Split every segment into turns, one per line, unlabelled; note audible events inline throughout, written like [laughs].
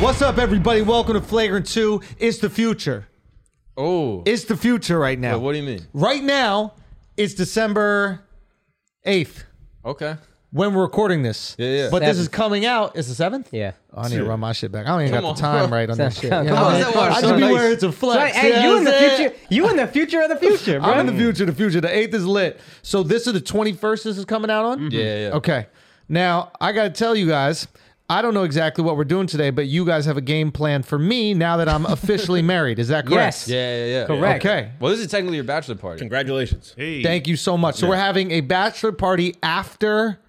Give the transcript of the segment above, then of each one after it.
What's up, everybody? Welcome to Flagrant 2. It's the future.
Oh,
It's the future right now.
what do you mean?
right now, it's December 8th
Okay.
when we're recording this.
Yeah, yeah.
But this
Seventh.
is coming out. It's the 7th?
Yeah.
Oh, I need to run my shit back. I don't even got
Come
the
on,
time
bro.
right on
[laughs]
that shit.
Come
You know
on.
what I mean?
How's that watch
I
so
should be
nice?
where it's a
Sorry,
flex.
hey, you in the
Yeah, yeah.
future. You in the future of the future, bro.
I'm in the future, the future. The 8th is lit. So this is the 21st this is coming out on?
Mm-hmm. Yeah, yeah.
Okay. Now, I got to tell you guys, I don't know exactly what we're doing today, but you guys have a game plan for me now that I'm [laughs] officially married. Is that correct?
Yes.
Yeah, yeah, yeah.
Correct.
Okay.
Well, this is technically your bachelor party.
Congratulations.
Thank you so much. So we're having a bachelor party after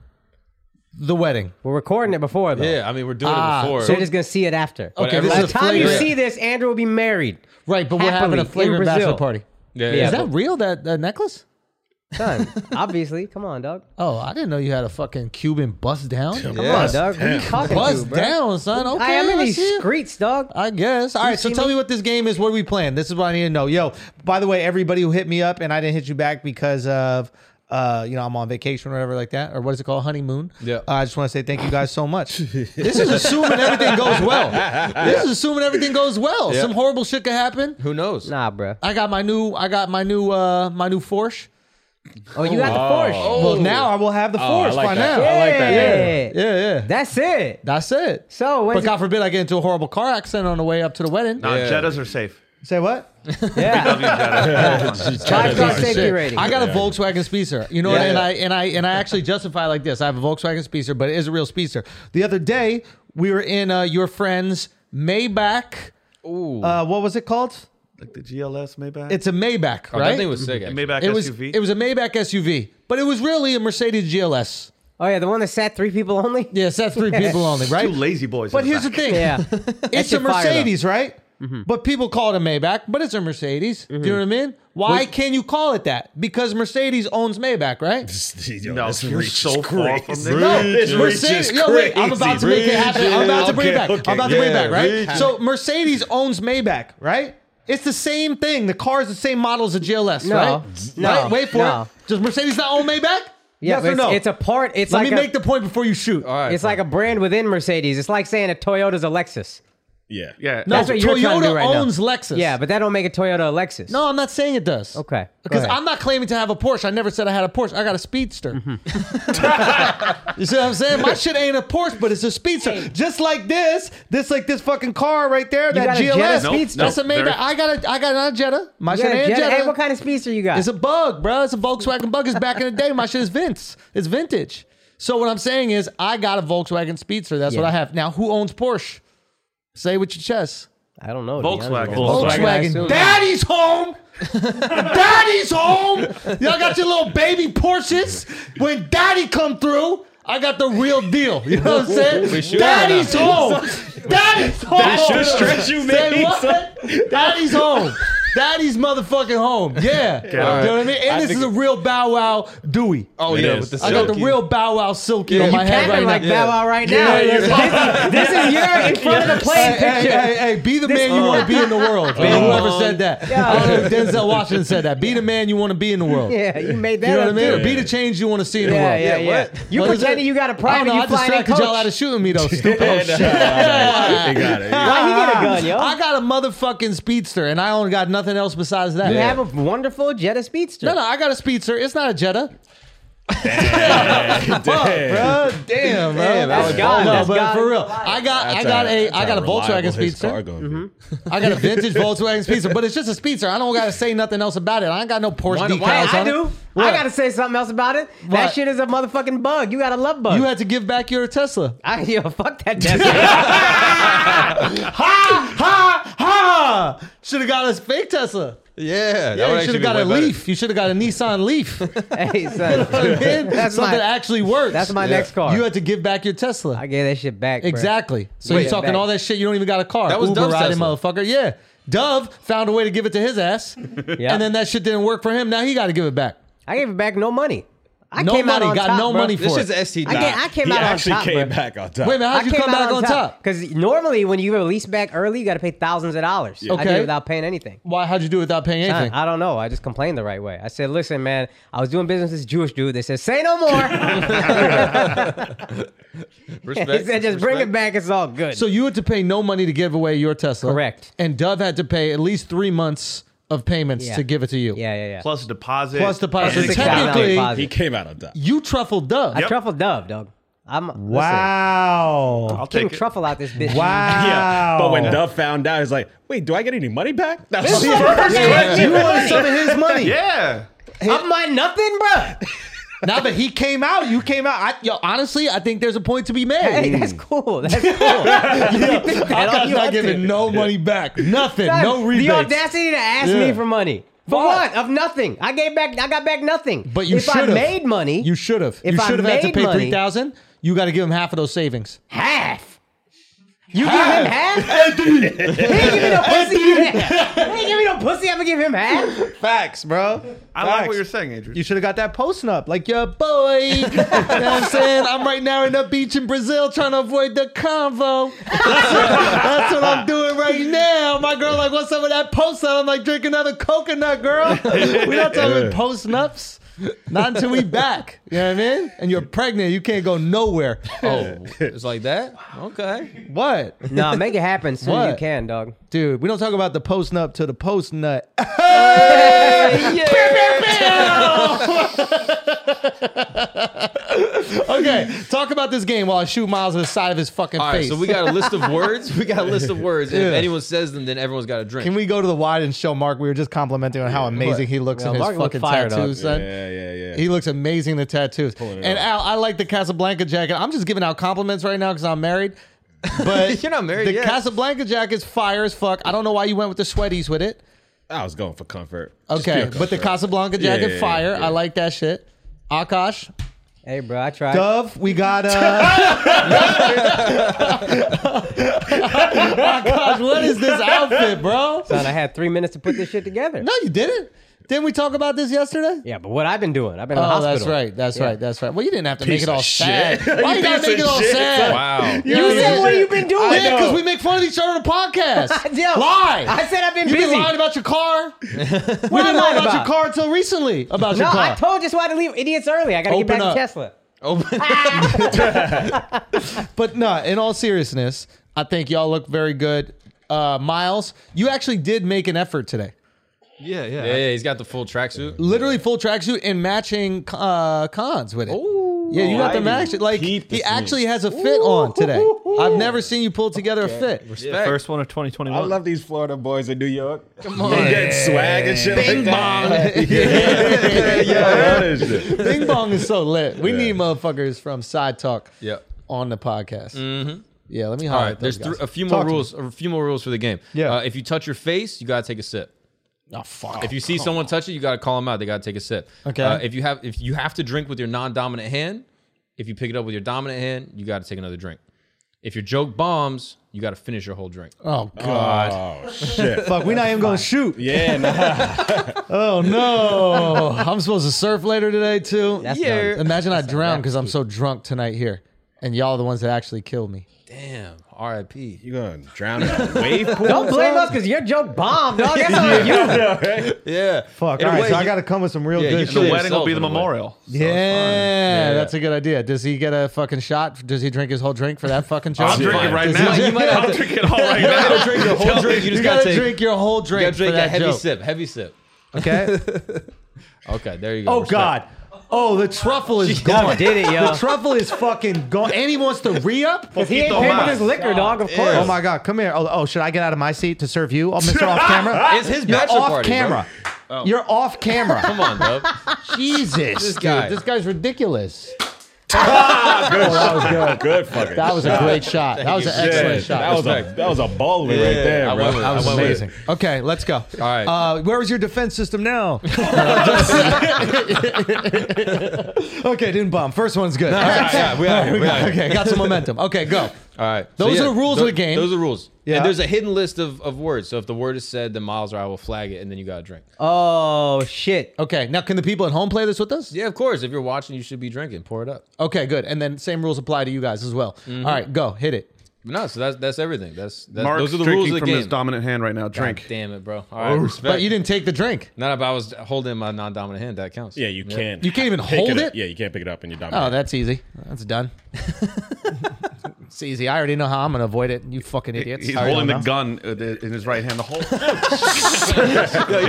the wedding.
We're recording it before though.
Yeah, I mean, we're doing
Ah,
it before.
So you're just gonna see it after.
Okay,
Whatever.
this
By
is
the
a
time you
flagrant.
see this, Andrew will be married.
right, but we're having
Happily,
a
in
flagrant
Brazil.
bachelor party.
yeah,
Yeah,
yeah.
Is that real? That, that necklace?
[laughs] Son, obviously. Come on, dog.
Oh, I didn't know you had a fucking Cuban bust down.
Yeah.
Come on, dog. What are you talking
Bust
to, bro?
down, son. Okay,
I am in
I
these
see it.
streets, dog.
I guess. All right. So
see
tell
me?
me what this game is. What are we playing? This is what I need to know. Yo, by the way, everybody who hit me up and I didn't hit you back because of, uh, you know, I'm on vacation or whatever like that, or what is it called, honeymoon?
Yeah.
Uh, I just want to say thank you guys so much. this is assuming everything goes well. This is assuming everything goes well.
Yeah.
Some horrible shit could happen.
Who knows? [laughs]
Nah, bro.
I got my new. I got my new. Uh, my new Porsche.
Oh, you got the Porsche.
Well, now I will have the Porsche
like
by
that.
now.
I like that.
Yeah.
Yeah, yeah.
That's it.
That's it.
So
But
when's
God forbid I get into a horrible car accident on the way up to the wedding.
Nah,
Yeah.
Jettas are safe.
Say what?
yeah. Five star safety
Shit.
rating.
I got a Volkswagen Speedster. You know,
Yeah.
and I and I and I actually justify like this. I have a Volkswagen Speedster, but it is a real Speedster. The other day we were in uh, your friend's Maybach.
Ooh.
Uh, what was it called?
Like the GLS Maybach.
It's a Maybach,
Oh,
right?
That thing was sick. actually.
Maybach
it
SUV.
was it was a Maybach SUV, but it was really a Mercedes GLS.
oh yeah, the one that sat three people only.
Yes, that's three people only, right?
Two lazy boys.
But
in
here's the
back.
thing. [laughs]
Yeah.
It's a Mercedes, right? But people call it a Maybach, but it's a Mercedes. Do you know what I mean? Why can you call it that? Because Mercedes owns Maybach, right?
No,
this
you're
reach
so
is
far
crazy.
from this.
No,
Reach is
Mercedes.
crazy.
Yo, wait, I'm about to make it happen. I'm about to bring it back.
Okay, okay,
I'm about to bring it
yeah,
back, right?
reach.
So Mercedes owns Maybach, right? It's the same thing. The car is the same model as a GLS,
No.
right?
No.
Right? Wait for
No.
it. Does Mercedes not own Maybach?
Yeah,
yes
but
or
it's,
no?
it's a part. It's
Let
like
me
a,
make the point before you shoot.
All right.
It's like a brand within Mercedes. It's like saying a Toyota's a Lexus.
Yeah.
Yeah.
No,
That's what you're trying to
Toyota
do right now.
owns Lexus.
Yeah, but that don't make a Toyota a Lexus.
No, I'm not saying it does.
Okay. Go
Because
ahead.
I'm not claiming to have a Porsche. I never said I had a Porsche. I got a speedster. [laughs] you see what I'm saying? My shit ain't a Porsche, but it's a speedster.
Hey.
Just like this, this like this fucking car right there, that
got a
GLS.
Jetta
Nope,
speedster?
That's
nope,
a Maybach.
very-
I got a I got another Jetta. My
You
shit
got a
ain't
Jetta?
Jetta.
Hey, what kind of speedster you got?
It's a bug, bro. It's a Volkswagen bug. It's back in the day. My shit is vince. It's vintage. So what I'm saying is, I got a Volkswagen Speedster. That's what
Yeah.
I have now. Who owns Porsche? Say it with your chest.
I don't know. to be honest
Volkswagen.
with you. I
Volkswagen.
assume.
Daddy's
[laughs]
home. Daddy's home. Y'all got your little baby Porsches. When Daddy come through, I got the real deal. You know what I'm
We
saying?
should.
Daddy's home. Daddy's home.
should stress you,
Oh, Say
man.
what? Daddy's home. Daddy's motherfucking home. Yeah. You know what I mean? And this is a real Bow Wow Dewey.
oh,
It
yeah. With
is.
the
I got the
silky-
real Bow Wow Silky on
you
my head right
Acting like
now.
Bow Wow right now.
Yeah,
this, this is your in front of the plane
Hey, hey,
picture.
hey, hey, be the man you
[laughs]
want to be in the world. I don't know whoever said that. I don't know if Denzel Washington said that. Be the man you want to be in the world.
Yeah, you made that
You know what I
up
mean? Or
too.
Be the change you want to see in the
Yeah,
world.
yeah, yeah. You
What is
pretending
it?
you got a
I
private,
don't know. I
you flying in
distracted
coach.
y'all out of shooting me though. Stupid. Oh, shit.
They got it.
Why you get a gun,
[laughs]
yo?
I got a motherfucking speedster, and I only got nothing else besides that.
you have a wonderful Jetta Speedster.
No, no, I got a speedster. It's not a Jetta. Fuck, bro. Damn, bro.
that's God.
No,
That's
but
God.
for real, I got, I got a, I got a Volkswagen speedster. I
[laughs]
got a vintage Volkswagen Speedster, but it's just a Speedster. I don't gotta say nothing else about it. I ain't got no Porsche
Why-
decals
why
I
on it.
do.
What?
I gotta say something else about it.
What?
That shit is a motherfucking bug. You got a love bug.
You had to give back your Tesla.
I, yo, fuck that Tesla.
Ha ha ha! Should have got a fake Tesla.
Yeah. That
Yeah, you
would
should
actually
have
be
got
way
a
better.
Leaf. You should have got a Nissan Leaf. [laughs]
hey, son.
That's
That's
Something
my-
actually works.
That's my next car.
You had to give back your Tesla.
I gave that shit back. bruh.
Exactly. So
Wait,
you're talking
back.
all that shit. You don't even got a car.
That was
Uber
Dove's
riding,
Tesla.
motherfucker. Yeah, Dove found a way to
[laughs]
give it to his ass,
Yeah.
and then that shit didn't work for him. Now he got to give it back.
I gave it back no money. I
No
came out
money,
on
got
top,
no
bro.
money
This
for
is
it.
STD.
I, can't, I came
he
out on
actually
top.
came
bro.
back on top.
Wait a minute, how'd you come back on top?
Because normally, when you release back early, you got to pay thousands of dollars. I did
Okay.
it without paying anything.
Why? How'd you do it without paying anything?
I, I don't know. I just complained the right way. I said, "Listen, man, I was doing business with this Jewish dude. They said, say no more.
[laughs]
[laughs]
Respect.
he said, just bring
respect.
it back. It's all good."
so you had to pay no money to give away your Tesla.
Correct.
And Dove had to pay at least three months of payments
Yeah.
to give it to you.
yeah, yeah, yeah.
Plus deposit.
Plus deposit.
And
Six thousand dollar
Technically,
deposit.
He came out on top.
you truffled Dove.
I truffle dove, dog. I'm listen, [laughs]
I'll
Wow.
King
take it.
truffle out this bitch. [laughs]
Yeah. But when Duff found out, he's like, wait, do I get any money back? That was the first
You
question.
wanted some of his
[laughs]
money.
Yeah.
I'm my nothing, bro. [laughs]
Now that he came out, you came out. I, yo, honestly, I think there's a point to be made.
Hey, that's cool.
[laughs]
That's cool. [laughs] You think that all
I'm
you
not
up to.
giving no money
[laughs]
back. Nothing. No rebates.
The audacity to ask
Yeah.
me for money. For
Why?
what? Of nothing. I gave back. I got back nothing.
But you
if
should have
I made money,
You should have.
If
You
I
should have had to
made
pay
money-
three thousand. You got to give him half of those savings.
half. You
Ah!
give him
[laughs]
half? he ain't give me no pussy. [laughs] He ain't give me no pussy. I'm gonna give him half.
Facts, bro.
I like what you're saying, Adrian.
You should have got that posting up, like your boy. [laughs] you know what I'm saying? I'm right now in the beach in Brazil trying to avoid the convo. That's what I'm doing right now. My girl, like, what's up with that post up? I'm like, drink another coconut, girl. We're not
[laughs]
talking post ups. Not until we back. You know what I mean? And you're pregnant. You can't go nowhere.
Oh, [laughs] it's like that? Okay.
What?
No, make it happen as soon as you
What?
can, dog.
Dude, we don't talk about the post nut to the post nut. [laughs] okay, talk about this game while I shoot Miles in the side of his fucking
All right,
face.
so we got a list of words. We got a list of words. And if
Yeah.
anyone says them, then everyone's got a drink.
Can we go to the wide and show Mark? We were just complimenting on how amazing
What?
he looks
Yeah,
in his
Mark looked
fucking
fired up.
tattoos, son.
Yeah, yeah, yeah.
He looks amazing in the tattoos.
it
And
off.
Al, I like the Casablanca jacket. I'm just giving out compliments right now because I'm married. But
You're not married
The
yet.
Casablanca jacket's fire as fuck. I don't know why you went with the sweaties with it.
I was going for comfort. Just
Okay,
pure
but the
comfort.
Casablanca
Yeah,
jacket
yeah,
fire.
yeah.
I like that shit. Akash,
Hey, bro, I tried.
Dove, we got uh [laughs] Akash, what is this outfit, bro?
Son, I had three minutes to put this shit together.
No, you didn't. Didn't we talk about this yesterday?
Yeah, but what I've been doing, I've been in the
Oh,
hospital.
that's right. That's right. That's right. Well, you didn't have to make
Piece
it all
of
sad.
shit.
Why you
You
gotta
piece
make
of
it all
shit.
sad?
Wow.
You,
You said what you been doing.
Yeah, because we make fun of each other on the
I
podcast.
don't.
Lie.
I said I've been
You've
busy.
been lying about your car. we didn't know
lying
about, your
about?
car until recently. About
no,
your car.
I told you so I had to leave idiots early. I gotta
Open
get back
up.
to Tesla.
Oh,
But no, in all seriousness, I think y'all look very good. Uh, Miles, you actually did make an effort today.
Yeah, yeah.
yeah, yeah, he's got the full tracksuit.
Literally full tracksuit and matching uh, cons with it. yeah, you got the
I
match.
didn't
Like
keep the
he
sneak.
actually has a fit on today. I've never seen you pull together a fit.
Yeah,
Respect.
First one of 2021.
I love these Florida boys in New York. Come
on.
They get swag and shit
Bing
like that.
[laughs]
bong.
Yeah,
[laughs]
yeah, yeah.
Bing bong is so lit. We
Yeah.
need motherfuckers from Side Talk
Yep. Mm-hmm.
on the podcast. Yeah, let me holler
All
at
right,
those
there's thr-
guys.
a few
Talk
more
to me.
rules. A few more rules for the game.
Yeah.
Uh, if you touch your face, you gotta take a sip.
Oh, fuck.
If you see someone touch it, you gotta call them out. They gotta take a sip.
Okay.
Uh, if you have, if you have to drink with your non-dominant hand, if you pick it up with your dominant hand, you gotta take another drink. If your joke bombs, you gotta finish your whole drink.
oh, God.
Oh shit.
fuck, we're not even going to shoot.
Yeah, nah.
Oh no!
[laughs]
I'm supposed to surf later today too.
That's
Yeah.
dumb.
Imagine I drown because I'm so drunk tonight here, and y'all are the ones that actually killed me.
Damn. R.I.P.
You gonna drown in a wave pool?
Don't blame us because your joke bombed,
[laughs]
dog. That's on you.
Yeah.
Fuck!
In a
all right,
way,
so I
you-
got to come with some real
Yeah, you
good
can
the
shit.
always-
wedding will be the
yourself in a way.
memorial.
Yeah,
yeah.
that's a good idea. Does he get a fucking shot? Does he drink his whole drink for that fucking shot?
I'm drinking right
Does he
now.
drink-
you might have
I'm
to-
drinking all
[laughs]
right
You gotta
now.
drink
[laughs]
the whole drink. You
You
just
gotta
gotta, take.
drink your whole
you
drink
gotta
for
drink a
that
heavy
joke.
sip. Heavy sip. [laughs]
Okay.
Okay, there you go.
Oh
Respect.
God. Oh, the truffle [laughs] is gone.
did it, yo.
The truffle is fucking gone. And he wants to re up.
Because he ain't
Poquito
paying for
más.
his liquor, dog, of course.
Yeah.
Oh my God, come here. Oh, oh, should I get out of my seat to serve you? Oh, Mr. Off Camera? [laughs]
It's his
You're
bachelor
off
party, bro.
camera. You're off camera. [laughs]
Come on, dub.
Jesus,
This
dude,
guy.
this guy's ridiculous.
Good fucking.
That was a
shot.
great shot. That was an
you.
excellent
Yeah,
shot.
That was a
Respect.
that was a baller right there,
I
bro.
went with it. I
That was
went with it.
amazing. Okay, let's go. All
right.
Uh, where is your defense system now? [laughs] okay, didn't bomb. First one's good. All right.
Yeah, we
All
out
right,
here.
we
We out
got, [laughs]
here.
okay, got some momentum. Okay, go.
All right.
Those are the rules of
tho-
the game.
Those are the rules.
Yeah.
And there's a hidden list of, of words. So if the word is said, then Miles or I will flag it, and then you got to drink.
Uh,
Oh shit.
Okay, now can the people at home play this with us?
Yeah, of course. If you're watching, you should be drinking. Pour it up.
Okay, good. And then same rules apply to you guys as well. All right, go hit it.
But no, so that's that's everything. That's, that's
Mark's
those are the
drinking
rules of the
from his
game.
dominant hand right now.
God
Drink.
damn it, bro. All right, respect.
Oh. But you didn't take the drink.
Not if I was holding my non-dominant hand. That counts.
Yeah, you can't.
You can't even
pick
hold
up.
it?
Yeah, you can't pick it up in your
Oh,
dominant.
that's easy. That's done. it's easy. I already know how I'm gonna avoid it. You fucking idiots.
He's
I already
holding the
know.
gun uh, in his right hand the whole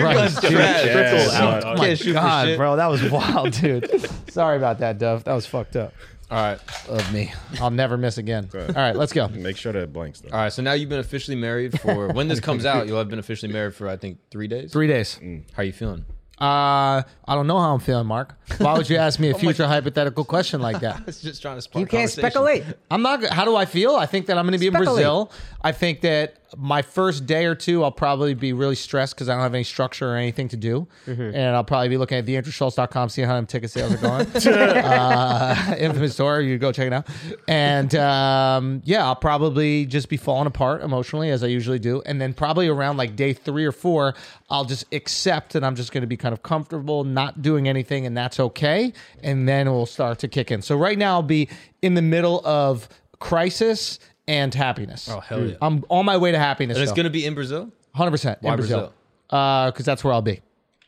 Right.
Trash.
Yeah,
Out.
son.
Can't shoot for
Oh God,
shit.
bro, that was wild, dude. Sorry about that, Dove. That was fucked up
All right.
of me. I'll never miss again. All right, let's go.
Make sure to blanks though.
All right. So now you've been officially
[laughs]
married for when this comes out, you'll have been officially married for I think three days.
Three days.
How you feeling?
Uh, I don't know how I'm feeling, Mark. Why would you ask me a future hypothetical question like that?
[laughs] It's just trying to spark.
You can't
conversation.
speculate.
I'm not. How do I feel? I think that I'm going to be in
Speculate.
Brazil. I think that my first day or two, I'll probably be really stressed because I don't have any structure or anything to do, and I'll probably be looking at theandrewschultz.com, seeing how them ticket sales are going. uh, [laughs] infamous store, you go check it out. And um, yeah, I'll probably just be falling apart emotionally as I usually do, and then probably around like day three or four, I'll just accept that I'm just going to be kind of comfortable, not doing anything, and that's okay. And then we'll start to kick in. So right now, I'll be in the middle of crisis and happiness. Oh
hell yeah.
I'm on my way to happiness.
And it's gonna be in Brazil.
hundred percent in
Why
Brazil,
Brazil?
because that's where I'll be.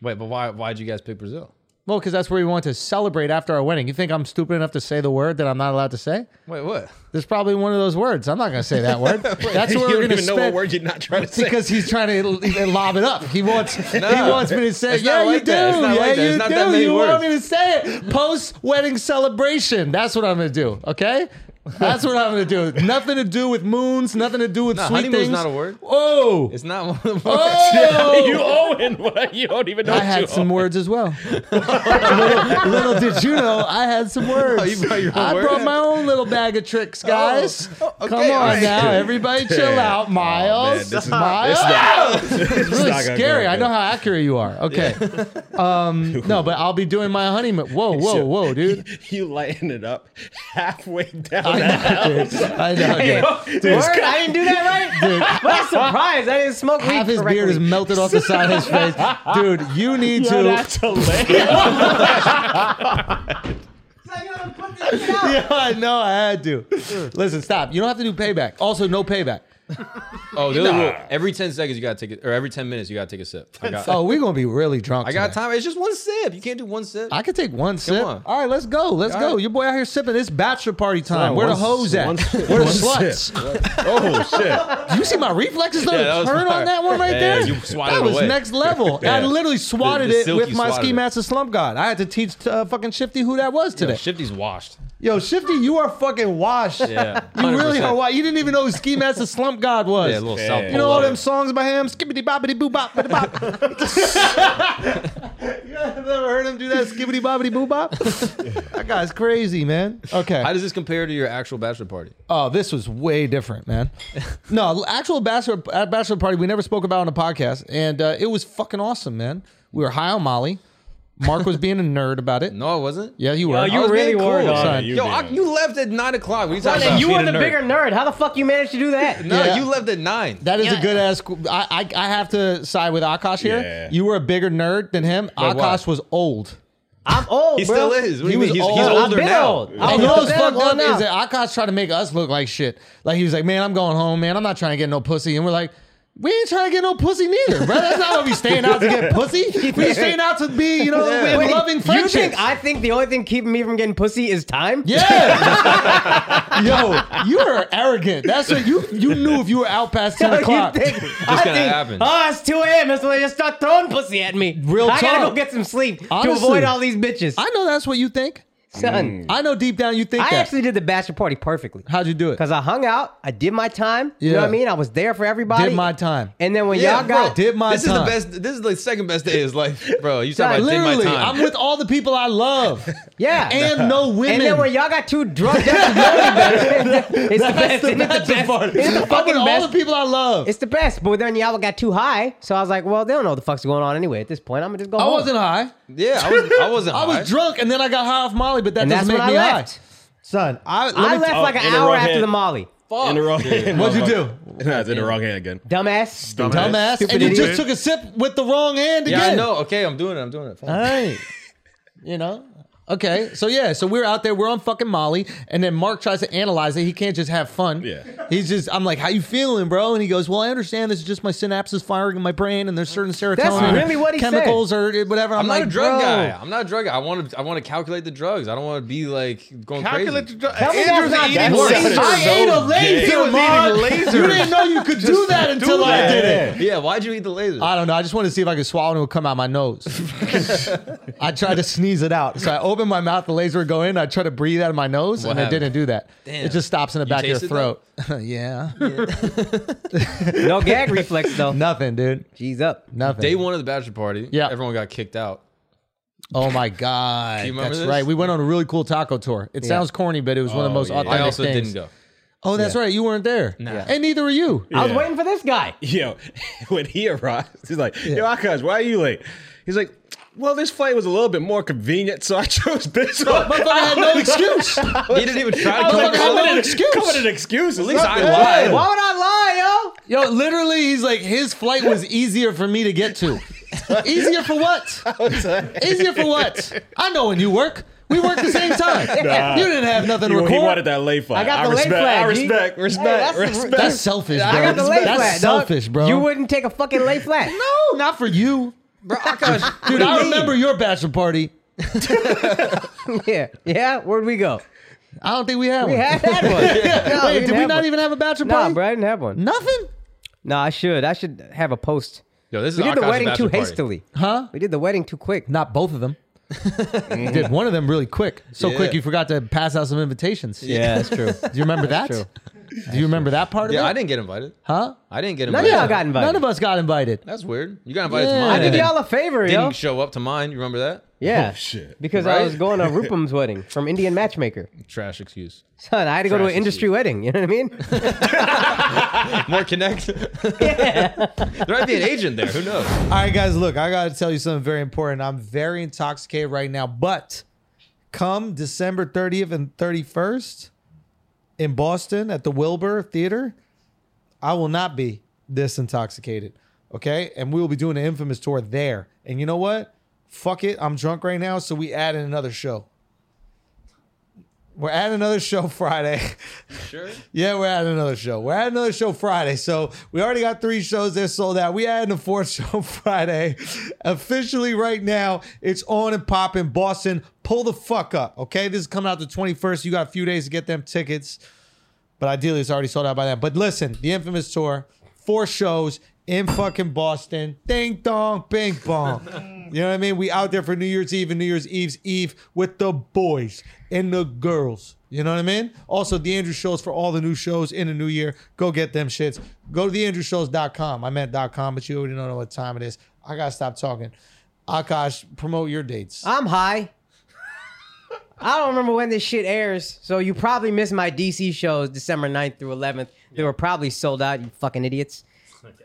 Wait, but why? Why'd you guys pick Brazil?
Well, because that's where we want to celebrate after our wedding. You think I'm stupid enough to say the word that I'm not allowed to say?
Wait, what?
There's probably one of those words. I'm not going to say that
[laughs]
word. That's where
[laughs]
we're
you don't
going to
even know what
spend.
word you're not trying to say.
because he's trying to lob it up. He wants
[laughs]
he wants me to say,
It's
yeah,
not
you
like
do,
that. It's not
yeah,
like that.
you
It's not that
do.
many
You want
words."
me to say it? Post wedding celebration. That's what I'm gonna do. Okay, that's what I'm gonna do. Nothing to do with moons. Nothing to do with sweet
honeymoon's
things.
not a word.
Oh,
It's not one of the words.
[laughs]
[laughs]
[laughs]
you Owen, [laughs] what? You don't even know.
I
what you
had some
owe.
words as well. [laughs] little, little did you know, I had some
Oh,
words.
you brought your own
I
word?
brought my own little bag of tricks, guys.
oh,
Come on
alright.
now, everybody, chill
Yeah. Oh,
out, Miles.
this is-
Miles. It's really
not gonna go
scary. I
good.
know how accurate you are. Okay. [laughs] Um, no, but I'll be doing my honeymoon. Whoa, whoa, whoa, dude.
[laughs] [laughs] You lighten it up halfway down. [laughs]
I
that
know, dude. I know, dude.
dude,
Word? I didn't
[laughs]
do that right. What a surprise! I didn't smoke weed
Half his
correctly.
beard is melted off the side of his
[laughs]
face. Dude, you need
Yo,
to.
that's hilarious.
I gotta put this shit out.
[laughs] Yeah, I know I had to. Listen, stop. You don't have to do payback. Also, no payback.
Oh, the other rule. Every ten seconds you gotta take it, or every ten minutes you gotta take a sip. I got,
Oh, we're gonna be really drunk.
I got
tonight.
time. It's just one sip. You can't do one sip.
I could take one sip.
on.
All right, let's go. Let's
All
go.
right.
Your boy out here sipping. It's bachelor party time.
on,
Where the
one-
hoes at?
one-
Where the
one
sluts?
[laughs] oh shit!
You see my reflexes though?
that was
turn on
fire.
that one right
Yeah,
there.
you swatted
that
it
was
away.
next level. I literally swatted
The- the
it
silky
with my
swatted
ski
it.
master slump god. I had to teach uh, fucking Shifty who that was today.
Shifty's washed.
Yo, Shifty, you are fucking washed.
Yeah,
[laughs] You really
100%.
are washed. You didn't even know who ski master slump god was.
Yeah, a little South Pole.
You know all
love [laughs]
them
it.
songs by him? Skibbity bobbity boo bop bitty bop.
[laughs]
you guys have never heard him do that skibbity bobbity boo
[laughs]
bop? that guy's crazy, man. Okay.
How does this compare to your actual bachelor party?
oh, this was way different, man. No, actual bachelor at bachelor party we never spoke about on the podcast, and uh, it was fucking awesome, man. We were high on Molly. Mark was being a nerd about it.
No, it wasn't.
Yeah, you were.
Oh, you
I was
really
being
were, dog.
son.
You
Yo,
did.
I, you left at nine o'clock. What are you talking
Well, then
about?
you
Being
were
a
the
nerd?
bigger nerd. How the fuck you managed to do that?
No,
Yeah.
you left at nine.
That is a
Yeah.
good ass. I, I I have to side with Akash here.
Yeah.
You were a bigger nerd than him.
But why?
Akash was old.
I'm old.
he
bro.
still is. What
He
do you mean?
was
He's,
old.
he's
I've
older
been
now.
old.
Yeah.
And
I don't
you know
know
what's
them
fucked
all
up
now.
is that Akash tried to make us look like shit. Like he was like, "Man, I'm going home, man. I'm not trying to get no pussy." And we're like, "We ain't trying to get no pussy neither, bro. That's not what we staying out to get
[laughs]
pussy. We staying out to be, you know, in
Wait,
loving friendships."
You think I think the only thing keeping me from getting pussy is time?
yeah, [laughs] yo, you are arrogant. That's what you you knew if you were out past ten
No,
o'clock.
[laughs] You think, I
gonna
think,
happen.
Oh, it's 2 a.m. That's when they just start throwing pussy at me.
Real
I gotta
talk.
go get some sleep
Honestly.
to avoid all these bitches.
I know that's what you think.
Son,
I know deep down you think
I
that.
actually did the bachelor party perfectly.
How'd you do it?
Because I hung out, I did my time. You
Yeah.
know what I mean? I was there for everybody.
Did my time.
And then when
Yeah,
y'all
bro,
got.
did my
this
time.
is the best. This is the second best day of his life, bro. You talking about did my
Literally,
time?
I'm with all the people I love.
[laughs]
Yeah.
and no women.
And then when y'all got too
[laughs]
drunk, that's the best. It's the best.
the
It's the
bachelor
best.
party.
It's the
I'm
fucking
with all
best.
the people I love.
It's the best. But then y'all got too high, so I was like, well, they don't know what the fuck's going on anyway. At this point, I'm gonna just go.
I
home.
wasn't high.
yeah, I was. I wasn't.
I
high.
was drunk, and then I got high off Molly, but that
and
doesn't
that's
make
when
me
I left.
high. Son, I, let
I
me-
left like
Oh,
an
in a
hour
row
after
hit.
the Molly.
fuck.
in the wrong hand.
What'd you do?
No, it's in the wrong hand again.
Dumbass.
Dumbass. And you
idiot.
just took a sip with the wrong hand
Yeah,
again.
I know. Okay, I'm doing it. I'm doing it. Fine.
All right. you know? Okay. So, yeah. So we're out there. We're on fucking Molly. And then Mark tries to analyze it. He can't just have fun.
Yeah.
He's just, I'm like, how you feeling, bro? And he goes, well, I understand this is just my synapses firing in my brain and there's certain serotonin.
really what he said.
Chemicals or whatever. I'm,
I'm not
like,
a drug
bro.
guy. I'm not a drug guy. I want to. I want to calculate the drugs. I don't want to be like going
Calculate
crazy.
the drug.
me that's
Andrew's
not
eating
that
lasers.
simple.
I ate a
He
laser,
was
Mark.
eating lasers.
You didn't know you could do that until I
that.
did it.
[laughs] Yeah. Why'd you eat the laser?
I don't know. I just wanted to see if I could swallow and it would come out my [laughs] nose. I tried to sneeze it out. So I opened my mouth, the laser would go in. I tried to breathe out of my nose,
What
and
happened?
it didn't do that.
Damn.
It just stops in the back of your
tasted
throat. [laughs] yeah.
No gag reflex though.
Nothing, dude.
Jeez up.
Nothing.
Day one of the bachelor party.
Yeah.
Everyone got kicked out.
oh my God.
you remember
That's
this? Oh,
right. We went on a really cool taco tour. It sounds corny, but it was one of the most
yeah.
authentic
I also
things.
didn't go.
Oh, that's right. You weren't there.
Nah.
And neither were you.
I was waiting for this guy.
Yo, [laughs] when he arrives, he's like, "Yo, Akash, why are you late?" He's like, "Well, this flight was a little bit more convenient, so I [laughs] chose this one."
Motherfucker had [laughs] no excuse.
He didn't even try to
was
come.
like, how
back.
many- an excuse.
Come with an excuse. At
least I
Why
lied.
would I lie, yo?
Yo, literally, he's like, his flight was easier for me to get to. easier for what? [laughs] Easier for what? I know when you work. We work the same time.
[laughs] Nah.
You didn't have nothing to
He,
record.
he wanted that lay
I
flag.
got the lay
respect,
flag,
I
G.
respect,
Hey,
respect,
that's the-
respect.
That's selfish, bro.
I got the lay
That's
flat. dog.
selfish, bro.
You wouldn't take a fucking lay flat. [laughs]
no, not for you, [laughs]
Bro, Akash,
dude. I remember your bachelor party.
Yeah. Yeah. Where'd we go?
I don't think we had
We
one. [laughs]
had that one. No,
Wait, did we
didn't have
not
one.
even have a bachelor
Nah,
party?
bro, I didn't have one.
Nothing,
No, I should. I should have a post.
Yo, this is
We did the
Akash's
wedding too
bachelor party.
hastily.
huh?
We did the wedding too quick.
Not both
[laughs]
of them. Did one of them really quick? So
Yeah.
quick, you forgot to pass out some invitations.
Yeah, that's true.
Do you remember that? Do you remember that part
Yeah,
of it?
I didn't get invited.
Huh?
I didn't get
None
invited.
of y'all got invited.
None of us got invited.
That's weird. You got invited
Yeah.
to
I
mine.
did
and
y'all a favor,
Didn't
yo.
show up to mine. You remember that?
Yeah.
Oh, shit.
Because I
Right?
was going to Rupam's wedding from Indian Matchmaker. [laughs]
Trash excuse.
Son, I had to go to an
Trash
industry wedding. You know what I
[laughs]
mean?
More [laughs] connect. there might be an agent there. Who knows?
All right, guys, look, I got to tell you something very important. I'm very intoxicated right now, but come December 30th and 31st in Boston at the Wilbur Theater, I will not be this intoxicated. Okay. And we will be doing an infamous tour there. And you know what? Fuck it. I'm drunk right now. So we add in another show. We're adding another show [laughs] Friday.
Sure.
Yeah, we're at another show. We're at another show Friday. So we already got three shows that sold out. We adding a fourth [laughs] show Friday. Officially, right now, it's on and popping. Boston, pull the fuck up. Okay, this is coming out the 21st. You got a few days to get them tickets. But ideally, it's already sold out by then. But listen, the infamous tour, four shows in fucking Boston. Ding dong, bing bong. you know what I mean? We out there for New Year's Eve and New Year's Eve's Eve with the boys and the girls. You know what I mean? Also, the Andrew shows for all the new shows in the new year. Go get them shits. Go to theandrewshows.com. I meant .com, but you already know what time it is. I gotta stop talking. Akash, promote your dates.
I'm high. I don't remember when this shit airs, so you probably missed my DC shows December 9th through 11th. They were probably sold out, you fucking idiots.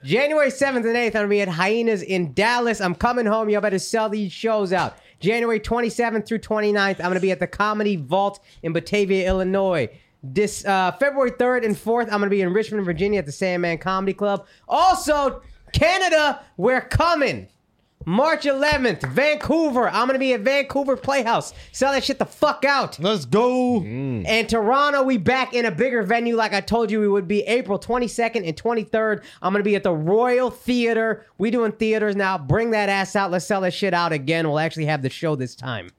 January 7th and 8th, I'm gonna be at Hyenas in Dallas. I'm coming home. Y'all better sell these shows out. January 27th through 29th, I'm gonna be at the Comedy Vault in Batavia, Illinois. This uh, February 3rd and 4th, I'm gonna be in Richmond, Virginia at the Sandman Comedy Club. Also, Canada, we're coming. March 11th, Vancouver. I'm going to be at Vancouver Playhouse. Sell that shit the fuck out.
Let's go.
And Toronto, we back in a bigger venue like I told you we would be April 22nd and 23rd. I'm going to be at the Royal Theater. We doing theaters now. Bring that ass out. Let's sell that shit out again. We'll actually have the show this time.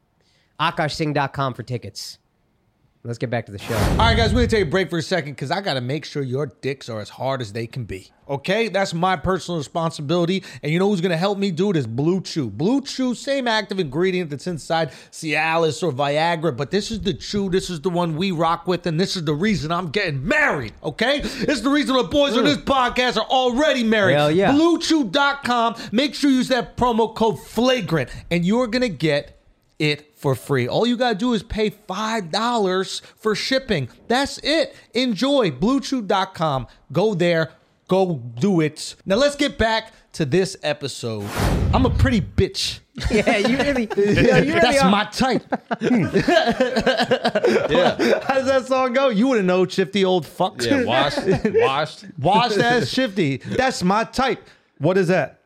AkashSingh.com for tickets. Let's get back to the show. [laughs]
All right, guys, we're gonna take a break for a second because I gotta make sure your dicks are as hard as they can be. Okay, that's my personal responsibility. And you know who's gonna help me do it is Blue Chew. Blue Chew, same active ingredient that's inside Cialis or Viagra, but this is the chew. This is the one we rock with, and this is the reason I'm getting married. Okay, it's the reason the boys on this podcast are already married.
Mm. Hell yeah.
BlueChew.com. Make sure you use that promo code Flagrant, and you're gonna get it for free. All you gotta do is pay $5 for shipping. That's it. Enjoy bluechew.com. Go there, go do it. Now let's get back to this episode, I'm a pretty bitch.
Yeah, you really, yo, you
That's
really are. Hmm.
my type. [laughs] yeah. How does that song go? You wouldn't know, shifty old fuck.
Yeah, washed, [laughs] washed.
Wash that shifty. That's my type. What is that?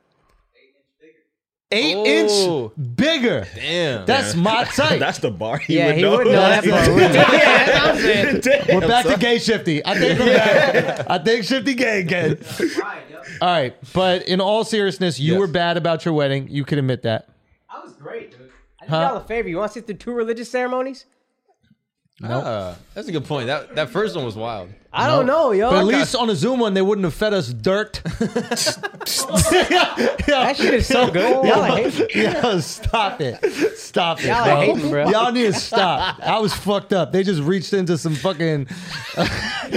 Eight
Oh.
inch bigger.
Damn.
That's my
[laughs]
type.
That's the bar. He
yeah,
would
he
know.
would know that
Like-
part.
[laughs]
wouldn't he? [laughs] yeah, that's what I'm saying.
[laughs]
We're back to gay shifty. I think we're back. I think shifty gay again. All right, but in all seriousness, you
Yes.
were bad about your wedding. You can admit that.
I was great, dude. I did y'all a favor. You want to sit through two religious ceremonies?
Ah, that's a good point. That that first one was wild.
I don't know, yo.
But at least on a Zoom one, they wouldn't have fed us dirt. [laughs]
that shit is
[laughs]
so good. Y'all are hating.
Yo, stop it. Stop it.
Y'all
bro.
are hating, bro.
Y'all need to stop. I was fucked up. They just reached into some fucking. [laughs]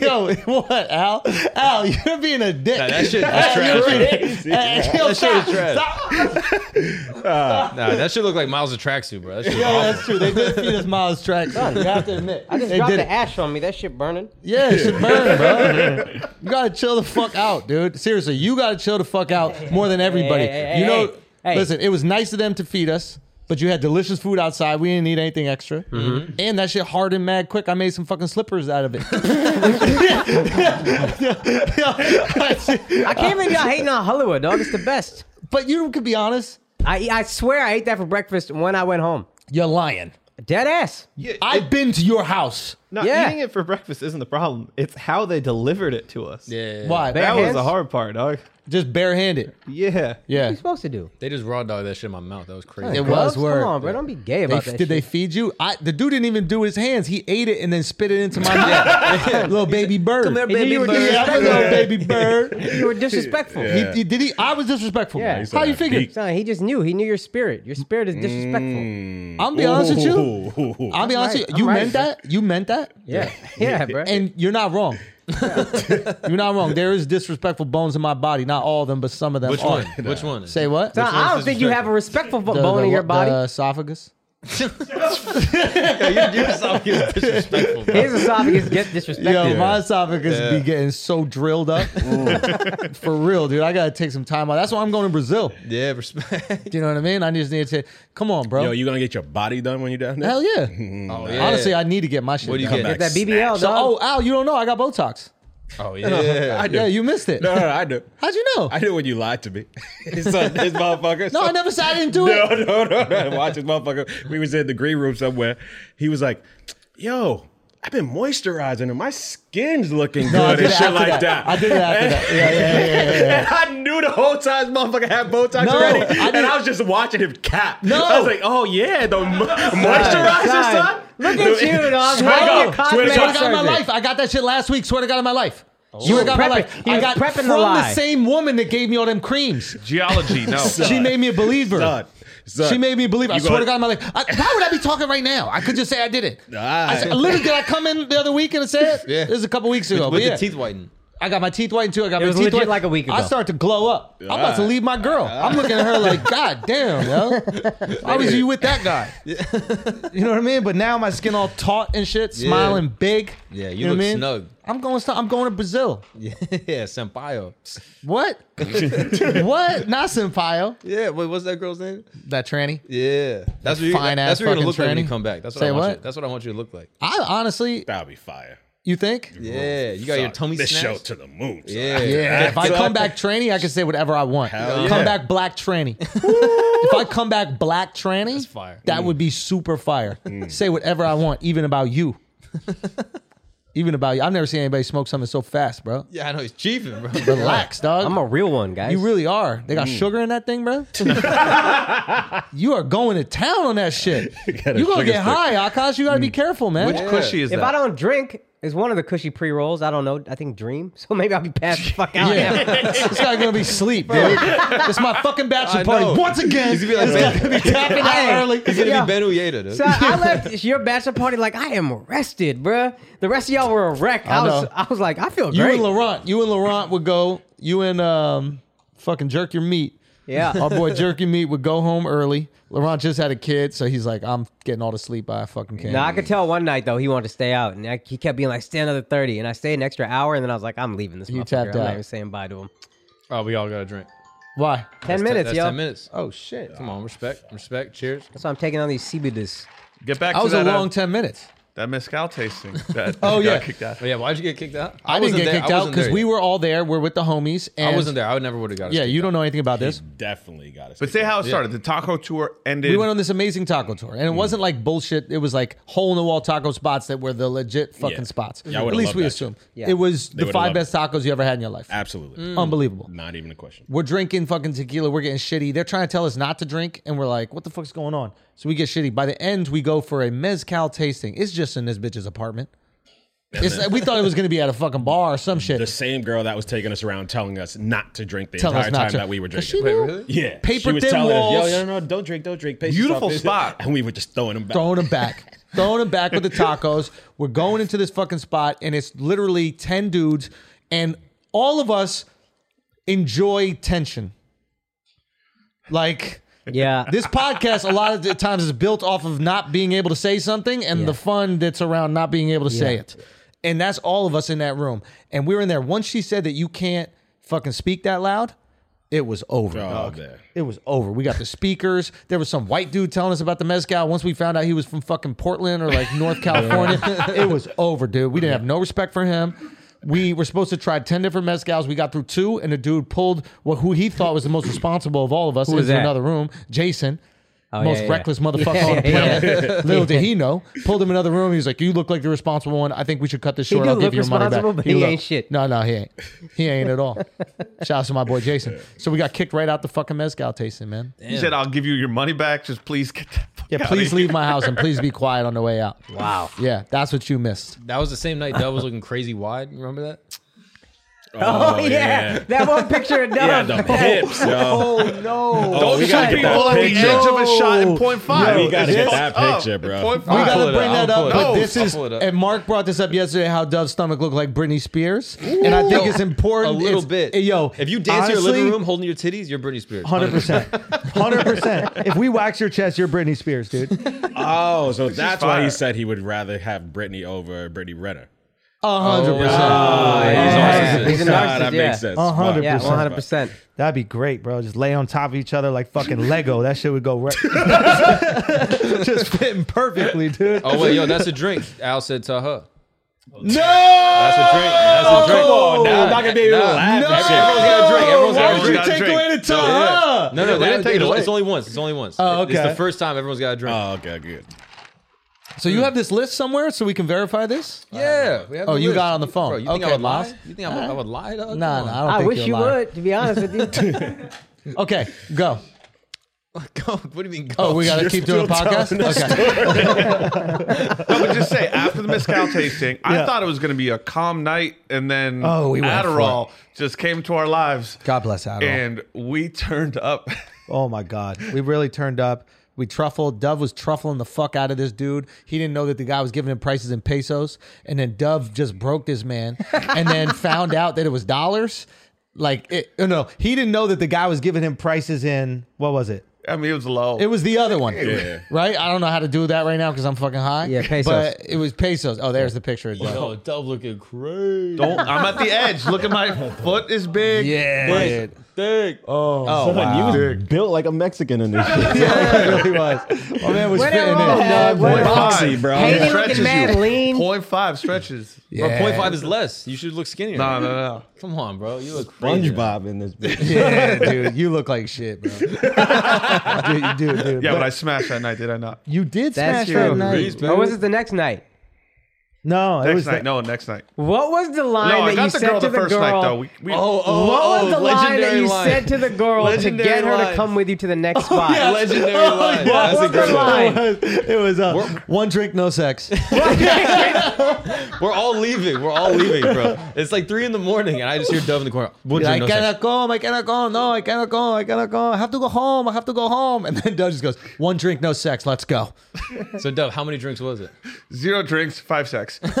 Yo, what, Al? Al, you're being a dick.
Nah, that shit was
Al, you're
trash.
being- Al, yo,
That shit
stop.
was trash.
Stop.
[laughs] Ah, Nah, that shit looked like Miles' tracksuit, bro. That shit was
Yo,
awful.
that's true. They did feed us Miles tracks. You have to admit.
I just
they
dropped
did
the
it.
ash on me. That shit burning.
Yeah, it should burn, bro. you gotta chill the fuck out, dude. Seriously, you gotta chill the fuck out more than everybody.
hey, hey,
you know,
hey, hey.
listen, it was nice of them to feed us, but you had delicious food outside. We didn't need anything extra, and that shit hardened mad quick. I made some fucking slippers out of it.
I can't believe y'all hating on Hollywood, dog. It's the best.
but you could be honest,
I I swear I ate that for breakfast when I went home.
you're lying.
Dead ass.
Yeah,
I've been to your house.
not
yeah.
eating it for breakfast isn't the problem. It's how they delivered it to us.
Yeah.
Why?
Bare
That was
hands?
the hard part, dog.
Just barehanded.
Yeah.
What
Yeah,
you supposed to do?
They just raw dog that shit in my mouth. That was crazy.
it
Gloves?
was
Come
word.
on, bro. Don't be gay
They-
about
did
that
they
shit.
feed you? I, the dude didn't even do his hands. He ate it and then spit it into my
[laughs]
mouth. little baby bird.
here,
And you were
baby
Yeah, I'm a
disrespectful.
little baby bird. [laughs]
You were disrespectful.
Yeah.
He, he- did he? I was disrespectful.
Yeah. He
said
How you
that
figure?
peak.
Son, he just knew. He knew your spirit. Your spirit is disrespectful.
I'll be honest with you.
Ooh.
I'll be honest
right.
with you. You
I'm right,
meant
bro.
that. You meant that. [laughs]
Yeah. Yeah, bro.
And you're not
[laughs]
wrong. you're not wrong. There is disrespectful bones in my body. Not all of them, but some of them.
Which
are.
one? Which one?
Say what?
Son,
Which-
I
one's
don't think you have a respectful bo-
the-
bone
the-
in your
[laughs]
body.
The esophagus.
You're so [laughs] disrespectful, bro.
His esophagus gets disrespected.
Yo, my esophagus be getting so drilled up. [laughs] For real, dude. I gotta take some time out. That's why I'm going to Brazil.
Yeah, respect.
Do you know what I mean? I just need to. Come on, bro.
Yo, you gonna get your body done when you're down there?
Hell yeah.
Oh, yeah.
Honestly, I need to get my shit.
What do you
done.
get?
back.
that BBL,
So,
dog.
oh, Al, you don't know. I got Botox.
Oh yeah.
I do.
Yeah, you missed it.
No, no, no, [laughs] I do.
How'd you know?
I do when you lied to me. [laughs] His son, this motherfucker.
no, I never said I didn't do it.
[laughs] No, no, no, no. Watch this motherfucker. We was in the green room somewhere. He was like, "Yo, I've been moisturizing and my skin's looking
No, I
good
did
and
it
shit
after
like
that.
that.
I did it after that. Yeah, yeah, yeah. yeah.
And [laughs] I knew the whole time this motherfucker had Botox
No,
already,
I
and
didn't-
I was just watching him cap.
No.
I was like, "Oh yeah, the mo- moisturizer,
son.
son."
Look at you, dog.
Swear to
All
God,
your
swear to
Swear to
God.
God, in my
surgery.
life. I got that shit last week. Swear to God, in my life. Swear to God, in my
Prepping-
life.
he
I
was
got
prepping the
from the
lie.
same woman that gave me all them creams.
Geology, no.
She made me a believer.
Son, son.
She made me believe. I
You
swear to
gonna-
God, in my life. I, why would I be talking right now? I could just say I did it. I, s-
Alright.
literally, did I come in the other week and say it?
[laughs] Yeah.
This is a couple weeks ago.
With
but yeah.
the teeth whitening. [laughs]
I got my teeth whitened too. I got my
was
teeth
legit
whitened.
like a week
I
ago.
start to glow up. I'm about to leave my girl. I'm looking at her
[laughs]
like, God damn, yo. Why was you with that guy? you know what I mean? But now my skin all taut and shit, smiling big.
Yeah, you
know
look
what I mean?
snug.
I'm going. st- I'm going to Brazil.
Yeah, Sampaio. [laughs]
What? what? Not Sampaio.
Yeah, wait, what's that girl's name?
That tranny.
Yeah, that's what you.
Fine ass
that's what you're
fucking
gonna look like when
tranny.
you come back. That's what
Say
I want
what? Oh,
you. That's what I want you to look like.
I honestly,
That'll be fire.
you think?
Yeah, you got your
Son,
tummy
This show
snatched.
to the moon. son.
Yeah,
Yeah, if I come back tranny, I can say whatever I want.
Hell
Come
yeah.
back black tranny. if I come back black tranny,
fire.
that would be super fire. Say whatever I want, even about you. even about you. I've never seen anybody smoke something so fast, bro.
yeah, I know he's chiefing,
[laughs]
bro.
Relax, dog.
I'm a real one, guys.
you really are. They got sugar in that thing, bro. [laughs] you are going to town on that shit.
got a
You're gonna
sugar
get high, Akash. You gotta be careful, man.
Which cushy is
if I
that?
don't drink, it's one of the cushy pre rolls. I don't know. I think Dream. [laughs] So maybe I'll be passed the fuck [laughs] out.
Yeah. this guy gonna be sleep, dude. It's my fucking bachelor
I
party
know.
once again.
He's gonna be
this guy
like, man.
gonna be tapping
Hey.
out early.
He's gonna
Yeah.
be Ben Uyeda, dude.
So I left [laughs] your bachelor party like I am arrested, bruh. The rest of y'all were a wreck. I,
I
was,
know.
I was like, I feel
You
great.
and Laurent, you and Laurent would go. You and um, fucking jerk your meat.
yeah,
Our boy jerk your meat would go home early. Laurent just had a kid, so he's like, I'm getting all the sleep I fucking can.
No, I could tell one night though he wanted to stay out, and I, he kept being like, "Stay another 30. and I stayed an extra hour, and then I was like, "I'm leaving this."
You
motherfucker.
tapped
I'm
out.
not even saying bye to him.
Oh, we all got a drink.
Why?
Ten minutes,
that's
yo.
ten minutes.
Oh shit!
Come on, respect, respect. Cheers.
So I'm taking on these CBDs.
Get back
I
to
was
that,
a long
uh,
ten minutes.
that mezcal tasting. That
Oh,
you got
yeah.
kicked out.
Oh, yeah, why'd you get kicked out?
I, didn't
wasn't
get
there.
kicked
I
out
wasn't
because
there
we
yet.
were all there. We're with the homies. And
I wasn't there. I would never would have got. us
Yeah,
kicked
you
out.
don't know anything about this.
Definitely got it.
But say how it started. The taco tour ended.
We went on this amazing taco tour, and it wasn't like bullshit. It was like hole in the wall taco spots that were the legit fucking
Yeah.
spots.
Yeah, I
At
would've
least
loved
we
that
assume
Yeah.
it was the
would've
five
loved
best tacos you ever had in your life.
Absolutely.
Mm. Unbelievable.
Not even a question.
We're drinking fucking tequila. We're getting shitty. They're trying to tell us not to drink, and we're like, "What the fuck's going on?" So we get shitty. By the end, we go for a mezcal tasting. It's just in this bitch's apartment. It's, we thought it was going to be at a fucking bar or
[laughs]
some shit.
The same girl that was taking us around telling us not to drink the
Tell us
entire
not
time
to-
that we were
'Cause
drinking.
She knew.
really?
yeah.
Paper
she was
thin
telling
walls.
us, yo, no, no, don't drink, don't drink. Pace
Beautiful
[laughs] yourself."
spot.
And we were just throwing them back.
throwing them
[laughs]
back, throwing them back with the tacos. We're going into this fucking spot, and it's literally ten dudes, and all of us enjoy tension. Like
Yeah.
this podcast, a lot of the times is built off of not being able to say something and
Yeah.
the fun that's around not being able to say
Yeah.
it. And that's all of us in that room. And we were in there. Once she said that you can't fucking speak that loud, it was over.
Oh,
dog.
man.
It was over. We got the speakers. There was some white dude telling us about the mezcal. Once we found out he was from fucking Portland or like North
[laughs]
California, it was over, dude. We didn't have no respect for him. We were supposed to try ten different mezcals. We got through two, and the dude pulled what who he thought was the most responsible of all of us
was
into
that? Oh,
another room. Jason, most
yeah, yeah.
reckless motherfucker
[laughs]
on the
Yeah, yeah,
planet. Little did he know. Pulled him in another room. He was like, "You look like the responsible one. I think we should cut this
He
short.
do
I'll give
look
you your money
responsible,
back."
but he ain't shit.
No, no, he ain't. He ain't at
[laughs]
all. Shout out to my boy Jason. So we got kicked right out the fucking mezcal tasting, man.
He said, "I'll give you your money back. Just please get that." fuck
Yeah,
out
please
of here."
leave my house and please be quiet on the way out.
Wow.
Yeah, that's what you missed.
That was the same night Dub was looking crazy wide. You remember that?
Oh, yeah. That one picture of Dub. [laughs]
Yeah, the hips, yo.
Oh
[laughs]
no.
Oh, we
Some
gotta get
people
that
at the
picture.
edge of a shot in point five.
we gotta get
It's
that
up.
picture, bro.
Point
We
five.
gotta
pull it
bring
up.
that
I'll
up,
pull it
but
up.
this
I'll
is
pull it up.
and Mark brought this up yesterday how Dove's stomach looked like Britney Spears, and I think it's important
A little
it's- eh,
bit.
Yo,
if you dance in your
honestly,
living room holding your titties, you're Britney Spears.
Hundred percent,
[laughs]
hundred percent. If we wax your chest, you're Britney Spears, dude.
Oh, so that's why
fire.
he said he would rather have Brittany over Brittany Renner.
Oh,
A hundred percent.
Yeah.
He's a
narcissist,
Ah, that
yeah.
makes sense.
A hundred
Yeah,
percent.
100. percent
That'd be great, bro. Just lay on top of each other like fucking [laughs] Lego. That shit would go right. Just fitting perfectly, dude.
Oh wait,
[laughs]
yo, that's a drink. Al said to her.
No.
That's a drink. That's a drink.
I'm not gonna be able to laugh.
No!
Everyone's
at
got a drink. Everyone's
Why
got a
would
drink.
you
Everyone's
take
got a
away the
drink.
ta?
No, no,
They
they
didn't take it
it's,
away.
it's only once. It's only once.
Oh,
It- It's
okay.
the first time everyone's got a drink.
Oh, okay, good.
So you have this list somewhere so we can verify this?
yeah. we have
Oh,
the
you
list.
got on the phone.
Bro, you think
Okay,
I would
Laz.
lie? You think I would, I would lie?
Nah,
Dog? Come
nah, I
on.
don't
I
think
wish
you're
you
lying.
would, to be honest with you.
Okay, go.
[laughs] Go- what do you mean? Go?
Oh, we
[laughs]
gotta
You're
keep doing a
still
podcast.
telling this
Okay.
I would just say after the mezcal tasting, I thought it was going to be a calm night, and then
Oh, we went for
Adderall just came to our lives,
God bless Adderall.
and we turned up. [laughs]
Oh my God. We really turned up. We truffled. Dove was truffling the fuck out of this dude. He didn't know that the guy was giving him prices in pesos. And then Dove just broke this man and
[laughs]
then found out that it was dollars. Like, it, oh, no, he didn't know that the guy was giving him prices in, what was it?
I mean, it was low.
It was the other one.
Yeah.
Right? I don't know how to do that right now because I'm fucking high.
Yeah, pesos.
But it was pesos. Oh, there's the picture of Dove.
Oh, Dove looking crazy.
Don't, I'm at the edge. Look at my foot is big.
Yeah.
Dick.
Oh, you was built like a Mexican in
[laughs]
this shit.
yeah, it really was. My Oh, man was
Where
fitting
that
in.
wrong head? Where
Point
that wrong-
five,
bro.
Hey, you
Stretches
looking mad
you.
lean?
Point five stretches.
Bro,
Yeah.
0.5 is less. You should look skinnier.
No, no, no.
Come on, bro. You look crazy.
SpongeBob in this bitch.
[laughs] Yeah, dude, you look like shit, [laughs] bro. dude, dude, dude.
Yeah, but I smashed that night, did I not?
You did
That's
smash that
true.
night.
Or was it the next night?
No, it was
Next
the-
night. No, next night.
What was the line
No, I
that you
got the
said
girl
to
the
the
first
girl?
night, though. We, we,
Oh, oh,
what was
oh,
the line that
legendary
you said
[laughs]
to the girl to
Legendary
get her to
line.
come with you to the next spot?
Legendary line. That's a
What was
great
the
one.
line?
[laughs] It was, it was, uh, one drink, no sex.
We're all leaving. We're all leaving, bro. It's like three in the morning, and I just hear Dove in the corner. Would you
I
know
cannot come. I cannot come. No, I cannot come. I cannot come. I have to go home. I have to go home. And then [laughs] Doug just goes, one drink, no sex. Let's go. [laughs]
sex? So Dove, how many drinks was it?
zero drinks,
[laughs]
five sex.
And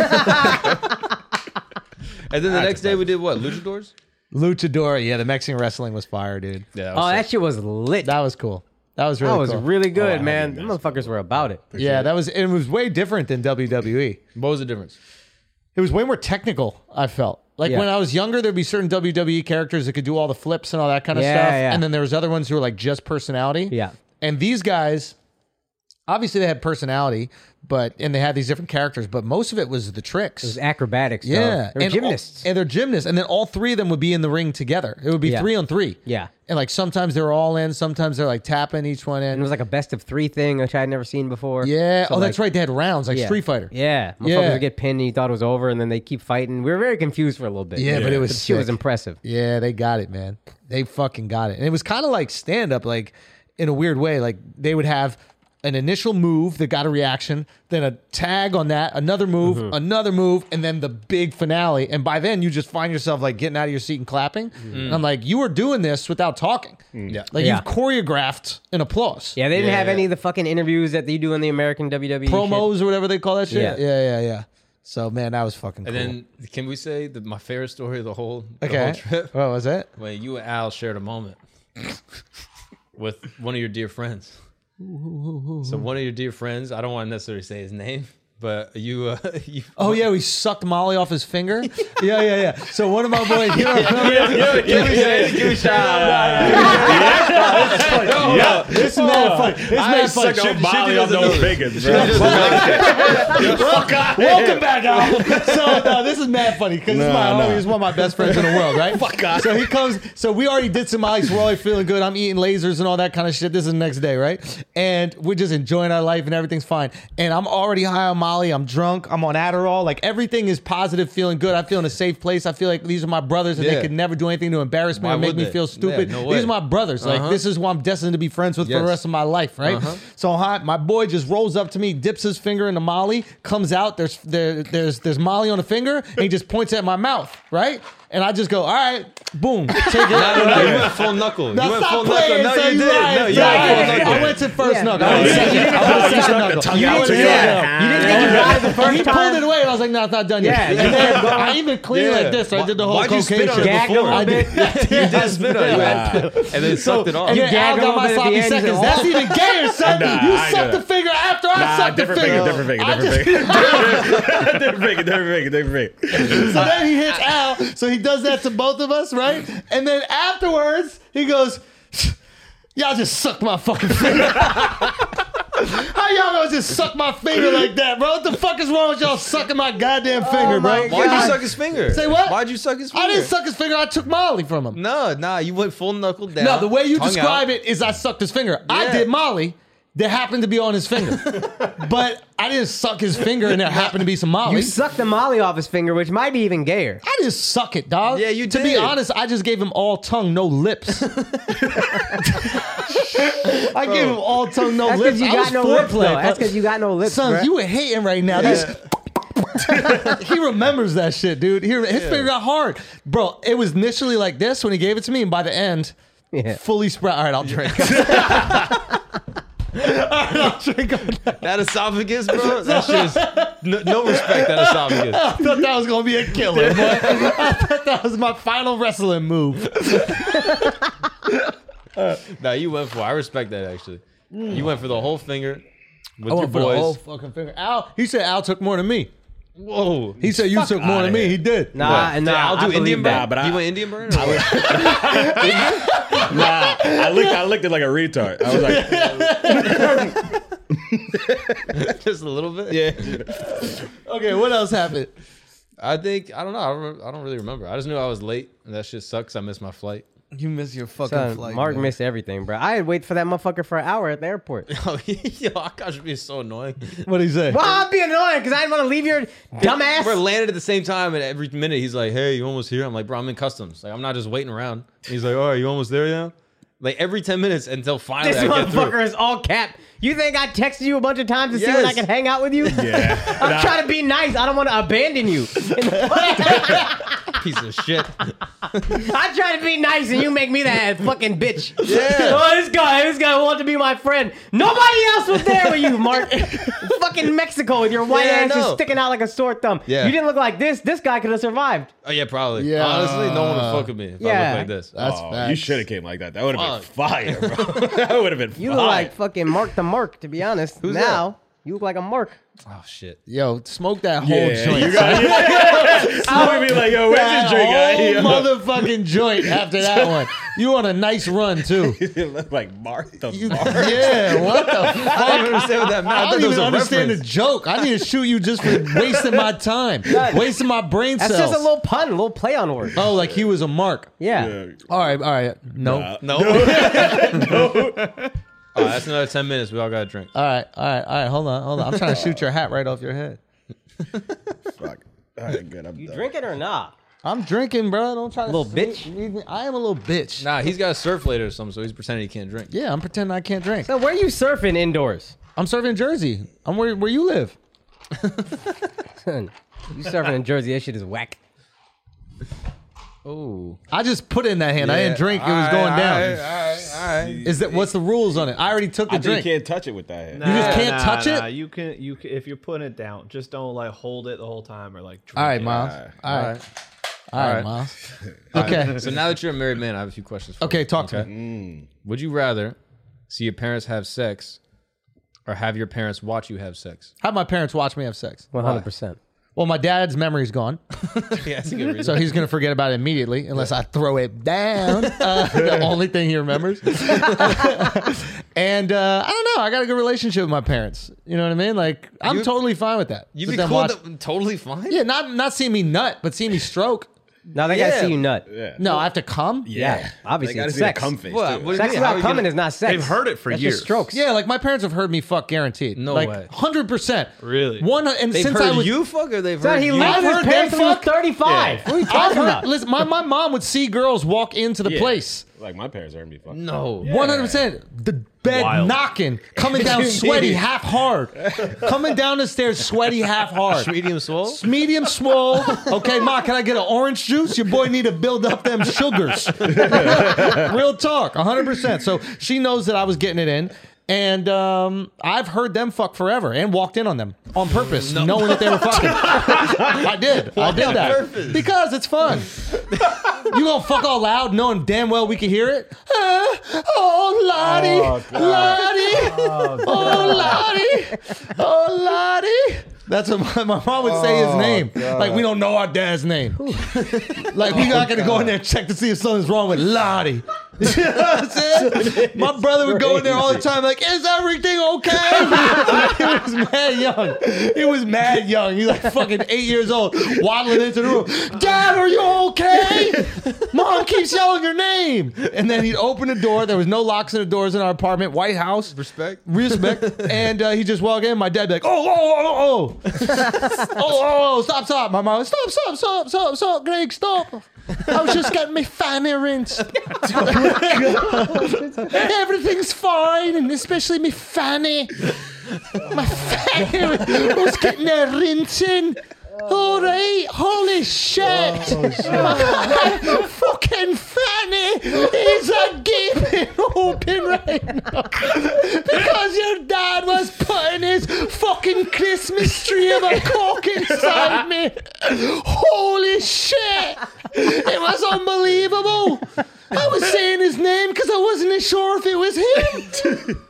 then the next day we did what? Luchadors.
Luchador. Yeah, the Mexican wrestling was fire, dude.
Yeah.
Oh, that shit was lit.
That was cool. That was really
That was
cool.
really good, man. The motherfuckers were about it.
yeah, that was, it was way different than E. WWE.
what was the difference?
It was way more technical, I felt. Like
Yeah.
when I was younger, there'd be certain WWE characters that could do all the flips and all that kind of
Yeah,
stuff,
yeah.
and then there was other ones who were like just personality.
Yeah.
and these guys, obviously, they had personality, but and they had these different characters, but most of it was the tricks.
It's acrobatics. though.
yeah,
They're
and oh. all-
gymnasts.
and they're gymnasts, and then all three of them would be in the ring together. It would be
Yeah.
three on three.
yeah.
and like sometimes they're all in, sometimes they're like tapping each one in.
And it was like a best of three thing, which I had never seen before.
yeah.
So,
oh,
like,
that's right. They had rounds like
yeah.
Street Fighter.
Yeah. Motherfuckers
Yeah.
would get pinned and you thought it was over and then they keep fighting. We were very confused for a little bit.
Yeah, but it was
she was
sick.
impressive.
Yeah, they got it, man. They fucking got it. And it was kind of like stand up, like in a weird way. Like they would have an initial move that got a reaction, then a tag on that, another move,
Mm-hmm.
another move, and then the big finale. And by then you just find yourself like getting out of your seat and clapping.
Mm-hmm.
And I'm like, you were doing this without talking.
Mm.
Yeah. Like
Yeah.
you've choreographed an applause.
Yeah, they didn't have any of the fucking interviews that they do in the American E WWE.
Promos or whatever they call that shit.
Yeah.
Yeah, yeah, yeah. So man, that was fucking
And
cool.
then can we say that my favorite story of the whole, the whole
okay.
trip?
What was it?
When you and Al shared a moment with one of your dear friends. So one of your dear friends, I don't want to necessarily say his name, but you, uh, [laughs] you
Oh yeah, we sucked Molly off his finger. yeah, yeah, yeah. So one of my boys, [laughs] you don't remember? This is mad funny. This is mad funny.
Shoot- shoot you those-
[laughs] Welcome back, Al. So no, this is mad funny because this is my homie. He's one of my best friends in the world, right? [laughs] Fuck off. So he comes. So we already did some ice. We're already feeling good. I'm eating lasers and all that kind of shit. This is the next day, right? And we're just enjoying our life and everything's fine. And I'm already high on Molly. I'm drunk. I'm on Adderall. Like everything is positive, feeling good. I feel in a safe place. I feel like these are my brothers and
Yeah.
they could never do anything to embarrass me
Why
or make
would
me
they?
feel stupid.
Yeah, no way.
these are my brothers. Like
Uh-huh.
this is who I'm destined to be friends with for the
Yes.
rest of my life, right? So hi, my boy just rolls up to me, dips his finger into Molly, comes out. There's there, there's there's Molly on the finger, and he just points at my mouth, right? And I just go, all right, boom, [laughs] take it.
No, no, you went full knuckle.
Now
you went full
stop playing.
knuckle.
so
No, you
you
did.
lying.
No, you
Stop
went full
lying.
knuckle.
I went to first
Yeah.
knuckle.
No,
I went
you
second. I
didn't- you
went
didn't
second
knock
knuckle.
the tongue
You
out.
went second
Yeah.
knuckle.
You didn't think you got it the first
He pulled
time?
it away, and I was like, "No, it's not done
Yeah,
yet."
you
And then
kept going.
I even cleaned like this. I did the whole
Why'd you
cocaine
spit on
shit.
it
Gagged a
before?
little
I did.
bit.
[laughs] You did spit on it. You had- And then sucked it off.
And
You
then
gag
Al
a
got
little
my
bit at
sloppy
the end,
seconds.
he's like,
That's even
[laughs]
gayer, son.
Nah,
you
I
sucked
know.
the finger after I
Nah,
sucked the
different finger,
finger.
different finger,
I just-
different finger. different finger, different finger, different
[laughs]
finger.
So then he
[laughs]
hits Al. So he does that to both of us, right? And then afterwards, he goes, Y'all just sucked my fucking finger. [laughs] How y'all gonna just suck my finger like that, bro? What the fuck is wrong with y'all sucking my goddamn finger, bro?
Oh Why'd you suck his finger?
Say what?
Why'd you suck his finger?
I didn't suck his finger. I took Molly from him.
No, nah, you went full knuckle down.
No, the way you
tongue
describe
out.
it is I sucked his finger. I
Yeah.
did Molly. That happened to be on his
[laughs]
finger, but I didn't suck his finger, and there happened to be some Molly.
You sucked the molly off his finger, which might be even gayer.
I just suck it, dog.
Yeah, you
To be
did.
honest, I just gave him all tongue, no
[laughs]
lips. I gave him all tongue, no
That's
lips.
because
I
you
was
got no lips. Though.
foreplay, bro.
That's because you got no lips.
Sons,
bruh.
you were hating right now. That's- [laughs] he remembers that shit, dude. He, his finger got hard, bro. It was initially like this when he gave it to me, and by the end,
Yeah.
fully spread. All right, I'll
[laughs]
drink.
That
[laughs]
esophagus, bro. That shit is no, no respect. That esophagus.
I thought that was gonna be a killer, boy. I thought that was my final wrestling move.
No, you went for. I respect that actually. You went for the whole finger with
Mm. I
your
went for the
boys.
whole Oh, fucking finger. Al, he said Al took more than me.
Whoa.
He said you took more than me. He did.
Nah, nah,
I'll
I
do
believe
Indian
that.
burn.
Nah, but I-
you went Indian burn. Or what?
Nah, I licked, I licked it like a retard. I was like,
[laughs] just a little bit. Yeah.
Okay, what else happened?
I think I don't know. I don't, I don't really remember. I just knew I was late, and that shit sucks. I missed my flight.
You missed your fucking
Son,
flight.
Mark
man.
missed everything, bro. I had to wait for that motherfucker for an hour at
[laughs]
the airport.
[laughs] Oh, yo, Akash would be so annoying.
What'd he say?
well, I'd be annoying because I didn't want to leave your
[laughs]
dumbass.
We're landed at the same time, and every minute he's like, "Hey, you almost here?" I'm like, "Bro, I'm in customs. Like, I'm not just waiting around." And he's like, "All right, you almost there now?" Like every ten minutes until finally
this
I get
motherfucker
through.
is all cap. You think I texted you a bunch of times to see when I
Yes.
can hang out with
[laughs]
you?
yeah.
I'm trying to be nice. I don't want to abandon you. [laughs]
Piece of shit. [laughs]
I try to be nice, and you make me that fucking bitch. Oh, this guy, this guy wanted to be my friend. Nobody else was there with you, Mark. fucking Mexico with your white
Yeah, I
ass just
know.
sticking out like a sore thumb.
Yeah.
You didn't look like this. This guy could have survived.
Oh yeah, probably.
Yeah.
Honestly, no one would fuck with me if I
Yeah.
look like this.
That's
Oh,
facts.
you should have came like that. That would have been fire, bro. that would have been
You
fire.
look like fucking Mark the Mark, to be honest.
Who's
now, You look like a mark.
Oh [laughs] shit.
Yo, smoke that whole
Yeah,
joint.
you got it. I would be like, [laughs] yo, where's
that
this drink at?
whole
Yeah.
motherfucking joint after that one. You on a nice run too.
You look like Martha.
You-
Martha.
yeah, what the fuck?
I don't understand what that meant.
I
I, thought
don't
that was
even
a
understand
reference.
the joke. I need to shoot you just for wasting my time, wasting my brain cells.
That's just a little pun, a little play on words.
oh, like he was a mark.
Yeah.
Yeah.
All right, all right. No.
No. [laughs] no. [laughs] that's another ten minutes. We all got to drink.
All right, all right, all right. Hold on, hold on. I'm trying to shoot your hat right off your head.
Fuck. All right, good. I'm
You
done.
drink it or not?
I'm drinking, bro. Don't try to
Little bitch.
leave me- I am a little bitch.
Nah, he's got a surf later or something, so he's pretending he can't drink.
Yeah, I'm pretending I can't drink.
So where are you surfing indoors? [laughs]
I'm serving Jersey. I'm where where you live.
you surfing in Jersey? That shit is whack.
Oh,
I just put it in that hand. I didn't drink. It was going down. Is that what's the rules on it? I already took the
I think
drink.
you can't touch it with that. hand.
You just can't touch it?
You can, you can, if you're putting it down, just don't like hold it the whole time or like. Drink
All right,
it.
Miles. All right. All right, Miles.
So
[laughs] Okay.
now that you're a married man, I have a few questions. For
Okay,
you.
talk to me.
Would you rather see your parents have sex, or have your parents watch you have sex?
Have my parents watch me have sex.
One hundred percent.
Well, my dad's memory's gone,
[laughs] yeah, that's a good reason.
so he's gonna forget about it immediately unless I throw it
[laughs]
down. Uh, the only thing he remembers. [laughs] and uh, I don't know. I got a good relationship with my parents. You know what I mean? Like I'm totally fine with that.
You'd
With
be
them
cool.
watch-
with it, totally fine.
yeah, not not seeing me nut, but seeing me stroke.
No, they gotta see you nut. Yeah.
Yeah.
No, I have to come.
Obviously,
They gotta
it's
see the
sex.
cum face,
What?
too.
What do you
Sex
mean? How
without
you
coming
gonna-
is not sex.
They've heard it for
That's
years.
Just strokes.
Yeah, like my parents have heard me fuck guaranteed.
No
like,
way.
Hundred percent.
Really?
One and
They've
since
heard
I was
you fuck, or they've
So
heard
he
you.
lived with
heard
his
them
parents till he was
fuck?
thirty-five. What are
[laughs]
you
I've
talking
heard,
about?
listen, my, my mom would see girls walk into the
Yeah.
place.
Like my parents heard me fucking.
no.
[laughs] One hundred percent. The bed
Wild.
knocking, coming down sweaty, half hard, coming down the stairs sweaty, half hard,
Medium swole.
medium swole. Okay, ma, can I get an orange juice? Your boy need to build up them sugars. [laughs] Real talk, one hundred percent. So she knows that I was getting it in, and um, I've heard them fuck forever and walked in on them on purpose, knowing that they were
[laughs]
fucking. I did, I did that because it's fun. You gonna fuck all loud, knowing damn well we can hear it? Uh, oh, Lottie, Lottie, oh, Lottie, oh, Lottie. That's what my, my mom would say his name. Like we don't know our dad's name. like we not gonna go in there and check to see if something's wrong with Lottie. [laughs] You know what I'm saying? My brother would go in there all the time, like, "Is everything okay?" [laughs] he was mad young. He was mad young. He's like fucking eight years old, waddling into the room. Dad, are you okay? [laughs] Mom keeps yelling your name. And then he'd open the door. There was no locks in the doors in our apartment. White House.
Respect.
Respect. And uh, he just walk in. My dad be like, oh, oh, oh, oh. oh, oh, oh, stop, stop. My mom, stop, stop, stop, stop, stop, Greg, stop. I was just getting my fanny rinsed. Everything's fine, and especially me fanny. My fanny I was getting a rinsing. All right, holy shit! [laughs] My fucking fanny is a gaping open right now because your dad was putting his fucking Christmas tree of a cock inside me. Holy shit! It was unbelievable. I was saying his name because I wasn't sure if it was him.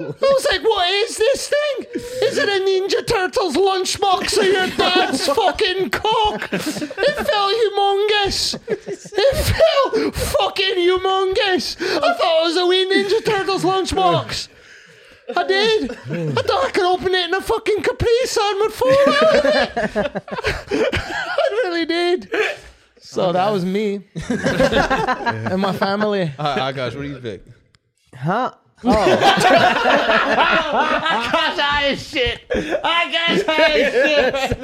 I was like, what is this thing? Is it a Ninja Turtles lunchbox or your dad's fucking cock? It felt humongous. It felt fucking humongous. I thought it was a wee Ninja Turtles lunchbox. I did. I thought I could open it and a fucking Capri Sun would fall out of it. [laughs] I really did. So that was me and my family.
Uh, uh, gosh, what do
[laughs]
you pick?
Huh?
got high as shit. I got high as
[laughs]
shit.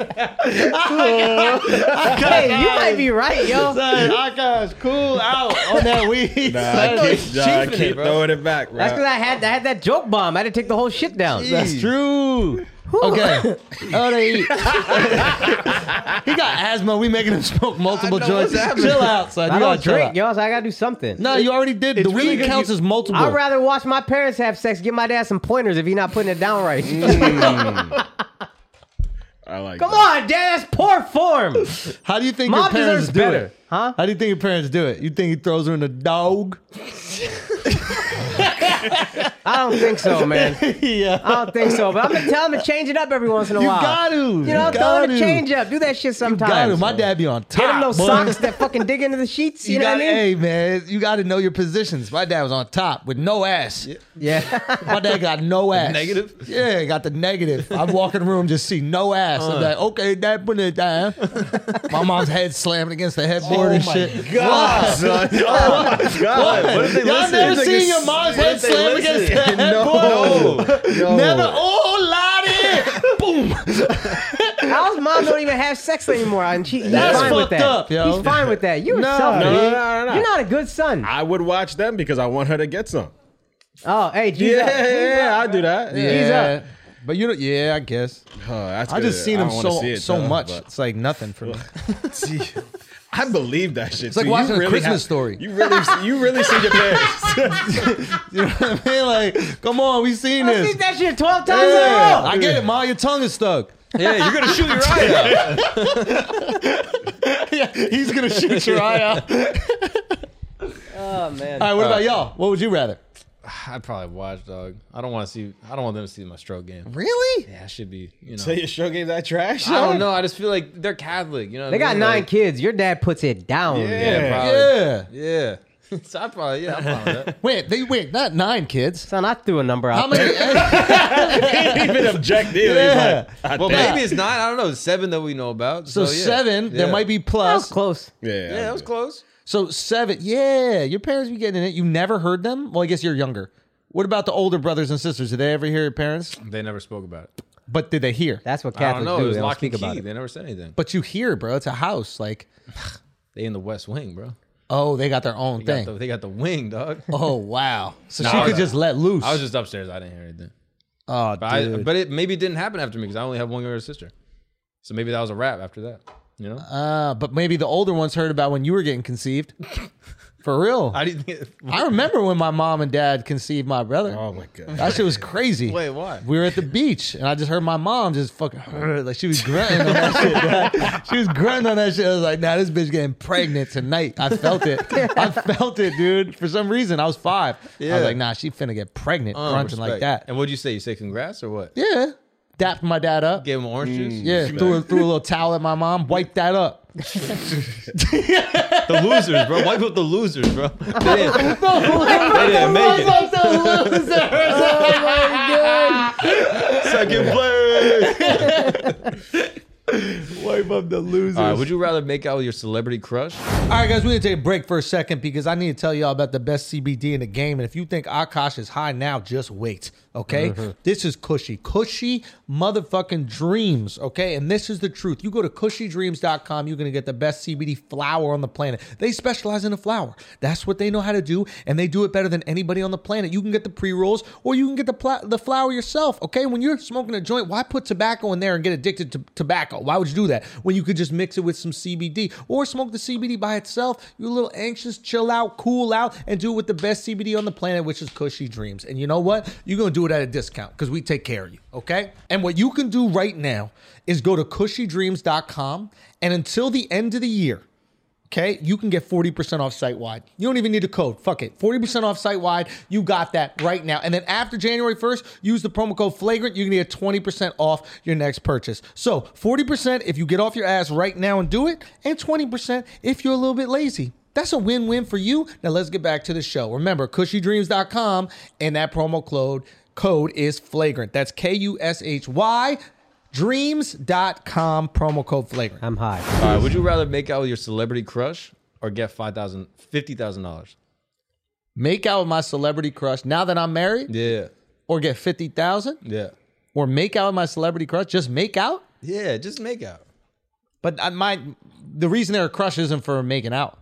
I got, I
Hey, you might be right, yo.
Son, I got cool out on that weed.
Nah,
son.
I keep, nah, I
cheating it,
keep
bro.
throwing it back, bro.
That's because I had I had that joke bomb. I had to take the whole shit down.
That's true. [laughs] Okay. Oh, they eat. he got asthma. We making him smoke multiple joints. Chill out, son.
I
you
don't
gotta chill
drink,
out.
yo, so I gotta do something.
No, you already did. the
really
weed
good
counts
you-
as multiple.
I'd rather watch my parents have sex, give my dad some pointers if he's not putting it down right.
I
[laughs]
like
Come
that.
on, dad, that's poor form.
How do you think your
Mom
parents
deserves
do
better.
it?
Huh?
How do you think your parents do it? You think he throws her in the dog?
I don't think so, man.
yeah.
I don't think so. But I'm gonna tell him to change it up every once in a
You
while.
got to. You,
You know, throw
got
him
to
a change up. Do that shit sometimes.
Got to. My dad be on top.
Get him those
boy.
socks that fucking dig into the sheets. You,
You
know
got,
what I mean?
hey man, you got to know your positions. My dad was on top with no ass.
[laughs] Yeah.
My dad got
[laughs]
no ass.
negative?
Yeah, got the negative. I'm walking room, just see no ass.
Uh.
I'm like, okay, dad, put it
[laughs]
down. My mom's head slamming against the headboard and shit.
Oh God, son. Oh my God. What, if they
Y'all
listen?
never
It's like
seen
a-
your mom's
what
head
if they
slam
listen?
against the
No, no.
Never. Oh, Lottie! Boom.
Al's mom don't even have sex anymore, and she, he's
That's
fine with
fucked
that.
up, yo.
He's fine with that. You were
Nah.
selfish.
No, no, no, no, no.
You're not a good son.
I would watch them because I want her to get some.
Oh, hey,
Yeah,
G's up.
yeah, yeah, I do that. Yeah.
Yeah. But you know, yeah, I guess.
Oh, that's
I just
good.
seen him
don't wanna
so
see it,
so
though,
much.
[laughs]
but-
It's like nothing for me.
See, I believe that shit. It's
like watching a Christmas [laughs] story.
You really, you really see
[laughs]
your parents.
You know what I mean? Like, come on, we seen
I
this.
seen that shit 12 times in a
Yeah,
row.
I get it, Ma. Your tongue is stuck.
Yeah, you're gonna shoot your eye out.
[laughs] yeah, he's gonna [laughs] shoot your eye out. Uh, All
Oh, man.
right, what about y'all? What would you rather?
[laughs] I'd probably watch, dog. I don't want to see. I don't want them to see my stroke game.
Really?
Yeah, I should be. You know,
so your show gave that trash.
I don't know. I just feel like they're Catholic. You know, what
They
I
got
mean?
nine
Like,
kids. Your dad puts it down.
yeah,
Yeah.
probably.
Yeah.
yeah. [laughs] so I probably yeah, I'm fine with [laughs] that.
Wait, they wait, not nine kids.
Son, I threw a number out
How many? [laughs]
He didn't [laughs] even object either.
Yeah.
He's like, I
Well,
think-
maybe it's nine. I don't know. Seven that we know about.
so
So, yeah.
seven. There
Yeah.
might be
That was
plus.
close.
Yeah,
Yeah, that was close.
So seven. Yeah, your parents be getting it. You never heard them. Well, I guess you're younger. What about the older brothers and sisters? Did they ever hear your parents?
They never spoke about it.
But did they hear?
That's what
I
Catholics
don't know.
do.
It was
they don't
lock and
speak
key.
about it.
They never said anything.
But you hear, bro. It's a house. Like,
They in the West Wing, bro.
oh, they got their own
They
thing.
got, the, they got the wing, dog.
oh
[laughs]
wow. So
No,
she
I
could
was-
just let loose.
I was just upstairs. I didn't hear anything.
oh,
But, I,
dude.
but it maybe didn't happen after me because I only have one younger sister. So maybe that was a wrap after that. You know,
Uh, but maybe the older ones heard about when you were getting conceived. [laughs] For real.
I didn't. Think,
I remember when my mom and dad conceived my brother.
Oh my god.
That shit was crazy.
Wait, why?
We were at the beach, and I just heard my mom just fucking [laughs] like she was grunting on that shit.
[laughs]
dog. She was grunting on that shit. I was like, "Nah, this bitch getting pregnant tonight." I felt
[laughs]
it. I felt it, dude. For some reason, I was five. I
Yeah.
was like, "Nah, she finna get pregnant
Uh,
grunting like
respect.
that."
And what'd you say? You say congrats or what?
Yeah, dapped my dad up.
Gave him orange juice.
Yeah, threw a, threw a little towel at my mom, wiped that up.
The losers, bro. Wipe up the losers, bro. They didn't, [laughs] they didn't
[laughs]
make it.
Fuck the losers.
[laughs] Oh,
Second place. [laughs]
Wipe up the losers.
All right. Would you rather make out with your celebrity crush?
All right, guys, we're gonna take a break for a second because I need to tell y'all about the best CBD in the game. And if you think Akash is high now, just wait. Okay, this is cushy, cushy motherfucking dreams. Okay, and this is the truth. You go to cushydreams.com, you're gonna get the best CBD flower on the planet. They specialize in the flower. That's what they know how to do, and they do it better than anybody on the planet. You can get the pre rolls, or you can get the pla- the flower yourself. Okay, when you're smoking a joint, why put tobacco in there and get addicted to tobacco? Why would you do that when you could just mix it with some CBD or smoke the CBD by itself? You're a little anxious, chill out, cool out, and do it with the best CBD on the planet, which is Cushy Dreams. And you know what? You're gonna do it at a discount because we take care of you. Okay, and what you can do right now is go to cushydreams.com, and until the end of the year. Okay, you can get 40% off site wide. You don't even need a code. Fuck it. 40% off site wide. You got that right now. And then after January 1st, use the promo code flagrant. You can get 20% off your next purchase. So 40% if you get off your ass right now and do it, and 20% if you're a little bit lazy. That's a win win for you. Now let's get back to the show. Remember, cushydreams.com and that promo code code is flagrant. That's K U S H Y dreams.com promo code flagrant.
I'm high.
All right. Would you rather make out with your celebrity crush or get five thousand, fifty thousand dollars?
make out with my celebrity crush now that I'm married,
Yeah.
or get fifty thousand,
Yeah.
or make out with my celebrity crush. Just make out.
Yeah. Just make out.
But I, my the reason they're a crush isn't for making out.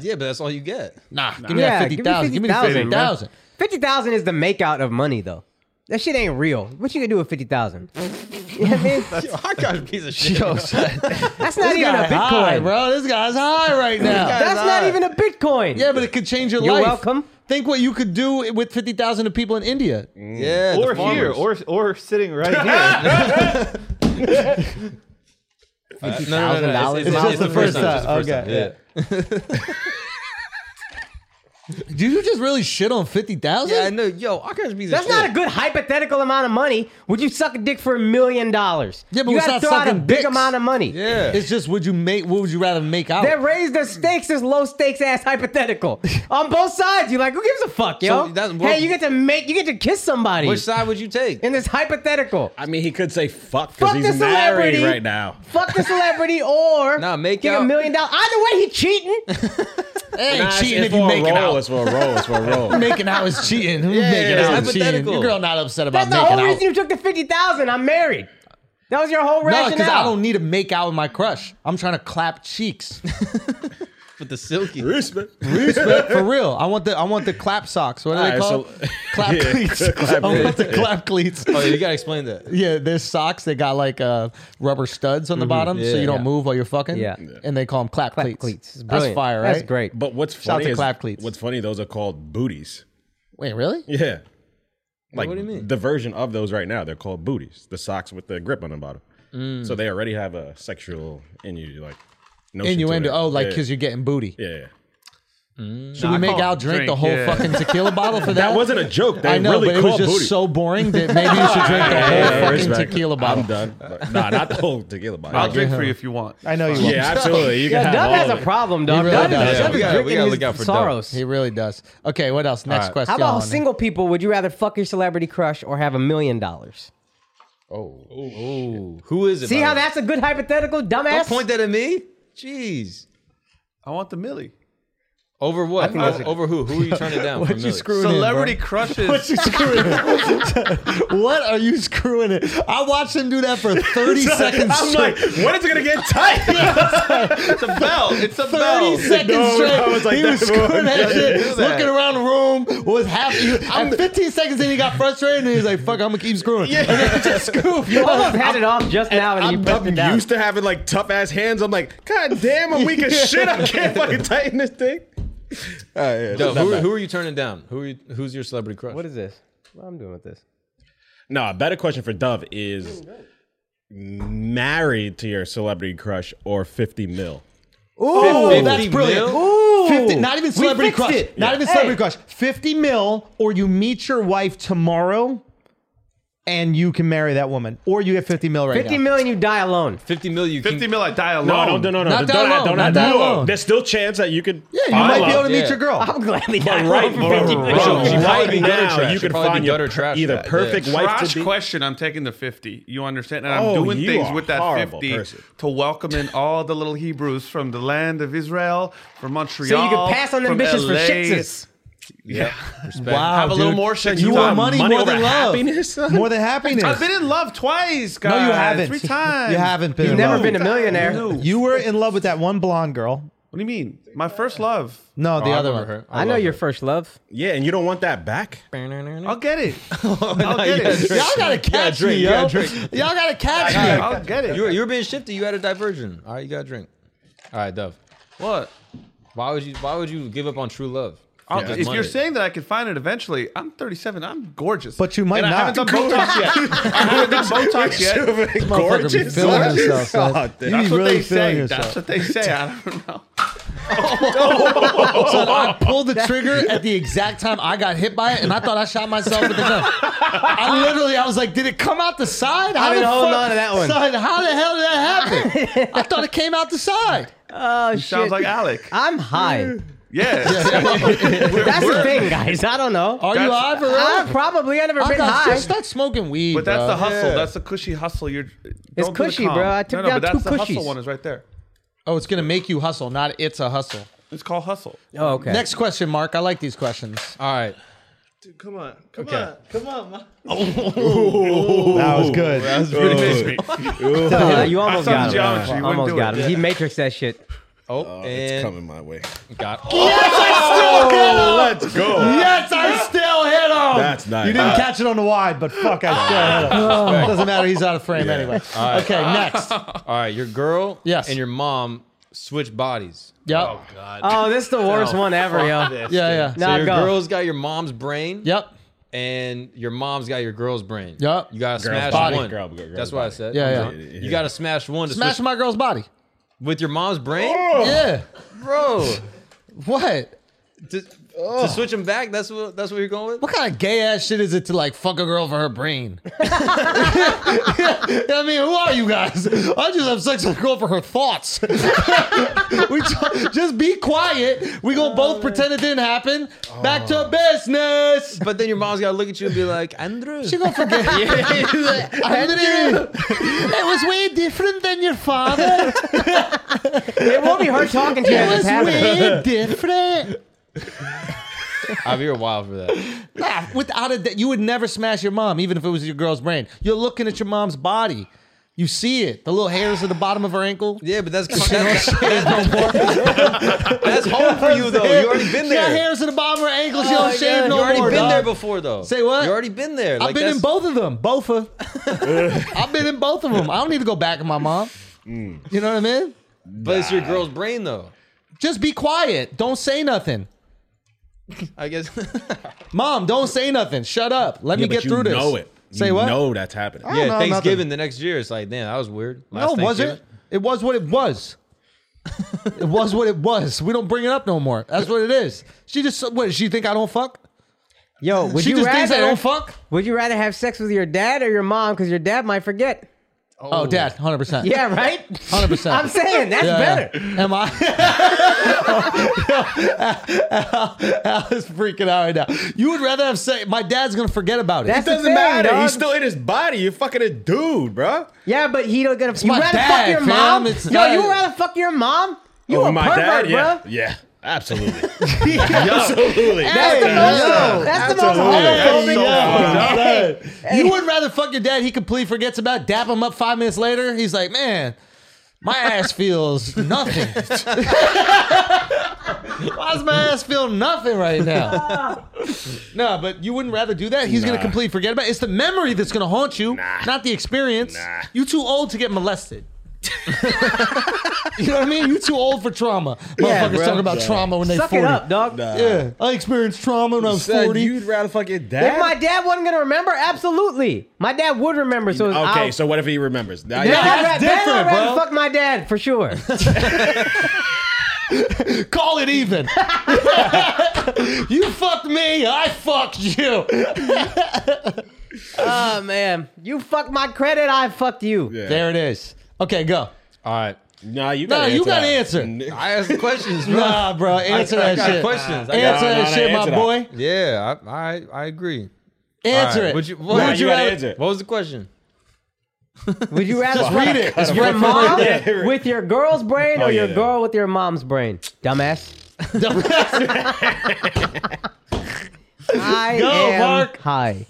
Yeah, but that's all you get.
Nah, give me
Yeah,
that
give
fifty
me
thousand. Give me the fifty
$50,000, bro.
thousand.
50000 is the makeout of money, though. That shit ain't real. What you gonna do with 50000 [laughs] You know what I mean?
Yo, I got a piece of shit.
[laughs]
That's not
This
even a
guy high,
Bitcoin.
bro. This guy's high right now.
That's not even a Bitcoin.
yeah, but it could change your
You're
life. [laughs]
welcome.
Think what you could do with fifty thousand to people in India.
Mm.
yeah.
Or here, or or sitting right here.
no, no, no, no.
$50,000
It's just the first
It's
time.
just the first
Okay.
time. Yeah.
Do you just really shit on fifty thousand?
Yeah, I know. Yo, I can't be the
[laughs] That's
shit.
not a good hypothetical amount of money. Would you suck a dick for a million dollars?
Yeah, but
you
it's
gotta
not
throw out a
sucking
big
dicks.
amount of money.
Yeah.
It's just would you make? What would you rather make out?
They raised the stakes this low stakes ass
[laughs]
hypothetical on both sides. You're like, who gives a fuck, yo?
So that's-
hey, you get to make, you get to kiss somebody
Which side would you take?
in this hypothetical.
I mean, he could say fuck because
Fuck the
he's married
celebrity
right now.
Fuck the celebrity or
Nah, make
get a
out.
million dollars. Either way, he cheating.
Hey,
Nah, it's-
cheating
it's
if you
for a
make it
roll,
out.
It's for a roll.
[laughs]
It's for a roll.
Making out is cheating. making
it's
out is cheating.
hypothetical.
Your girl not upset about
That's the whole
making out.
reason you took the fifty thousand. I'm married. That was your whole
No,
rationale.
because I don't need to make out with my crush. I'm trying to clap cheeks.
With the silky.
Respect.
[laughs] For real. I want the I want the clap socks. What are they
Alright,
called?
so-
[laughs] clap
Yeah,
cleats.
clap
I want
cleats,
the clap cleats.
Oh, you gotta explain that.
Yeah, there's socks. They got like uh, rubber studs on the bottom, so
Yeah.
you don't
Yeah.
move while you're fucking.
Yeah.
and they call them clap,
Clap
cleats.
cleats. It's
That's
brilliant.
fire, right?
That's great.
But what's
out
funny
to
is
clap cleats.
what's funny. Those are called booties.
Wait, really?
Yeah. Like
what do you mean?
the version of those right now, they're called booties. The socks with the grip on the bottom. So they already have a sexual innuendo, like notion to
Innuendo.
it.
Oh, like
yeah.
because you're getting booty.
yeah, yeah.
Should we make
call
Al
it
drink, the
drink,
whole
yeah.
fucking tequila bottle for that?
That wasn't a joke. They
I know,
really
but it was
called
just
booty.
so boring that maybe you should drink the
Yeah,
whole
yeah, yeah,
fucking
respect.
tequila bottle.
I'm done. But- Nah, not the whole
[laughs]
tequila bottle.
I'll drink for you if you want.
I know you.
yeah, absolutely. You can
Yeah,
have
Doug
all
has
of
a
it.
problem, dog.
really does.
Doug
Yeah,
Doug is
we gotta- we
drinking
gotta
his
look out for Doug.
sorrows.
He really does. Okay, what else? Next
right.
question.
How about single people? Would you rather fuck your celebrity crush or have a million dollars?
Ooh. Who is it?
See
by
how
the way?
that's a good hypothetical, dumbass.
Don't point that at me? Jeez.
I want the Millie.
Over what? Uh,
that's
Over, over who? Who are you turning down?
What
from
you
Millie?
screwing in, bro?
Celebrity crushes.
you screwing it? [laughs] what are you screwing it? I watched him do that for 30 seconds
[laughs] I'm
straight.
like, when is it gonna get tight?
it's a bell. It's a
30
bell.
seconds
No,
straight.
I was like
he
that
was
before.
screwing that shit,
do that.
looking around the room, was happy. At 15 seconds in, he got frustrated and he was like, fuck, I'm gonna keep screwing. Yeah. just screw.
you almost had it off just now, and you broke it
I'm
down.
used to having like tough ass hands. I'm like, God damn, I'm weak as shit. I can't fucking tighten this thing. All right, yeah,
Yo,
not
who,
bad.
who are you turning down? Who are you, who's your celebrity crush?
What is this? What I'm doing with this?
No, a better question for Dove is married to your celebrity crush or 50 mil?
Oh, that's
50
brilliant.
mil?
Ooh,
50, not even celebrity
fixed
crush.
it.
Not even
Hey.
celebrity crush. 50 mil, or you meet your wife tomorrow and you can marry that woman. Or you get 50 mil right
Fifty
now.
million, you die alone.
50 mil you
Fifty
can,
mil. I die alone.
No, don't, no, no, no.
Not
don't,
that
add-
long,
don't
not
add
that
that.
long.
There's still chance that you could.
Yeah, you
find
might be
love.
able to meet
yeah.
your girl.
I'm gladly die
Right,
alone for [laughs] fifty
but
million.
She'll- she'll
right
probably be gutter
now,
trash.
you
She'll
could
probably
find
be
your
gutter trash
either
for that.
perfect wife
Trash
to be.
question. I'm taking the fifty. You understand? And I'm
Oh,
doing
you
things
are
with that
horrible
fifty
person.
to welcome in all the little Hebrews from the land of Israel, from Montreal.
So you can pass on them
from
bitches for
LA.
shitsis.
Yeah. Respect.
Wow,
Have a little
dude.
more shit.
You
time.
want money,
money
more
over
than love,
[laughs] happiness?
more than happiness.
[laughs] I've been in love twice, guys.
no, you haven't.
Three times.
You haven't been.
You've
in
never
love.
been a millionaire.
No.
You were in love with that one blonde girl.
What do you mean? My first love.
No, the
Oh, I
other one.
remember her.
I know
love
your
her.
first love.
Yeah, and you don't want that back?
I'll get it. [laughs] I'll
you gotta
get it.
drink.
Y'all gotta catch
drink,
me,
you
yo.
gotta drink.
Y'all gotta catch me.
I'll get it.
You were, you were being shifty. You had a diversion. All right, you got to drink. All right, Dove.
what?
Why would you Why would you give up on true love?
I'll-
Just
Uh, If
money.
you're saying that I can find it eventually, I'm 37. I'm gorgeous.
But you might
and I haven't done
not.
Botox yet. I haven't done Botox yet.
Gorgeous. Be
Gorgeous.
feeling yourself, man.
God,
you
That's
be
what
really feeling
they say.
yourself.
That's what they say. I don't know.
Son, I pulled the trigger at the exact time I got hit by it, and I thought I shot myself with the gun. I literally, I was like, "Did it come out the side? How
I've been
the
holding
fuck-
on to that one.
Son, how the hell did that happen? I thought it came out the side.
[laughs] Oh shit!
Sounds like Alec.
I'm high.
Yeah.
That's the thing, guys. I don't know.
Are you
That's-
high for real?
I probably I never
I
been
got
high.
Oh, just start smoking weed.
But that's
bro.
the hustle.
Yeah.
That's the cushy hustle. You're don't do the
cushy,
calm.
bro. I took
no, no,
down
but that's
two
the
cushies.
hustle one is right there.
Oh, it's gonna make you hustle, not it's a hustle.
It's called hustle.
Oh, okay.
Next question, Mark. I like these questions. Uh,
All right.
Come on. Come
Okay. on,
Come on, man.
That was good.
Uh, you almost
I saw
got
the
him.
geometry. You wouldn't
Almost
do
got
it.
him. He matrixed
[laughs]
that shit.
Oh,
It's
and
coming my way.
got.
Let's go.
Yes, I still hit him.
That's nice.
Oh, You didn't
Uh,
catch it on the wide, but fuck, I still hit him. Doesn't matter. He's out of frame anyway. Okay, next.
All right, your girl
Yes.
and your mom switch bodies.
Yep.
Oh, this is the worst one ever, yo.
yeah, yeah.
So
Nah,
your
go.
girl's got your mom's brain.
Yep.
And your mom's got your girl's brain.
Yup.
You gotta smash
body.
one.
Girl- girl- girl
That's what I
body.
said.
Yeah,
I'm
yeah.
drunk. You gotta smash one to
Smash
switch
my Oh. girl's body.
Oh.
with your mom's brain,
Yeah.
bro.
What?
to,
Oh.
to switch them back. That's what that's what you're going with.
What kind of gay ass shit is it to like fuck a girl for her [laughs] brain? I mean, who are you guys? I just have sex with a girl for her thoughts. [laughs] we ju- just be quiet. We gonna both pretend it didn't happen. Back to business.
But then your mom's gotta look at you and be like, Andrew.
She gonna forget. Andrew, it was way different than your [laughs] father.
It won't be her
[laughs]
talking to you.
It
as
was
it's
[laughs]
happening.
way different.
I'll be here a while for that.
Nah, without a doubt, you would never smash your mom, even if it was your girl's brain. You're looking at your mom's body. You see it. The little hairs at the bottom of her ankle.
Yeah, but that's that's, [laughs] that's home for you though. You already been
She got
there.
hairs at the bottom of her ankles. She
Oh,
don't shave
yeah.
no
you already
more,
been
dog.
there before though.
Say what?
You already been there.
I've
Like,
been in
that's-
both of them. Both of.
[laughs]
I've been in both of them. I don't need to go back to my mom.
Mm.
You know what I mean?
But it's your girl's brain though.
Just be quiet. Don't say nothing.
I guess.
Mom, don't say nothing. Shut up. Let me
but
get
you
through this.
know it.
Say
you
what?
know that's happening.
don't
yeah,
know
Thanksgiving
nothing.
the next year. It's like, damn, that was weird.
No,
Last
it wasn't.
Thanksgiving.
It Oh, was what it was. it was what it was. We don't bring it up no more. That's what it is. She just what? She think I don't fuck?
Yo, would
she
you
just
rather?
thinks I don't fuck?
Would you rather have sex with your dad or your mom? Because your dad might forget.
Oh, dad, hundred percent.
Yeah, right.
hundred percent.
[laughs] I'm saying that's better.
Am I? [laughs] Al is freaking out right now. You would rather have say my dad's gonna forget about it.
That's
It doesn't
the thing,
matter.
Dog.
He's still in his body. You're fucking a dude, bro.
Yeah, but he don't gonna. You
my
rather
dad,
fuck your
fam.
mom?
It's
Yo,
not-
you rather fuck your mom? You
Over
a
Oh, my
pervert,
dad, yeah,
bro?
yeah,
[laughs]
absolutely, absolutely.
That's the most. That's the most
Oh,
Absolutely.
homophobic.
That's so
Hey,
you would rather fuck your dad. He completely forgets about. it, Dap him up five minutes later. He's like, man, my ass feels nothing. [laughs] Why does my ass feel nothing right now?
[laughs]
no, but you wouldn't rather do that. He's gonna
Nah.
completely forget about. it. It's the memory that's gonna haunt you, not the experience.
Nah.
You too old to get molested. [laughs] you know what I mean? You too old for trauma. Motherfuckers
bro.
talking about trauma when they
Suck
40.
it up, dog.
Nah.
Yeah, I experienced trauma when I was
Son,
40.
you'd rather fuck your dad.
If my dad wasn't gonna remember, absolutely, my dad would remember. So it's
okay,
out.
so what if he remembers? Now,
Then I'd
that's
ra- then I'd
different,
rather
bro.
Fuck my dad for
[laughs]
sure.
Call it even. [laughs] you fucked me, I fucked you. Ah,
oh man, you fucked my credit. I fucked you.
Yeah.
There it is. Okay, go.
All right.
Nah, you
No,
got
you gotta answer.
I asked the questions, bro.
Nah, bro, answer
I
that
got
shit.
questions. I got-
Answer
No,
that
no, no,
shit, my
answer that.
boy.
Yeah, I I, I agree.
Answer
All right,
it.
would you-
What
Nah,
would
you
you
gotta
rather-
answer.
What was the question?
Would you rather
Read it. It's
your
right
mom
there.
Yeah.
with your girl's brain or
Oh, yeah,
your
yeah.
girl with your mom's brain? Dumbass. [laughs] I
Go,
am
Mark.
high.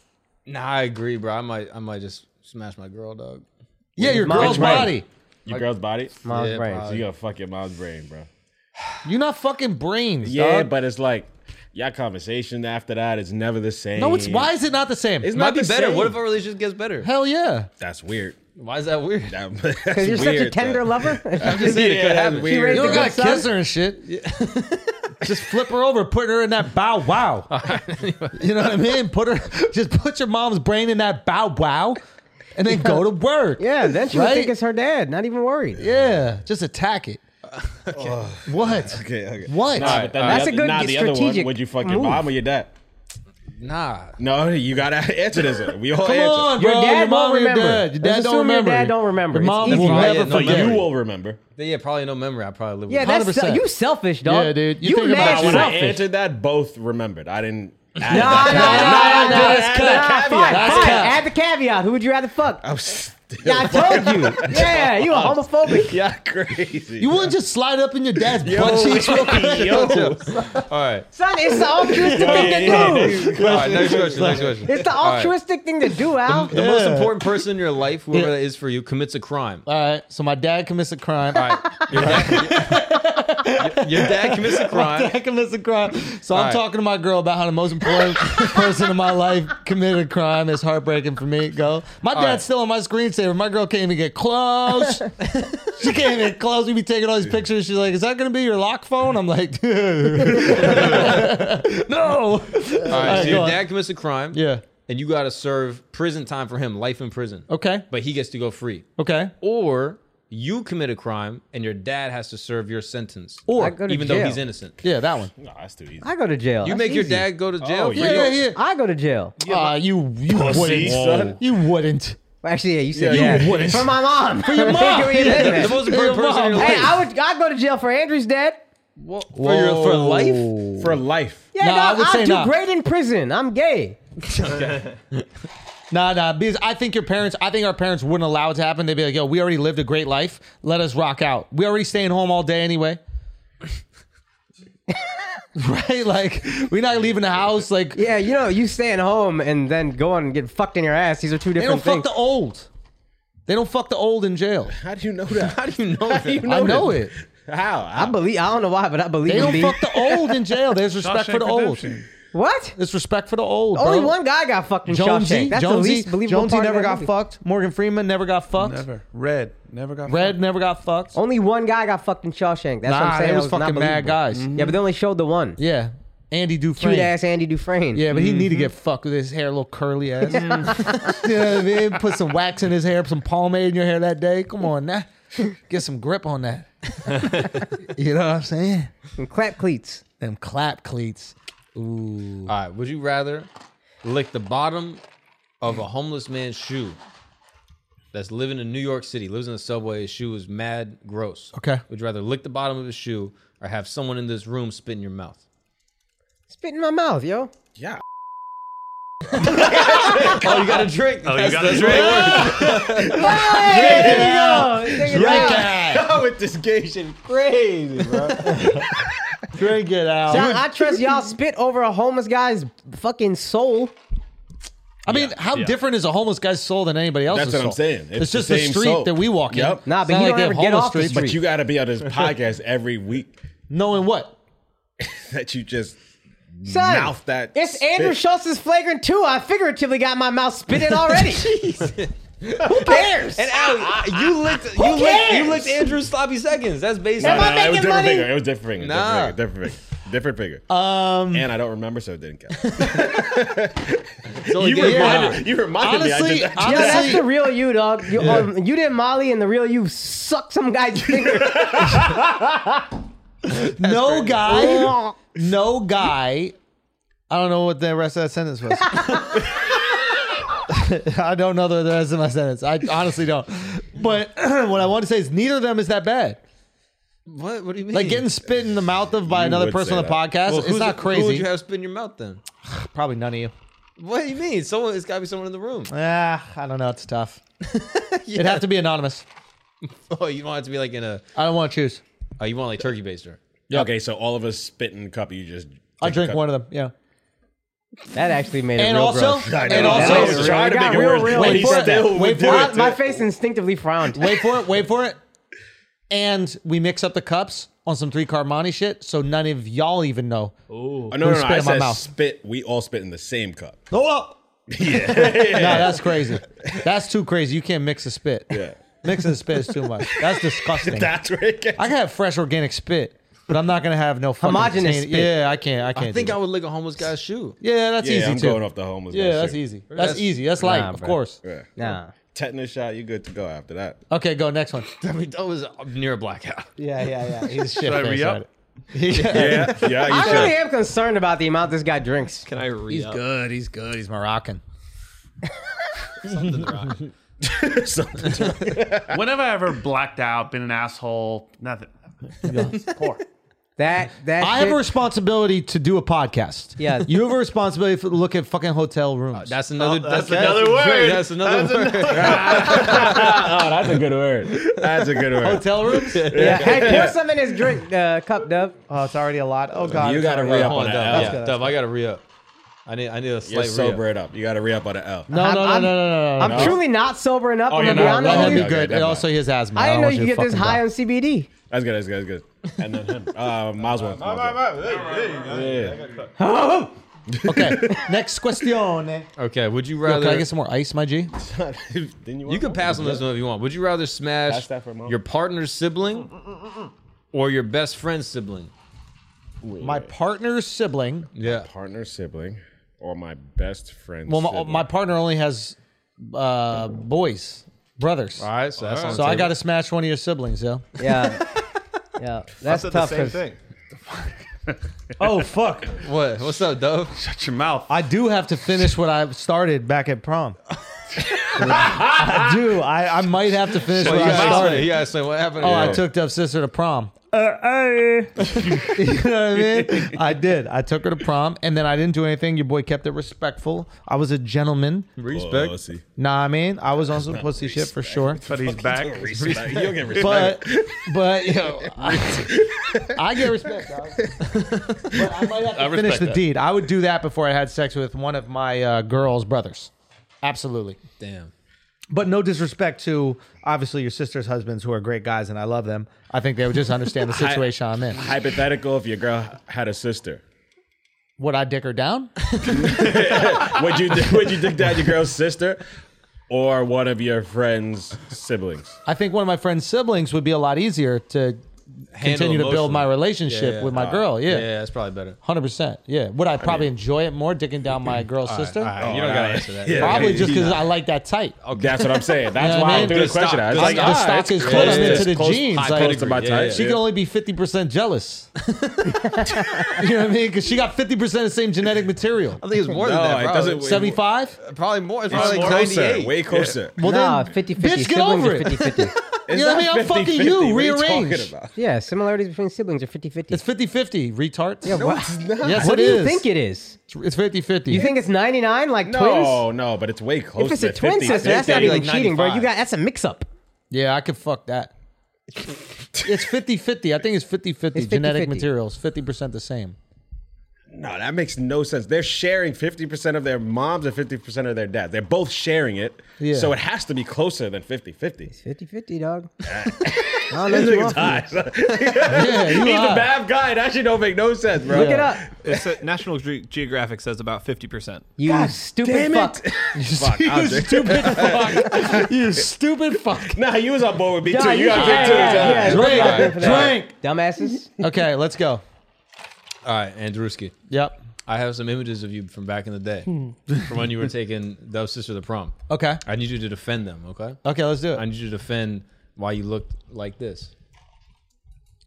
Nah, I agree, bro. I might I might just smash my girl, dog.
yeah, your
Mom's
girl's
brain.
body.
Your girl's body.
Mom's
Yeah,
brain.
probably.
So you gotta fuck your mom's brain, bro.
You're not fucking brains,
Yeah,
dog.
but it's like y'all conversation after that is never the same.
no, it's why is it not the same?
It's
Might
not
be
the
better.
same.
What if our relationship gets better?
Hell yeah.
That's weird.
Why is that weird?
That, [laughs]
Because you're such a tender lover.
just saying it could happen.
That's weird.
You
raised
don't
a
gotta
good son?
kiss her and shit. just flip her over, put her in that bow wow. You know what I mean? Put her, just put your mom's brain in that bow wow, and then go to work.
yeah, then she would
Right?
think it's her dad. Not even worried.
yeah. Just attack it. What?
Okay, okay.
What?
Nah, but then
That's
the
a
oth-
good
nah, the other one.
strategic
Would you fuck your
move.
mom or your dad?
Nah.
No, [laughs] you gotta answer this. one. We all
Come
answer.
on,
Your
bro.
dad
your mom
won't
or your
remember.
dad. Your
Let's
dad don't
assume your
remember.
dad don't remember.
Your
It's
mom
easy.
will
Right,
never
yeah, no,
forget.
You
it.
will remember.
Yeah, probably no memory. I probably live with
Yeah, that's se-
100%.
you selfish, dog.
Yeah, dude. You
You,
think about
mad
it
Now, when I
selfish.
answered that, both remembered. I didn't. Add
No, no,
that.
no, no, no,
that's
that's
cut.
cut. Fine,
That's
fine.
cut.
Add the caveat. Who would you rather fuck?
I'm still
Yeah, I told you. Yeah, you are homophobic.
yeah, crazy. [laughs]
You wouldn't just slide up in your dad's butt cheeks real quick.
yo.
All right.
Son, it's the altruistic
Yeah,
thing
yeah,
to
yeah,
do.
yeah.
All right, next question. Next question.
It's [laughs] the
All right.
altruistic thing to do, Al.
The most important person in your life, whoever
Yeah.
that is for you, commits a crime. All
All right. So my dad commits a crime.
right. Your dad, your- your dad commits a crime.
I commits a crime. So I'm
right.
talking to my girl about how the most
[laughs]
important person in my life committed a crime. It's heartbreaking for me. Go. My dad's
right.
still on my screensaver. My girl can't even get
[laughs]
close. she can't even get close. We be taking all these pictures. She's like, "Is that gonna be your lock phone?" I'm like,
[laughs]
[laughs] "No."
All right, so
go
your
on.
dad commits a crime.
Yeah.
And you got to serve prison time for him, life in prison.
Okay.
But he gets to go free.
Okay.
Or you commit a crime and your dad has to serve your sentence,
Or- I
go to
even though
jail.
he's innocent.
Yeah, that one.
No, that's too easy.
I go to jail.
You
That's
make your
easy.
dad go to jail. for
Oh, Yeah,
you?
[laughs] yeah, yeah.
I go to jail.
Ah, you you
Pussy, son.
wouldn't. You wouldn't.
Actually, yeah, you said
Yeah,
yeah.
you
wouldn't.
For my mom. For [laughs]
your mom.
The most important
Your
person in your
mom.
life.
Hey, I would. I go to jail for Andrew's dad.
for, your, for life?
For life.
Yeah,
Nah,
no,
I
I
would say
am too
nah.
great in prison. I'm gay.
Nah, nah. Because I think your parents, I think our parents wouldn't allow it to happen. They'd be like, "Yo, we already lived a great life. Let us rock out. We already staying home all day anyway." [laughs] right? Like we're not leaving the house. Like
Yeah, you know, you staying home and then going and get fucked in your ass. These are two
they don't
different
fuck
things.
the old. They don't fuck the old in jail.
How do you know that? [laughs] How do
you know
you
that?
know
I know it.
How? How?
I
[laughs]
believe. I don't know why, but I believe.
They
in
don't
being-
fuck the old in jail. There's respect for the old.
Redemption.
What?
There's respect for the old.
Only
bro.
one guy got fucked in
Jonesy.
Shawshank. That's
Jonesy,
the least believable
Jonesy
part of
never
that
got
movie.
fucked. Morgan Freeman never got fucked.
Never. Red. Never got
Red never got fucked.
Only one guy got fucked in Shawshank. That's what
nah,
I'm saying.
it
That
was,
not
fucking mad
believable.
guys.
Yeah, but they only showed the one.
Yeah, Andy Dufresne.
Cute ass Mm-hmm. Andy Dufresne.
Yeah, but he need to get fucked with his hair, a little curly
[laughs]
ass. you know what I mean? Put some wax in his hair, some pomade in your hair that day. Come on, now. Get some grip on
[laughs]
that. you know what I'm saying?
And clap cleats.
Them clap cleats.
All right. Would you rather lick the bottom of a homeless man's shoe that's living in New York City, lives in the subway, his shoe is mad gross?
Okay.
Would you rather lick the bottom of his shoe or have someone in this room spit in your mouth?
Spit in my mouth, yo.
yeah.
Oh, you got a drink.
Oh, you got a drink.
Hey, there you go. Take it out.
How with this gay shit is crazy, bro.
Drink it out.
John, I trust y'all spit over a homeless guy's fucking soul.
I mean, how
yeah.
different is a homeless guy's soul than anybody else's
That's what I'm
soul?
saying.
It's,
It's
just
the
the,
same
street
soul.
that we walk in.
Yup.
Oh. Nah,
It's
but
not
he
like
don't
they
ever
have
get
homeless
off the
streets.
street.
But you got to be on
[laughs]
this podcast every week
Knowing what?
[laughs] that you just
Son,
mouth that.
It's
spit.
Andrew Schultz's flagrant too. I figuratively got my mouth spitting
[laughs]
already. Who cares?
And Al, you
Ah,
licked you licked
cares?
you licked Andrew's sloppy seconds. That's basically
Am I
it was
making
different
money?
figure. It was different figure.
Nah.
Different figure. Different figure. Different figure.
[laughs] Um,
and I don't remember, so it didn't
[laughs]
count.
It's only
you,
good.
reminded, you reminded
Honestly,
me. I did
I-
that.
Yo, that's
Honestly-
the real you, dog. You, um, you did Molly, and the real you suck some
[laughs]
guy's finger.
no guy, no guy. I don't know what the rest of that sentence was. [laughs] I don't know the the rest of my sentence. I honestly don't. But [clears throat] what I want to say is neither of them is that bad.
What? What do you mean?
Like getting spit in the mouth of by
You
another
would
person
say
on the
that.
podcast,
Well,
it's
who's-
not
Who would
crazy.
you have spit in your mouth then?
Probably none of you.
What do you mean? Someone, it's got to be someone in the room.
Ah, I don't know. It's tough. It'd have to be anonymous.
[laughs] Oh, you want it to be like in a.
I don't want to choose.
Oh, you want like turkey baster?
[laughs] Okay, so all of us spit in a cup. You just.
I drink one of them. Yeah.
that actually made it
And
real
also, [laughs]
gross.
I know.
and
I
That
also,
was
was trying to
Got
make it
real,
worse.
real.
but
Wait
he
for it.
still
Wait
would
for
do
it.
it.
my face instinctively frowned.
Wait for it. Wait for it. And we mix up the cups on some three Carmani shit, so none of y'all even know.
Oh, no, no, no.
spit
I
in my
said
mouth.
spit. We all spit in the same cup.
Hold
[laughs]
up. [laughs] Yeah. no, that's crazy. That's too crazy. You can't mix a spit.
Yeah.
Mixing the spit is too much. That's disgusting.
That's where it gets.
I can have fresh organic spit, but I'm not gonna have no fucking
Homogeneous
contain-
spit.
Yeah, I can't. I can't.
I think
do
I
that.
would lick a homeless guy's shoe.
[laughs] Yeah, that's
yeah,
easy
I'm
too.
going off the homeless.
yeah,
guy,
that's
sure.
easy. That's,
That's-
easy. That's light, of
bro.
course.
Yeah.
Nah.
Tetanus shot. You good to go after that.
Okay, go next one.
I mean, that was near a blackout.
Yeah, yeah, yeah. He's shit.
I re-up?
Yeah, yeah. You
I
should.
really am concerned about the amount this guy drinks.
Can I read?
He's good. He's good. He's Moroccan.
Whenever I ever blacked out, been an asshole, nothing.
That that
I have
shit-
a responsibility to do a podcast.
Yeah.
You have a responsibility to look at fucking hotel rooms.
That's another.
that's another word.
That's another
That's
word.
Oh, that's a good word. That's a good word.
hotel rooms?
yeah. Hey, pour some in his drink uh, cup, Dub.
Oh, it's already a lot. Oh god.
You
it's
gotta
already-
re-up.
Hold on,
That's
Dub.
good,
Yeah, Dub, I gotta re up. I need. I need a
You're
slight
sober
re up.
it up. You got to re up on the L.
No, no, no, no,
I'm-
no, no, no.
I'm truly not sobering
Oh,
up. I'm
you're
gonna be
not?
honest
No,
That'd
with
be
you.
Okay,
good.
never
It
mind.
also he has asthma.
I didn't
don't
know
want
you
to
could get this
fucking
high
die.
on
[laughs]
CBD.
That's good. That's good. That's good. And then him. Uh, Miles one. Yeah.
Okay.
[laughs]
Next question.
Okay. Would you
Yo,
rather?
can I get some more ice, my G?
[laughs] Didn't you?
you can pass on this one if you want. Would you rather smash
Pass that for a moment. Mm,
your partner's sibling or your best friend's sibling?
My partner's sibling.
Yeah.
partner sibling or my best friend.
Well, my,
sibling.
my partner only has uh, boys. brothers.
All right, so that's on
So I got
got
to smash one of your
[laughs]
siblings, yo.
Yeah. Yeah, that's
said
tough.
the same
'cause-
thing.
Oh fuck!
what? What's up, Dove?
Shut your mouth.
I do have to finish what I started back
[laughs]
at prom. I do. I, I might have to finish
Well,
what
you
I
gotta
started.
explain. You gotta explain what happened.
Oh,
Yeah.
I took Dove's sister to prom. Uh, hey. [laughs] you know what I mean? I did. I took her to prom, and then I didn't do anything. Your boy kept it respectful. I was a gentleman.
respect.
see.
Nah, I mean, I was on some pussy shit for sure.
But he's back.
Respect. [laughs] You'll get
[laughs]
respect.
But, but yo, I, I get respect, dog. But I might have to finish
respect
the
that.
deed. I would do that before I had sex with one of my uh, girl's brothers. Absolutely.
Damn.
But no disrespect to obviously your sister's husbands, who are great guys, and I love them. I think they would just understand the situation I'm in.
Hypothetical, if your girl had a sister,
Would I dick her down?
would you [laughs] would you dig down your girl's sister or one of your friend's siblings?
I think one of my friend's siblings would be a lot easier to continue to build my
emotionally.
relationship
Yeah, yeah.
with my girl. Yeah.
Yeah, that's probably better.
Hundred percent, yeah. Would I probably enjoy it more, dicking down my girl's sister?
All
Oh,
right, you don't gotta answer
[laughs]
that.
Probably
Yeah.
just because I like that tight.
That's what I'm
[laughs]
saying. That's
You know what I
why I
mean?
threw the
Good
question
stock.
out. It's
Good
like,
the
stock.
ah,
stock
it's
is
close.
close
yeah,
into
it's
the
close-
jeans.
high
Like
pedigree. to my
Yeah,
type.
yeah.
she could only be fifty percent jealous. [laughs] you know what I mean? Because she got fifty percent of the same genetic material.
I think it's more
No,
than that.
it
probably.
doesn't-
Seventy-five.
Probably more. It's
It's
probably like
closer,
98.
Way closer.
Well
nah,
then,
50 50.
bitch, get over it. [laughs]
50 50.
It's
You know what I
not
mean? I'm fucking
50-50.
you,
What are talking
rearrange.
about?
Yeah, similarities between siblings are 50 50.
It's 50-50, retards.
Yeah, what?
Yes,
what
it
do you
is.
think it is?
It's 50-50.
You think it's 99 like
No, Oh, no, but it's way
twins?
closer.
If it's a
to
twin
50,
sister, that's not
50.
even
like
cheating, bro. You
95.
got that's a mix up.
Yeah, I could fuck that. it's 50-50. I think it's 50-50.
It's
Genetic
50-50.
materials, 50% the same.
No, that makes no sense. They're sharing 50% of their moms and 50% of their dads. They're both sharing it.
Yeah.
So it has to be closer than 50 50.
50 50, [laughs] dog. I don't
[laughs]
know what you want from me.
[laughs] Yeah, you
He's
are.
a bad guy. That shit don't make no sense, bro.
Look it up.
It's a, National Ge- Geographic says about 50%.
You stupid
Damn
fuck.
it.
Fuck,
[laughs]
you stupid fuck. You stupid fuck.
nah, you was on board with me
Nah,
too. You
you should-
got big too.
yeah, yeah,
Yeah.
yeah.
Drink.
Drink.
Drink.
Dumbasses.
Okay, let's go.
All right, Andrewski.
Yep.
I have some images of you from back in the day, [laughs] from when you were taking Dove's sister to prom.
Okay.
I need you to defend them, okay?
Okay, let's do
I
it.
need you to defend why you looked like this.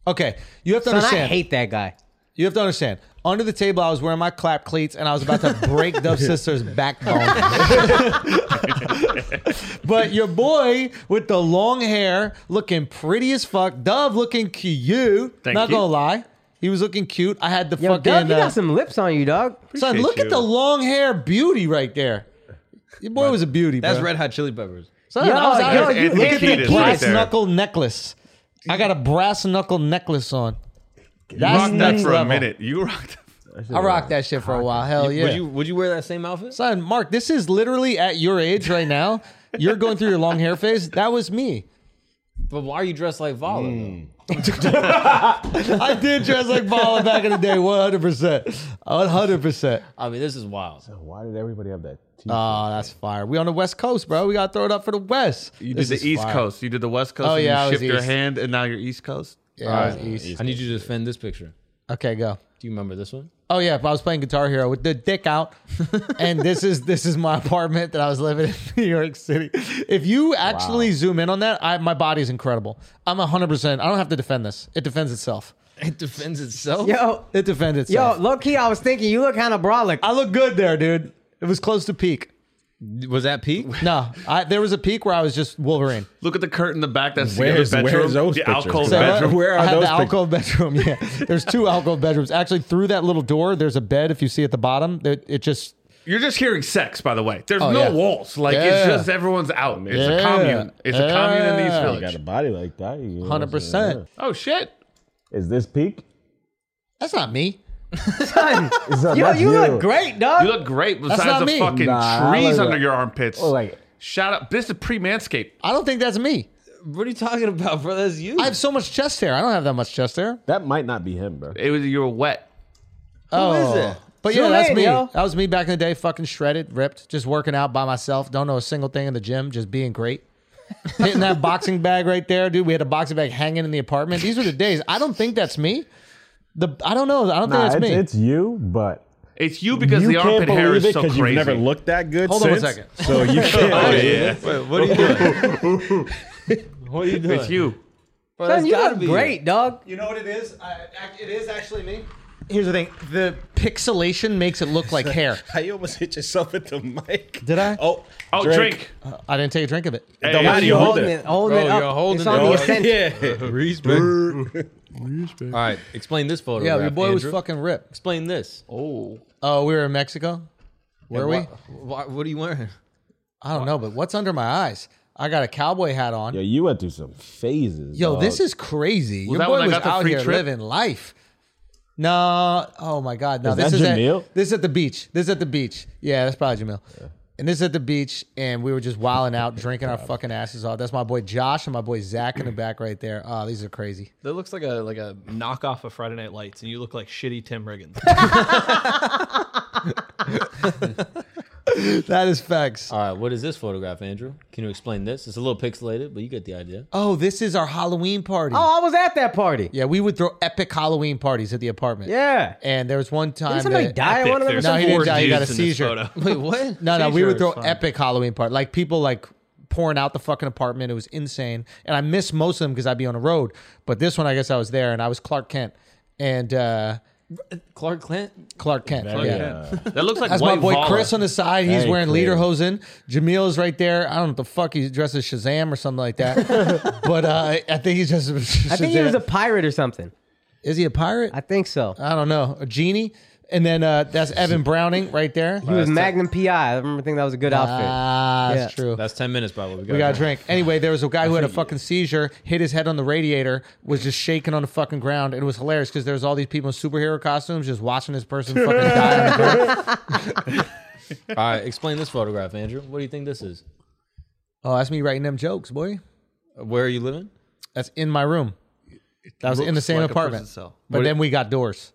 Okay, you have to
Son, I
understand.
hate that guy.
You have to understand. Under the table, I was wearing my clap cleats and I was about to break Dove Sister's backbone. but your boy with the long hair looking pretty as fuck, Dove looking cute.
Thank
not
you.
gonna lie. He was looking cute. I had the
Yo,
fucking
Doug, you
uh,
got some lips on you, dog.
son. Look at
you.
the long hair beauty right there. Your boy was a beauty.
That's
bro.
Red Hot Chili Peppers.
Son,
Yo,
I was out
yo,
here-
you
look at
Keaton
the
is right
brass
there.
knuckle necklace. I got a brass knuckle necklace on. That's
Rock that
next
for a
level.
minute. You rocked. [laughs]
I rocked that shit for a while. Hell yeah.
Would you would you wear that same outfit?
Son, Mark, this is literally at your age right now. You're going through your long hair phase. That was me.
But why are you dressed like Vala?
I did dress like Bala back in the day, 100%. 100%.
I mean, this is wild.
Why did everybody have that?
Oh, that's fire. We on the West Coast, bro. We got to throw it up for the West. [laughs]
You
This
did
is
the East
fire.
Coast. You did the West Coast.
Oh,
and
yeah, I
You
was
shipped your
East.
hand, and now you're East Coast.
Yeah, I was East.
I need you to defend this picture.
Okay, go.
Do you remember this one?
Oh yeah, I was playing Guitar Hero with the dick out, and this is this is my apartment that I was living in New York City. If you actually zoom in on that, I, my body's incredible. I'm 100. percent I don't have to defend this. It defends itself.
[laughs] It defends itself.
Yo,
It defends itself.
yo, low key, I was thinking you look kind of brolic.
I look good there, dude. It was close to peak.
Was that peak?
No, I, there was a peak where I was just Wolverine.
Look at the curtain in the back. That's the
Where's-
other bedroom.
where's those
the
pictures?
alcove
So,
uh,
bedroom.
Where are
I had
those
the alcove bedroom. Yeah, there's two alcove bedrooms. Actually, through that little door, there's a bed. If you see at the bottom, it, it just
You're just hearing sex, by the way. There's
Oh,
no
yeah.
walls. Like
Yeah.
it's just everyone's out. It's
Yeah.
a commune. It's a commune in East
Yeah.
Village.
You got a body like that. you-
100. percent
Oh shit!
Is this peak?
That's not me.
Son.
Son,
Yo,
that's
Oh, you look great,
You
dog.
look great.
not
Besides the
me.
fucking
Nah, I
trees
look
under
like-
your armpits.
Oh, like-
Shout out. This is pre manscape.
I don't think that's me.
What are you talking about, [laughs] bro? That's you.
I have so much chest hair. I don't have that much chest hair.
That might not be him, bro.
It was you were wet.
oh.
is it?
But yeah,
Zoom
that's
in,
me.
yo.
That was me back in the day, fucking shredded, ripped, just working out by myself. Don't know a single thing in the gym, just being great. Hitting that boxing bag right there, dude. We had a boxing bag hanging in the apartment. These were the days. I don't think that's me. The I don't know. I don't
Nah,
think that's
it's,
me.
it's you, but
It's you because
you
the armpit
can't
hair
believe
is
it
so
because
crazy.
you've never looked that good.
Hold on one
since,
second.
So you can't.
Wait, what are you doing?
What are you doing?
It's you.
Bro,
Son,
that's
you
gotta
look
be
great, dog.
You know what it is? it is actually me. Here's the thing: the pixelation makes it look like hair.
How you almost hit yourself with the mic?
Did I?
Oh,
Oh, drink.
I didn't take a drink of it.
Hey,
Don't How do you hold it? Oh,
Holding
Bro,
it up.
you're holding
it's
it
on
up. [laughs]
the ascent.
Yeah. [laughs]
Respect. All right, explain this photo.
Yeah, your boy was fucking ripped.
Explain this.
Oh, we were in Mexico. Were we?
What, what are you wearing?
I don't know, but what's under my eyes? I got a cowboy hat on.
Yo, you went through some phases.
Yo,
dog.
this is crazy. Your
that when
boy
I
was
got the
out
free
here
trip?
living life. No, oh my God, no.
Is
this
that
is at,
Jamil?
this is at the beach. This is at the beach. Yeah, that's probably Jamil. And this is at the beach, and we were just wilding out, drinking our fucking asses off. That's my boy Josh and my boy Zach in the back right there. Oh, these are crazy.
That looks like a like a knockoff of Friday Night Lights, and you look like shitty Tim Riggins.
That is facts.
All right, what is this photograph, Andrew? Can you explain this? It's a little pixelated, but you get the idea.
Oh, this is our Halloween party.
Oh, I was at that party.
Yeah, we would throw epic Halloween parties at the apartment.
Yeah.
And there was one time
Didn't somebody
that-
die at one of them? or
There's
No, he
something?
didn't
four
die. He got a
dudes in this
seizure.
photo.
Wait, what? No, no, we
Seizure
would
is
throw
fine.
epic Halloween party. Like people like pouring out the fucking apartment. It was insane, and I missed most of them because I'd be on the road. But this one, I guess I was there, and I was Clark Kent and uh,
Clark Clint?
Clark Kent.
Very
yeah.
uh,
good.
That looks like
That's
white
my boy
Vala.
Chris on the side. He's
Very
wearing
clear.
lederhosen. Jamil is right there. I don't know what the fuck he's dressed as Shazam or something like that. but uh, I think he's just.
I think he was a pirate or something.
Is he a pirate?
I think so.
I don't know. A genie. And then uh,
[laughs]
that's Evan Browning right there.
He was Magnum PI. I remember thinking that was a good outfit.
Ah,
Yeah.
that's true.
That's 10 minutes, by the way.
We got a drink. Anyway, there was a guy who had a fucking seizure, hit his head on the radiator, was just shaking on the fucking ground. It was hilarious because there was all these people in superhero costumes just watching this person fucking die. on the ground.
All right, explain this photograph, Andrew. What do you think this is?
Oh, that's me writing them jokes, boy.
Where are you living?
That's in my room. That was in the
looks
same
like a
apartment.
prison cell.
But
What-
then we got doors.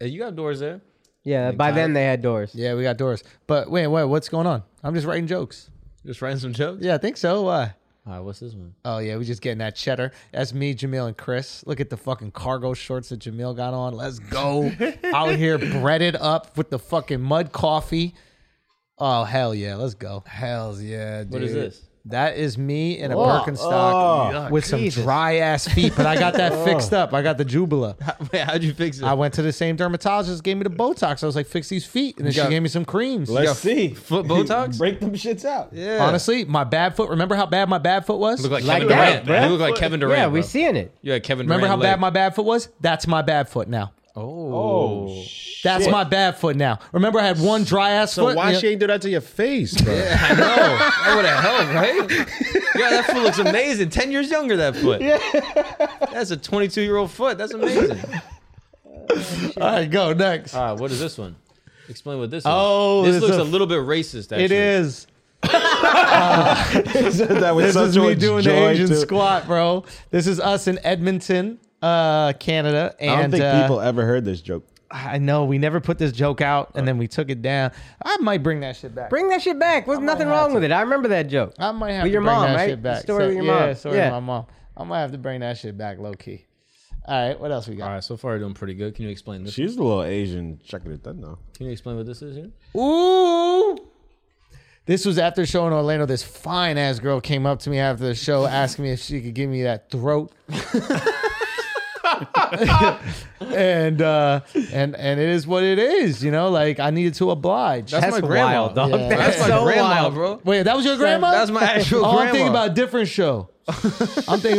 Hey, you got doors there.
Yeah, by then they had doors.
Yeah, we got doors. But wait, wait, what's going on? I'm just writing jokes.
Just writing some jokes?
Yeah, I think so. Why?
All right, what's this one?
Oh yeah, we just getting that cheddar. That's me, Jamil, and Chris. Look at the fucking cargo shorts that Jamil got on. Let's go out here, breaded up with the fucking mud coffee. Oh hell yeah, let's go. Hell's yeah, dude.
What is this?
That is me in a
Oh.
Birkenstock with some dry ass feet, but I
[laughs]
got that fixed up. I got the Jubila.
Wait, [laughs] how'd you fix it?
I went to the same dermatologist, gave me the Botox. I was like, fix these feet, and then she
got-
gave me some creams.
Let's see.
Foot Botox?
Break them shits out. Yeah.
Honestly, my bad foot. Remember how bad my bad foot was?
Look like,
Like
Kevin
that,
bruh.
Durant. You look like Kevin Durant.
yeah, we
bro.
seeing it.
You had Kevin
Remember how
Durant.
bad
leg.
my bad foot was? That's my bad foot now.
Oh,
That's my bad foot now. Remember, I had one dry ass
So
foot.
why
yeah.
she ain't do that to your face, bro?
I know. That would have helped, right? [laughs] Yeah, that foot looks amazing. 10 years younger, that foot. That's a 22 year old foot. That's amazing.
All right, go next.
Oh,
All right, what is this one? Explain what this
Oh,
is.
it's
This looks a,
a-
little bit racist, actually.
it is.
that was
This
such
is me
much
doing the
joy
Asian
to-
squat, bro. This is us in Edmonton, uh, Canada, and
I don't think
uh,
people ever heard this joke.
I know we never put this joke out, and then we took it down. I might bring that shit back.
Bring that shit back. Was nothing
have
wrong
to.
with it. I remember that joke.
I might have
With
to
your
bring
mom,
that
right?
shit
The
back.
story with your
Yeah,
mom.
story
Yeah.
with my mom. I might have to bring that shit back, low key. All right, what else we got?
All right, so far you're doing pretty good. Can you explain this?
She's a little Asian. Check it out now.
Can you explain what this is here?
Ooh. This was after show in Orlando. This fine ass girl came up to me after the show asking me if she could give me that throat. [laughs] and uh and and it is what it is, you know, like I needed to oblige.
That's wild, dog.
Yeah.
That's,
my
so
grandma,
wild,
bro.
Wait, that was your grandma?
That's my actual
Oh,
grandma.
I'm thinking about a different show. I'm thinking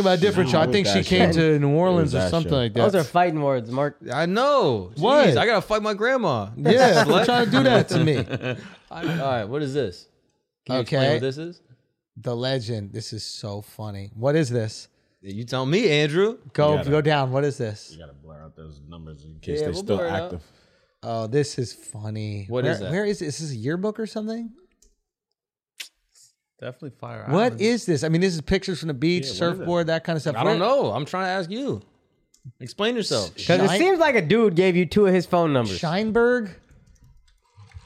[laughs]
about a different show. I
it
think
was
she
that
came
show.
to New Orleans or
that
something
show.
like that.
Those are fighting words, Mark.
I know.
What?
Jeez, I gotta fight my grandma.
[laughs] yeah, they're trying to do that to
[laughs]
me.
All right, what is this? Can you explain
Okay.
what this is?
The legend. This is so funny. What is this?
You tell me, Andrew.
Go
gotta-
go down. What is this?
You gotta blur out those numbers in case
Yeah,
they're
we'll
still
blur it out.
active.
Oh, this is funny.
What
where,
is that?
Where is this? Is this a yearbook or something?
Definitely fire.
What is this? I mean, this is pictures from the beach, surfboard, that kind of stuff.
I don't know. I'm trying to ask you. Explain yourself.
Where-
Because it
Shine-
seems like a dude gave you two of his phone numbers.
Scheinberg.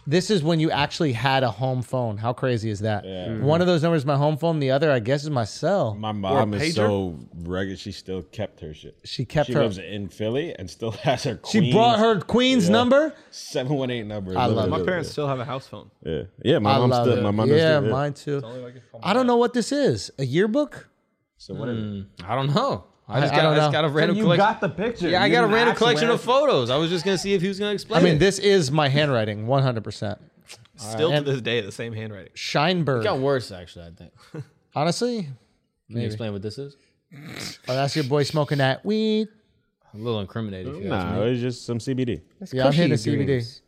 This is when you actually had a home phone. How crazy is that? One of those numbers is my home phone. The other, I guess, is my cell.
My mom
pager?
is so rugged. She still kept her shit.
She kept
she
her-
lives in Philly and still [laughs] has her.
she brought her Queen's number.
seven one eight number.
I love
My
it.
parents still have a house phone.
Yeah, yeah. My
I
mom
love
still.
it.
My mom
yeah,
still. Yeah.
mine too. I don't know what this is. A yearbook?
So what is it?
I don't know. I just
I
got, I
don't
just
know.
got a random
you
collection.
got the picture.
yeah, I
You
got a
didn't
random
actually
collection of
answer.
photos. I was just gonna see if he was gonna explain.
I mean,
it.
this is my handwriting, 100%.
Still to this day, the same handwriting.
It
Scheinberg.
got worse actually. I think. Can
Honestly,
you explain what this is?
oh, that's your boy smoking that weed.
A little incriminating. if you ask me.
Nah, it's just some CBD.
That's
Yeah, I'm hitting
cushy
CBD.
dreams.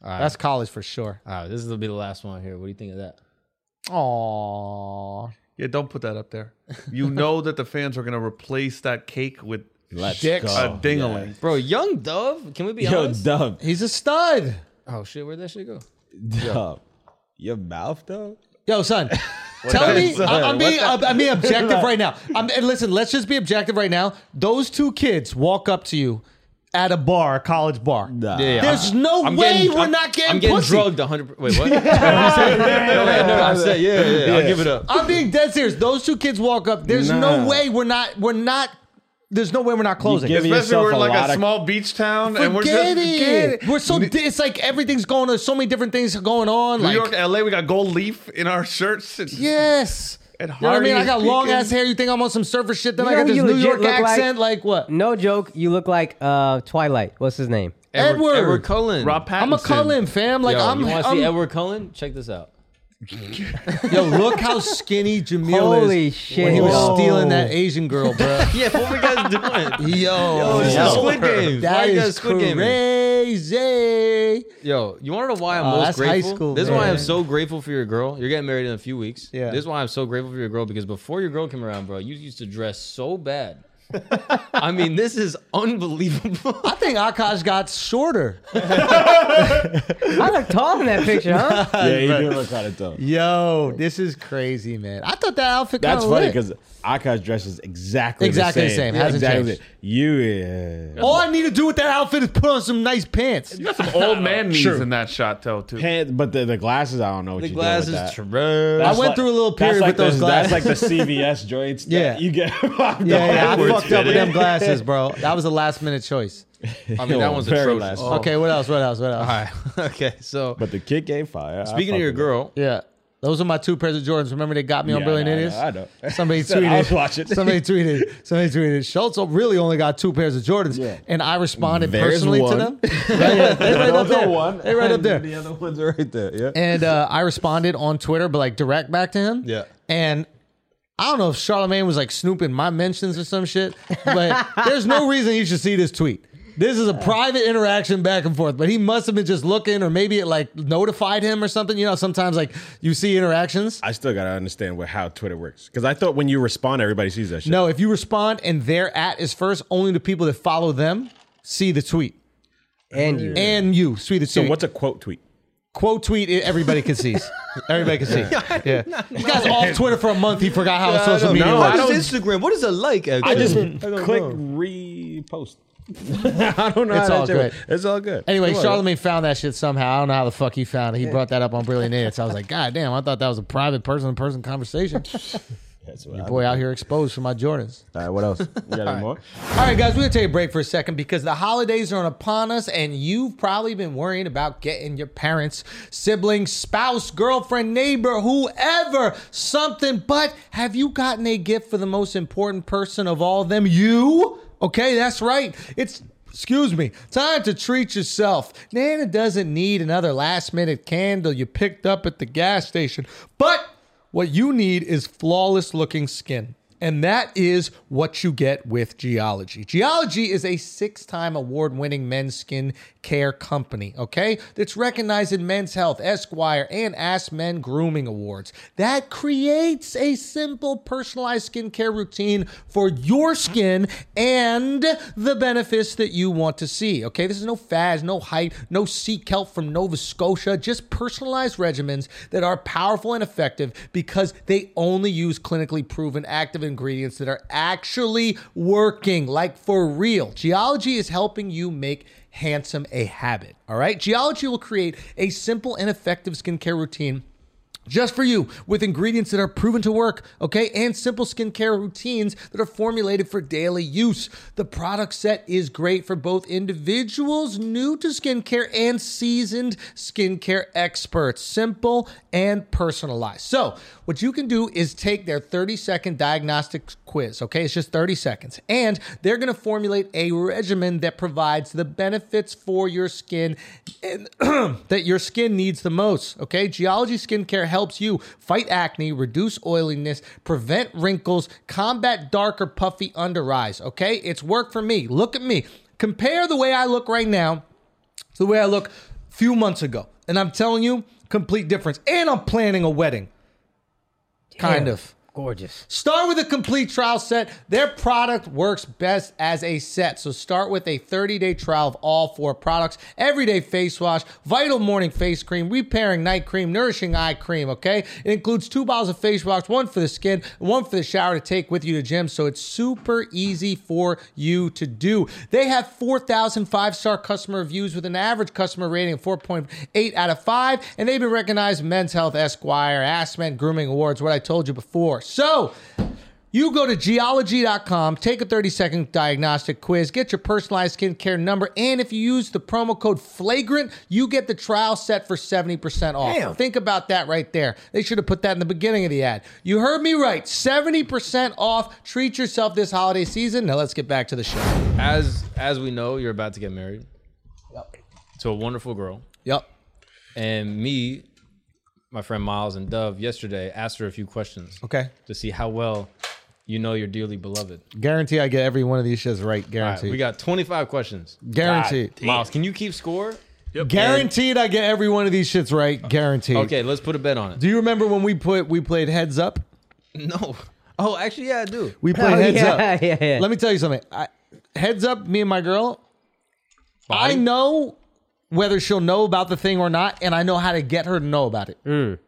That's college for sure.
All right, this will be the last one here. What do you think of that?
Aww.
Yeah, don't put that up there. You
[laughs]
know that the fans are going to replace that cake with
Let's
Dicks.
a dingaling.
Bro, Young Dove, can we be
Yo,
honest?
Dub,
He's a stud.
oh shit, where'd that shit go?
Dub, your mouth though.
Yo, son. Tell me,
Son,
I- I'm
what
being, I'm I'm being objective right now. I'm, and listen, let's just be objective right now. Those two kids walk up to you at a bar, a college bar.
Nah.
There's no
I'm
way
getting-
we're
I'm-
not getting,
I'm getting
pussy.
drugged 100. Wait, [laughs] what? no, no, no, I said, yeah, yeah, I'll give it up.
I'm being dead serious. Those two kids walk up. There's no
Nah.
way we're not. We're not. There's no way we're not closing.
give-
Especially
yourself
we're
a
in like
lot
a
of-
small beach town,
Forget
and we're just forget
it. We're so. di- It's like everything's going. There's so many different things going on.
New
like
York, LA, we got gold leaf in our shirts. And,
yes. You
And
know what I mean?
Hardy
I
is
got long
peeking.
ass hair. You think I'm on some surfer shit? Then
You
I got
know
this
who
New
you legit
York
look like?
accent. Like, what?
No joke. You look like uh, Twilight. What's his name?
Edward.
Edward Cullen.
Rob Pattinson.
I'm a Cullen fam. Like
Yo,
I'm.
you want to see
I'm-
Edward Cullen? Check this out.
yo, look how skinny Jamil
Holy
is.
shit.
When he was
Whoa.
stealing that Asian girl, bro.
Yeah, what were you guys doing? [laughs]
Yo,
this is
yo.
Squid Game. Why
That
you guys
is
Squid Gaming?
crazy.
Yo, you want to know why I'm
Oh,
most
that's high
grateful?
school,
this is why
man.
I'm so grateful for your girl. You're getting married in a few weeks.
Yeah.
This is why I'm so grateful for your girl because before your girl came around, bro, you used to dress so
[laughs]
bad. I mean, this is unbelievable.
I think Akash got shorter.
I look tall in that picture, huh?
[laughs]
Yeah, you do
[laughs]
look kind of though.
Yo, this is crazy, man. I thought that outfit
That's
kinda
funny
lit.
because Akash dresses exactly
Exactly the
the same.
same. Hasn't
exactly.
changed.
You yeah.
all I need to do with that outfit is put on some nice pants.
You got some old man knees
True.
in that shot, though, too.
Pants, but the, the glasses, I don't know what
the
you
glasses,
do with that.
trash.
I went
like-
through a little
that's
period
like
with those
the,
glasses.
That's like the CVS joints. that
Yeah.
you get. [laughs] robbed
Yeah,
of.
yeah, I
Edwards
fucked up with
fitted.
them
[laughs]
glasses, bro. That was a last minute choice.
I mean, that
Yo,
one's
very
atrocious.
last.
Okay, what else? What else? What else?
All right. [laughs] Okay. So
But the kick game fire. I
speaking
fuck
of your
with
girl,
Yeah. Those are my two pairs of Jordans. Remember they got me
it.
on Brilliant
I know,
Idiots?
I know. [laughs] I know.
Somebody
Son,
tweeted.
I was watching.
[laughs] Somebody tweeted. Somebody tweeted. Schultz really only got two pairs of Jordans,
Yeah.
and I responded
There's
personally to
one.
them. Yeah,
[laughs]
yeah, They right up
Those are [laughs]
there.
one,
They right up
and
there.
[laughs] The other ones are right there. Yeah.
And uh, I responded on Twitter, but like direct back to him.
Yeah.
And I don't know if Charlemagne was like snooping my mentions or some shit, but there's no reason he should see this tweet. This is a private interaction back and forth, but he must have been just looking, or maybe it like notified him or something. You know, sometimes like you see interactions.
I still gotta understand what, how Twitter works because I thought when you respond, everybody sees that shit.
No, if you respond and their at is first, only the people that follow them see the tweet.
And you.
And you see the tweet.
So what's a quote tweet?
quote tweet it, everybody
[laughs]
can see. everybody can see. Yeah. This guy's off Twitter for a month. He forgot how social media
know.
works.
I don't-
Instagram, what is it like? Actually?
I just click repost. [laughs] I don't know. how
It's
that
all
shit
good.
works. It's all good.
Anyway,
Come on,
Charlemagne found that shit somehow. I don't know how the fuck he found it. He brought that up on Brilliant Idiots. I was like, God damn, I thought that was a private person to
[laughs]
person conversation.
That's what I-
Boy, out here exposed for my Jordans.
All right, what else? You got any more?
All right, guys, we're going to take a break for a second because the holidays are upon us, and you've probably been worrying about getting your parents, sibling, spouse, girlfriend, neighbor, whoever, something. But have you gotten a gift for the most important person of all them? You? Okay, that's right. It's Excuse me, time to treat yourself. Nana doesn't need another last minute candle you picked up at the gas station, but what you need is flawless looking skin. And that is what you get with Geology. Geology is a six time award winning men's skin care company, okay? That's recognized in Men's Health, Esquire, and Ask Men Grooming Awards. That creates a simple, personalized skincare routine for your skin and the benefits that you want to see, okay? This is no fads, no hype, no seek help from Nova Scotia, just personalized regimens that are powerful and effective because they only use clinically proven active ingredients ingredients that are actually working, like for real. Geology is helping you make handsome a habit. All right. Geology will create a simple and effective skincare routine just for you with ingredients that are proven to work, okay? And simple skincare routines that are formulated for daily use. The product set is great for both individuals new to skincare and seasoned skincare experts. Simple and personalized. So, what you can do is take their 30 second diagnostic quiz, okay? It's just 30 seconds. And they're gonna formulate a regimen that provides the benefits for your skin and [clears throat] that your skin needs the most, okay? Geology Skincare helps you fight acne, reduce oiliness, prevent wrinkles, combat dark or puffy under eyes, okay? It's work for me. Look at me. Compare the way I look right now to the way I look few months ago. And I'm telling you, complete difference. And I'm planning a wedding. Kind
Damn.
of.
Gorgeous.
Start with a complete trial set. Their product works best as a set. So start with a 30-day trial of all four products. Everyday face wash, vital morning face cream, repairing night cream, nourishing eye cream, okay? It includes two bottles of face wash, one for the skin, and one for the shower to take with you to gym. So it's super easy for you to do. They have 4,000 five-star customer reviews with an average customer rating of 4.8 out of 5, and they've been recognized Men's Health Esquire, Ask Men Grooming Awards, what I told you before. So, you go to geology.com, take a 30 second diagnostic quiz, get your personalized skincare number, and if you use the promo code FLAGRANT, you get the trial set for 70% off.
Damn.
Think about that right there. They should have put that in the beginning of the ad. You heard me right 70% off. Treat yourself this holiday season. Now, let's get back to the show.
As as we know, you're about to get married to a wonderful girl.
Yep.
And me, my friend Miles and Dove yesterday asked her a few questions
Okay.
to see how well you know your dearly beloved.
Guarantee I get every one of these shows right.
All right,
Guaranteed.
we got 25 questions.
Guaranteed.
Miles, can you keep score?
Guaranteed I get every one of these shits right. Guaranteed.
Okay, let's put a bet on it.
Do you remember when we put we played heads up?
No. [laughs] Oh, actually, yeah, I do.
We played
Oh,
heads
yeah,
[laughs] up.
yeah, yeah.
Let me tell you something. I, heads up, me and my girl. I
Body?
know whether she'll know about the thing or not, and I know how to get her to know about it. Like,
oh,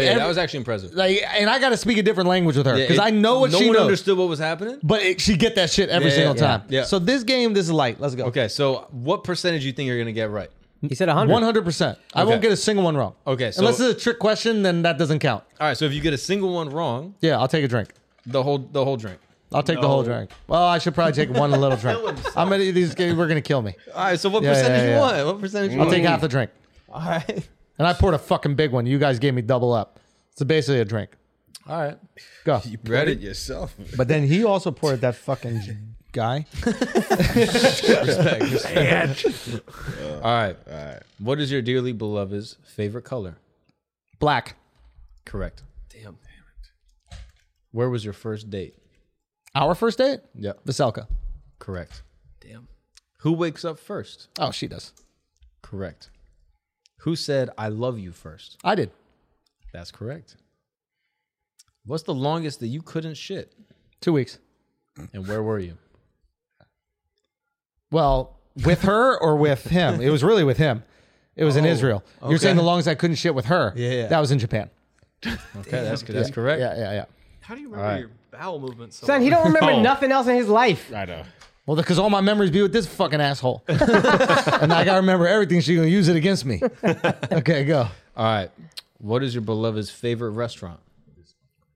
yeah,
every-
that was actually impressive.
like, and I got to speak a different language with her
Yeah,
because
it-
I know what
no
she
one
knows.
understood what was happening.
But it, she get that shit every
Yeah,
single
yeah,
time.
yeah.
So this game, this is light. Let's go.
Okay, so what percentage do you think you're gonna get right?
He said 100.
One hundred percent. I
Okay.
won't get a single one wrong.
Okay, so-
unless it's a trick question, then that doesn't count.
All right, so if you get a single one wrong,
Yeah, I'll take a drink.
the whole the whole drink.
I'll take the whole drink. Well, I should probably take one
[laughs]
little drink. I'm gonna these we're gonna kill me.
All right, so what
Yeah,
percentage
yeah,
you
yeah.
want? What percentage you
I'll
want?
take half the drink.
All right,
And I poured a fucking big one. You guys gave me double up. It's basically a drink.
all right.
Go.
Ready?
It yourself.
But then he also poured that fucking guy.
Respect, respect. [laughs] all right. All right. What is your dearly beloved's favorite color?
Black.
Correct. Damn. Damn it. Where was your first date?
Our first date?
Yeah.
Veselka.
Correct. Damn. Who wakes up first?
Oh, she does.
Correct. Who said I love you first?
I did.
That's correct. What's the longest that you couldn't shit?
Two weeks.
And where were [laughs] you?
Well, with her or with him? It was really with him. It was in Israel. You're saying the longest I couldn't shit with her. Yeah, That was in Japan.
Okay, that's that's correct.
Yeah, yeah, yeah.
How do you remember
right.
your bowel movements? So
Son, he
well?
don't
[laughs]
remember
Oh.
nothing else in his life.
I know.
Well, because all my memories be with this fucking asshole. [laughs] and I gotta remember everything. She's gonna use it against me. Okay, go.
All right. What is your beloved's favorite restaurant?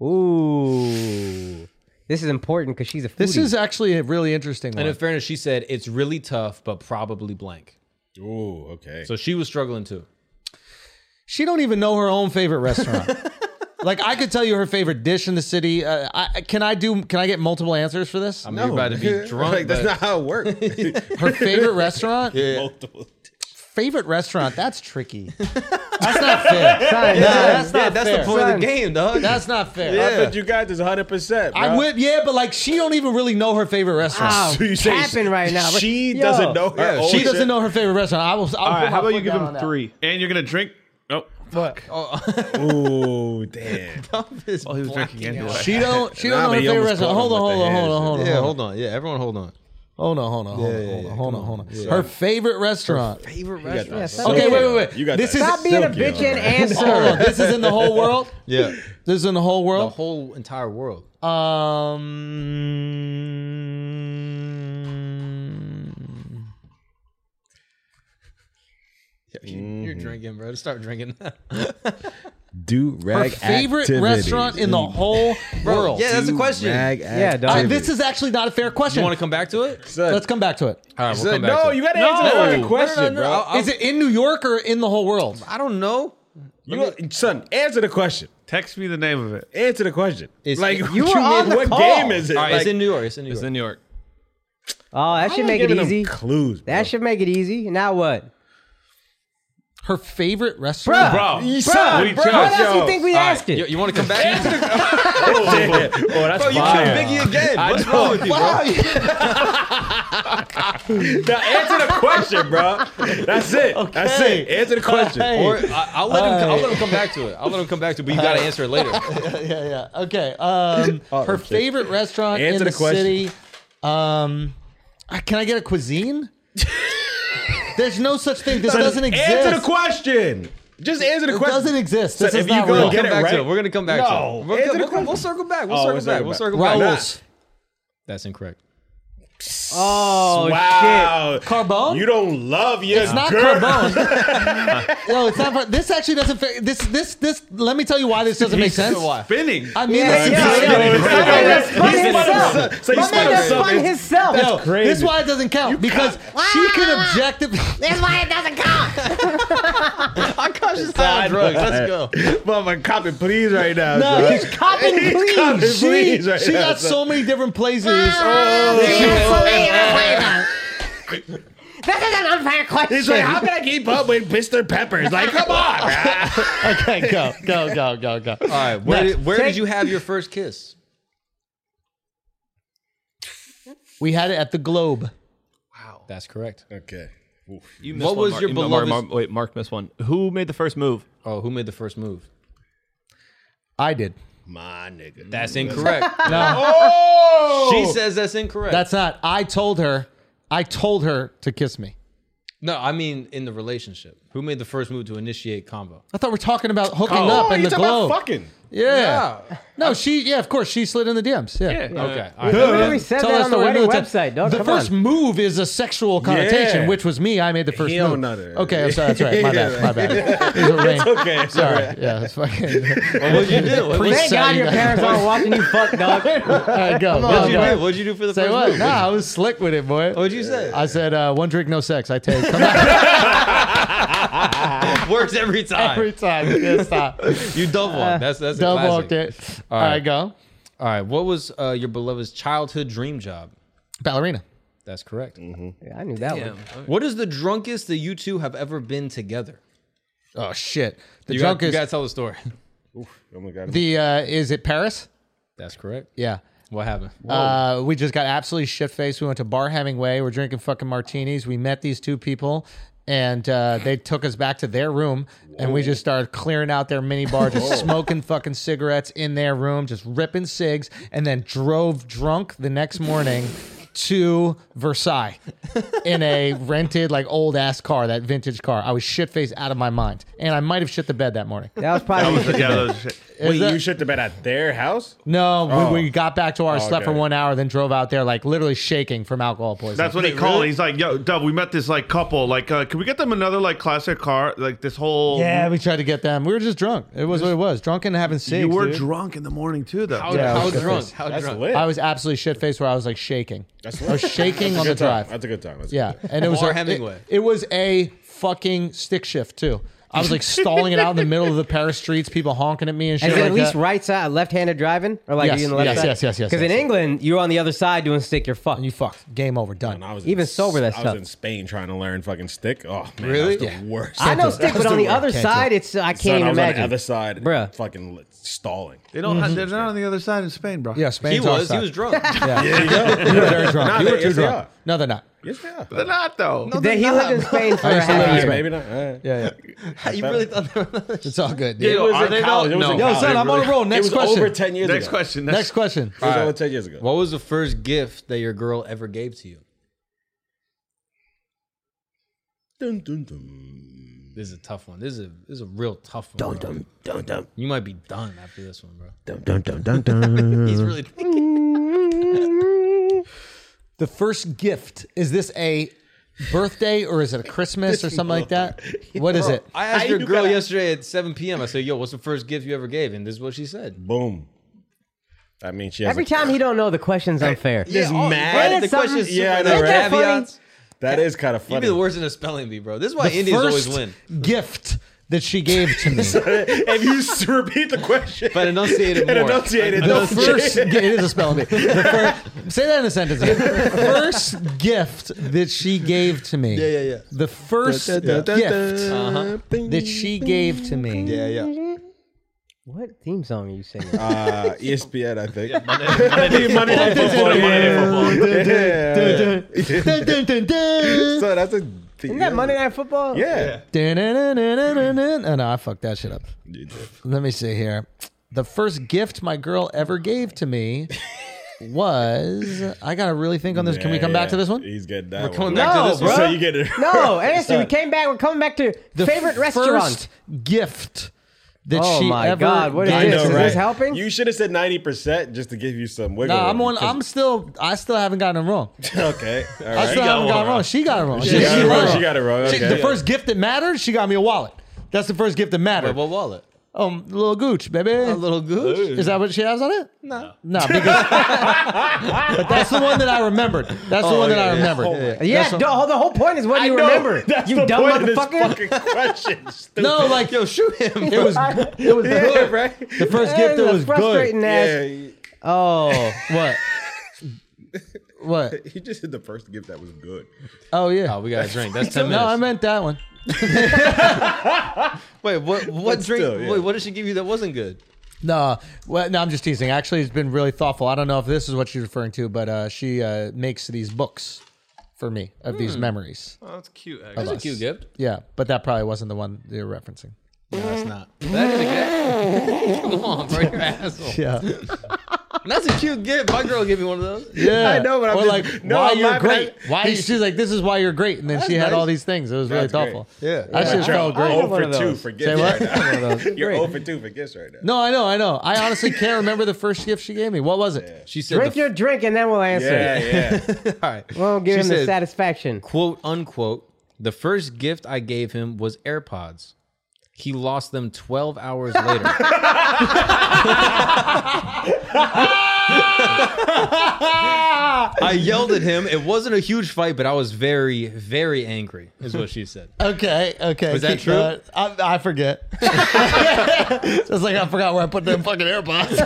Ooh. This is important because she's a foodie.
This is actually a really interesting one.
And in fairness, she said it's really tough, but probably blank.
Ooh, okay.
So she was struggling too.
she don't even know her own favorite restaurant. like I could tell you her favorite dish in the city. Uh, I, can I do? Can I get multiple answers for this?
I mean, you're about to be
[laughs]
drunk.
like, that's
but-
not how it works. [laughs]
Her favorite restaurant.
Multiple.
Favorite restaurant. That's tricky. That's not fair.
Son,
No,
son,
that's not
that's
fair.
the point
Son.
of the game, dog. [laughs]
That's not fair.
I bet you got this 100%.
I
bro.
would, yeah, but like she don't even really know her favorite restaurant. [laughs]
Wow,
[laughs] You say
capping right now. but-
She
Yo.
doesn't know her own
She doesn't
shit?
know her favorite restaurant. I will.
All right, how about you give him
three?
three?
And you're gonna drink. Oh,
Ooh, damn.
Oh,
well, he was drinking anyway.
She don't. She
Nah,
don't know
but
her
you
favorite
almost
restaurant.
caught
Hold
him with
on, hold on,
the
hold on, hold on,
yeah,
hold on.
hold on. Yeah, everyone hold on.
Hold on, hold on, hold on,
yeah,
hold on,
yeah,
hold on, hold on. Her favorite restaurant.
Favorite
restaurant.
restaurant.
that.
Yeah,
Okay, wait, wait, wait.
You got
this
that.
is [laughs]
Stop being a bitch and
hold on.
answer.
This is in the whole world.
Yeah. [laughs]
This is in the whole
The
world.
whole entire world.
Um.
You're drinking, bro. Start [laughs] drinking.
Do
Her
rag
favorite restaurant in
Mm.
the
[laughs]
whole world.
yeah, that's the question.
Rag
Yeah, dog.
Uh, this is actually not a fair
You
question.
want to come back to it?
Let's come back to it.
All right, we'll
Said,
come back.
no,
to it.
you gotta answer the fucking question,
no, no,
bro.
I'll- I'll-
Is it in New York or in the whole world?
I don't know.
You, son, answer the question.
Text me the name of it.
Answer the question.
It's-
like,
you
what
were
on the
what
call.
game is it?
All right,
Like,
it's in New York. It's in New
It's
York.
in New York.
Oh, that should make it
giving them
easy.
Clues, bro.
That should make it easy. Now what?
Her favorite restaurant?
Bro,
You
Bro,
son,
we
bro,
chose.
What else
yo.
you think we
All right,
asked
You,
it?
you want to come back? to it?
[laughs] Oh, that's
Bro, you killed
fire.
Biggie again. What's
know.
wrong with you, bro?
Now answer the question, bro. That's it. That's it. Answer the question.
Hey.
Or I, I'll let him. I'll let him come back to it. I'll let him come back to it. But you got to answer it later.
Yeah, yeah. Okay.
[laughs]
Um, her favorite restaurant in
Oh, Answer
the,
the question.
city. Um, I- can I get a cuisine?
[laughs]
There's no such thing. This doesn't exist.
Answer the question. Just answer the
It
question.
doesn't exist. This
So
is
if you
not
go
real.
We'll
Get
come
it
back
right.
to it. We're gonna come back
No.
to it. We'll,
Answer the
we'll, we'll,
question.
we'll circle back. We'll
Oh,
circle back.
we'll circle
We'll
back.
circle back.
Raoul's.
That's incorrect.
Oh shit!
Wow.
Carbone?
You don't love your
It's not
girl.
Carbone.
[laughs]
no, it's not. This actually doesn't. Fa- this, this, this. Let me tell you why this doesn't make sense.
Why?
spinning.
I mean,
Yeah,
this is
yeah,
really-
yeah.
yo,
My man just spun
He spun
himself.
himself. So he
My
spun
man just
himself.
spun himself.
This is why it doesn't count because she can objectively. [laughs]
That's why it doesn't count.
I caught you on drugs. Let's go.
But I'm copping please right now.
No,
son.
he's
Copping, please.
copping
she,
please right
she
now,
got
son.
so many different places.
Ah.
This is an unfair question.
He's like, how can I keep up with Mr. Peppers? Like, come on.
Okay, [laughs] go, go, go, go, go.
All right. Where,
Next.
did, where
Take-
did you have your first kiss?
We had it at the Globe.
That's correct.
okay.
You missed
What
one,
was
Mark.
your
You know, Mark-
beloved's-
Mark- wait, Mark missed one. Who made the first move?
Oh, who made the first move?
I did.
My nigga.
That's incorrect. [laughs]
No,
She says that's incorrect.
that's not. I told her. I told her to kiss me.
no, I mean in the relationship. Who made the first move to initiate combo?
I thought we are talking about hooking
Oh,
up in
you
the
talking about
Globe.
fucking.
yeah. No, she. Yeah, of course, she slid in the DMs. Yeah.
Okay. All right.
literally said that on the
story
wedding
another time.
website, dog.
The
Come
first
on.
move is a sexual connotation,
Yeah.
which was me. I made the first
He
move.
don't know that.
Okay, I'm sorry. That's right. My bad. My bad. These are rain.
[laughs] Okay.
Sorry. Yeah, that's fucking.
[laughs]
[laughs]
What would you do? What
Thank God your parents aren't watching you fuck, dog.
All right, go.
would
go,
you
go.
do? What'd you do for the
Say
first
what?
move?
Nah, I was slick with it, boy.
What'd you say?
I said, uh, one drink, no sex. I take. Come back
Works [laughs] every time.
[laughs] every time. Yeah, stop.
you double walk. That's that's a
Double
classic.
walked it. All right. go.
All right. What was uh, your beloved's childhood dream job?
Ballerina.
That's correct.
Mm-hmm.
I knew that one.
What is the drunkest that you two have ever been together?
Oh shit. The
You got-
drunk
you
is
gotta tell the story. [laughs]
Oh my God.
the. Uh, is it Paris?
That's correct.
Yeah.
What happened?
Uh, we just got absolutely shit faced. We went to Bar Hemingway. We're drinking fucking martinis. We met these two people, and uh, they took us back to their room, and we just started clearing out their mini bar, just smoking fucking cigarettes in their room, just ripping cigs, and then drove drunk the next morning. To Versailles in a rented, like old ass car, that vintage car. I was shit faced out of my mind. And I might have shit the bed that morning.
That was
That
[laughs]
was
probably.
yeah, that was shit.
[laughs]
Wait,
that-
you shit the bed at their house?
No, we, we got back to our slept for
Oh. okay.
one hour, then drove out there, like literally shaking from alcohol poisoning.
That's what he called. He's like, "Yo, Dub, we met this like couple. Like, uh, can we get them another like classic car? Like this whole
Yeah, we tried to get them. We were just drunk. It was what it was. Drunk and having cigs.
You were
dude.
drunk in the morning too, though.
how
yeah, I
how
was
drunk? How
That's
drunk?
lit.
I was absolutely shit faced where I was like shaking.
That's
I was
lit.
shaking on the
Good time.
drive.
That's a good time. That's a
Yeah,
good time.
and it was
Bar
a,
Hemingway.
It, it was a fucking stick shift too. I was like stalling it out in the middle of the Paris streets, people honking at me and shit.
Is it
like
at least
that.
right side, left-handed driving, or like
Yes,
you in the left
yes,
side?
yes, yes, yes,
Because in
yes.
England, you're on the other side doing stick. You're fucked.
And you fucked. Game over. Done.
And I was
Even
in,
sober, that's
I
tough.
was in Spain trying to learn fucking stick. Oh man,
Really?
really? That's the
Yeah.
worst.
I know stick, but on the other
Can't do it.
side, it's uh, I can't
Son,
even
I was on
imagine.
the other side,
Bruh.
fucking li- stalling.
They don't. They're not on the other side in Spain, bro.
yeah, Spain's
He was.
outside.
He was drunk.
[laughs] You were
[laughs]
very drunk. you
they-
were too
yes, they
drunk.
are.
No, they're not.
Yes, they are.
they're not though. No,
Then he lived in Spain for
I
a
used to
half
live in
year.
Spain.
maybe not. All right.
Yeah, yeah.
[laughs] you really thought they were
It's all good.
Yo,
Dude.
was
are
in
they
college.
not?
It was
No.
in
Yo,
college.
son, I'm on a roll.
It
Next
was
question.
over ten years
Next
ago.
question.
Next question.
It was over ten years ago.
What was the first gift that your girl ever gave to you?
Dun, dun, dun.
This is a tough one. This is a this is a real tough one. bro.
Dun, dun, dun,
You might be done after this one, bro.
dun, dun, dun, dun, dun.
[laughs] He's really thinking.
The first gift is this a birthday or is it a Christmas or something like that? What is it?
I asked your girl yesterday at 7 p.m. I said, "Yo, what's the first gift you ever gave?" And this is what she said.
Boom. I mean, she has
Every
a-
time oh, he don't know, the question's unfair.
This
oh,
mad.
Right?
Ain't
The
that
question
something?
is,
Yeah, I
yeah,
know, right?
that funny?
caveats.
That is kind of
You'd be
funny.
the worst in a spelling bee, bro. This is why
The
Indians always
first
win.
Gift that she gave to me.
[laughs] if you s- repeat the question
But enunciate it
[laughs] and
more.
enunciate it,
The
they'll
first gi- it is a spelling bee. The fir- say that in a sentence. again. The first gift that she gave to me.
yeah, yeah.
The first gift
Uh-huh.
that she gave to me.
Yeah, yeah.
What theme song are you singing?
Uh, ESPN, I think. [laughs]
Monday Night Football. Monday Night Football.
Yeah.
Dun, dun, dun, dun.
So that's a.
Isn't that Monday Night Football?
Yeah.
Dun, dun, dun, dun, dun, dun, dun. Oh no, I fucked that shit up. Let me see here. The first gift my girl ever gave to me was I gotta really think on this. Can we
Yeah,
come
yeah.
back to this one?
He's getting that one.
Coming back to
No,
this
bro.
one.
So you get it.
[laughs] No, Anthony, we came back. We're coming back to
The
favorite
first
restaurant.
gift that
Oh
she
my
ever
God, what is
gave
I
this?
to
know,
Is
me.
right?
helping?
You should have said 90% just to give you some wiggle.
No, I'm
room,
on. I'm
'cause-
still. I still haven't gotten it wrong.
[laughs] Okay. All right.
I still haven't gotten it wrong. She got it wrong.
She got it wrong.
got
She got it wrong.
She-
Okay.
the first gift that mattered, she got me a wallet. That's the first gift that mattered.
Wait, what wallet?
um, little gooch, baby.
A little gooch.
Is that what she has on it? No, no, because but that's the one that I remembered. That's the one that I remembered.
Yeah,
That's what-
duh, the whole point is what you
No,
remember.
That's
You
the
dumb
point of this
[laughs] motherfucker.
fucking question.
[laughs]
stupid.
No, like yo, shoot him. It was it was
Yeah,
good.
right?
The first
That
gift
is
that
a
was good.
frustrating ass.
Yeah,
Oh,
What? What?
he just did the first gift that was good.
Oh yeah.
Oh, we got a drink. That's 10 minutes.
no, I meant that one.
Wait, what what
But
drink?
still, yeah.
Wait, what did she give you that wasn't good?
No, well, no, I'm just teasing. Actually, it's been really thoughtful. I don't know if this is what she's referring to, but uh, she uh, makes these books for me of these
Hmm.
memories.
Oh, that's cute. Actually.
That's a cute gift.
Yeah, but that probably wasn't the one you're referencing.
No, that's not. That is a gift. [laughs] Come on, bro, you're an asshole.
Yeah,
[laughs] That's a cute gift. My girl gave me one of those.
[laughs]
yeah.
I know, but I'm
or like
just- [laughs] no,
why
I'm
you're
laughing
great.
at-
why she's like this is why you're great, and then she had
nice.
all these things. It was really
That's great.
thoughtful.
Yeah.
that shit felt great.
I
Oh
have one
for
of
2
those.
for
Say
gifts
what? [laughs]
right now. You're
Great.
0 for 2 for gifts right now.
No, I know, I know. I honestly can't remember the first gift she gave me. What was it?
She said,
drink
the,
your drink and then we'll answer.
Yeah, yeah.
all right.
We'll give
She
him the
said-
satisfaction.
quote unquote, the first gift I gave him was AirPods. He lost them 12 hours [laughs] later. I yelled at him. It wasn't a huge fight, but I was very, very angry, is what she said.
Okay, okay.
Was that
keep
true?
going. I,
[laughs]
I forget. It's like I forgot where I put them fucking AirPods.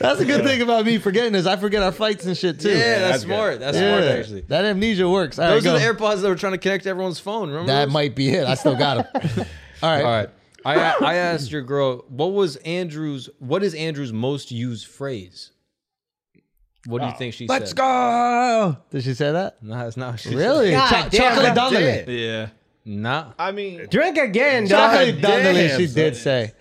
[laughs] That's a good thing about me forgetting is I forget our fights and shit too.
Yeah, that's,
that's good.
smart. That's
Yeah.
smart, actually.
That amnesia works. All right,
Those are
go.
the AirPods that were trying to connect to everyone's phone. Remember
that
those?
might be it. I
[laughs]
still got them. All right.
All right. I, I asked your girl, what was Andrew's, what is Andrew's most used phrase? What do you think she
Oh. Let's
said?
go. Did she say that?
No, that's not what she said.
Really?
God
Cho-
damn, God
chocolate Donnelly.
Yeah.
Nah.
I mean,
Drink again, dog.
Chocolate Donnelly, she
son.
did say.
Nah,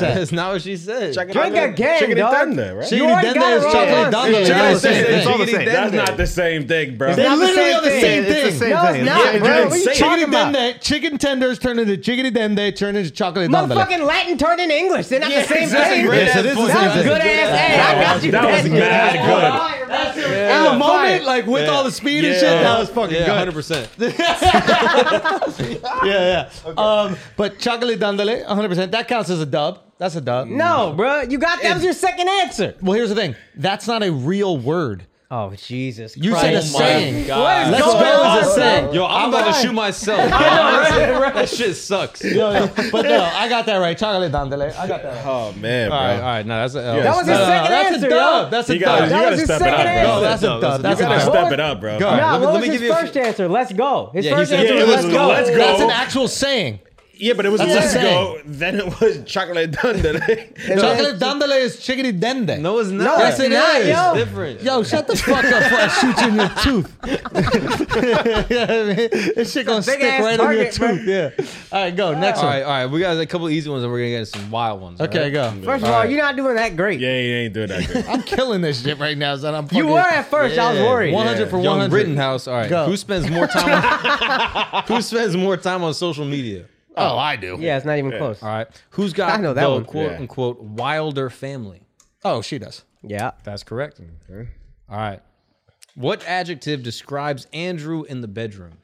[laughs] [laughs] That's not what she said.
Drink again,
Chicken
dog.
and thunder, right?
She
You already
did
got
that
it
as
wrong
chocolate
once.
Donnelly.
It's
They're
all
the same
the same. It's all
thing.
the
Jiggity dang.
same.
That's not the same thing, bro.
They
Not the
literally
same
are the
thing.
same
It's the
thing.
same
No, it's
thing.
not,
Yeah,
bro.
dude,
What are you
say it.
talking
Chicken
about?
dende, chicken tenders turn into chicken dende, turn into chocolate dondele.
Motherfucking Latin turned into English. They're not the same
exactly.
thing.
Great
Yeah, so this is
That was
good.
good ass. Hey, I
That
got
was-
you.
that was mad good.
In
Yeah.
the moment, like with
Yeah.
all the speed and
Yeah.
shit, that was fucking
yeah,
good.
hundred percent.
Yeah, yeah. Um, but chocolate dandele, 100%. That counts as a dub. That's a dub.
No, bro. You got that was your second answer.
Well, here's the thing. That's not a real word.
Oh, Jesus
You said a
Christ.
saying.
God.
Let's
Go
go
on,
is a
bro.
saying.
Yo, I'm about to shoot myself. bro. That shit sucks. All
Yo, yo. But no, I got that right. Chocolate dandele. I got that right.
Oh man, bro.
right, all right. No, that's a uh, L.
That
That was
No,
his
no,
second
that's
answer,
a
yo.
dub. That's a
You gotta,
dub.
you
That
gotta
was his
step it
second
up,
answer.
bro.
No, that's a dub. That's a
You gotta
dub.
step it up, bro.
No,
Let me-
what
let
was
me give
his
you a-
first answer? Let's go. His
Yeah, he
first
said-
answer
Yeah,
was
let's
let's
go,
go.
let's go.
That's an actual saying.
Yeah, but it was let's
That's what I'm
go. Then it was
[laughs]
chocolate Dundee.
Chocolate dandelion is chickadee dende.
No, it's not.
No,
Yes,
it's
it
not,
is.
yo.
different.
Yo, shut the fuck up before I shoot you in the tooth. [laughs] you know what I mean? This shit gonna stick
big-ass
right on your
target, bro.
tooth. Yeah. All right, go. Next
all
one.
right, all right. We got a couple easy ones, and we're gonna get into some wild ones. all
Okay,
right?
go.
First of all, you're not doing that great.
Yeah, he ain't doing that. Good.
I'm [laughs] killing this shit right now, son. I'm
You
fucking-
were at first. I was worried.
100 for
Young
100.
Rittenhouse. All right,
Go.
who spends more time? On, [laughs] who spends more time on social media?
Oh, I do.
Yeah, it's not even close.
All right, who's got
I know that
the
one.
quote
Yeah.
unquote wilder family?
Oh, she does.
Yeah.
That's correct. All right, what adjective describes Andrew in the [laughs] bedroom?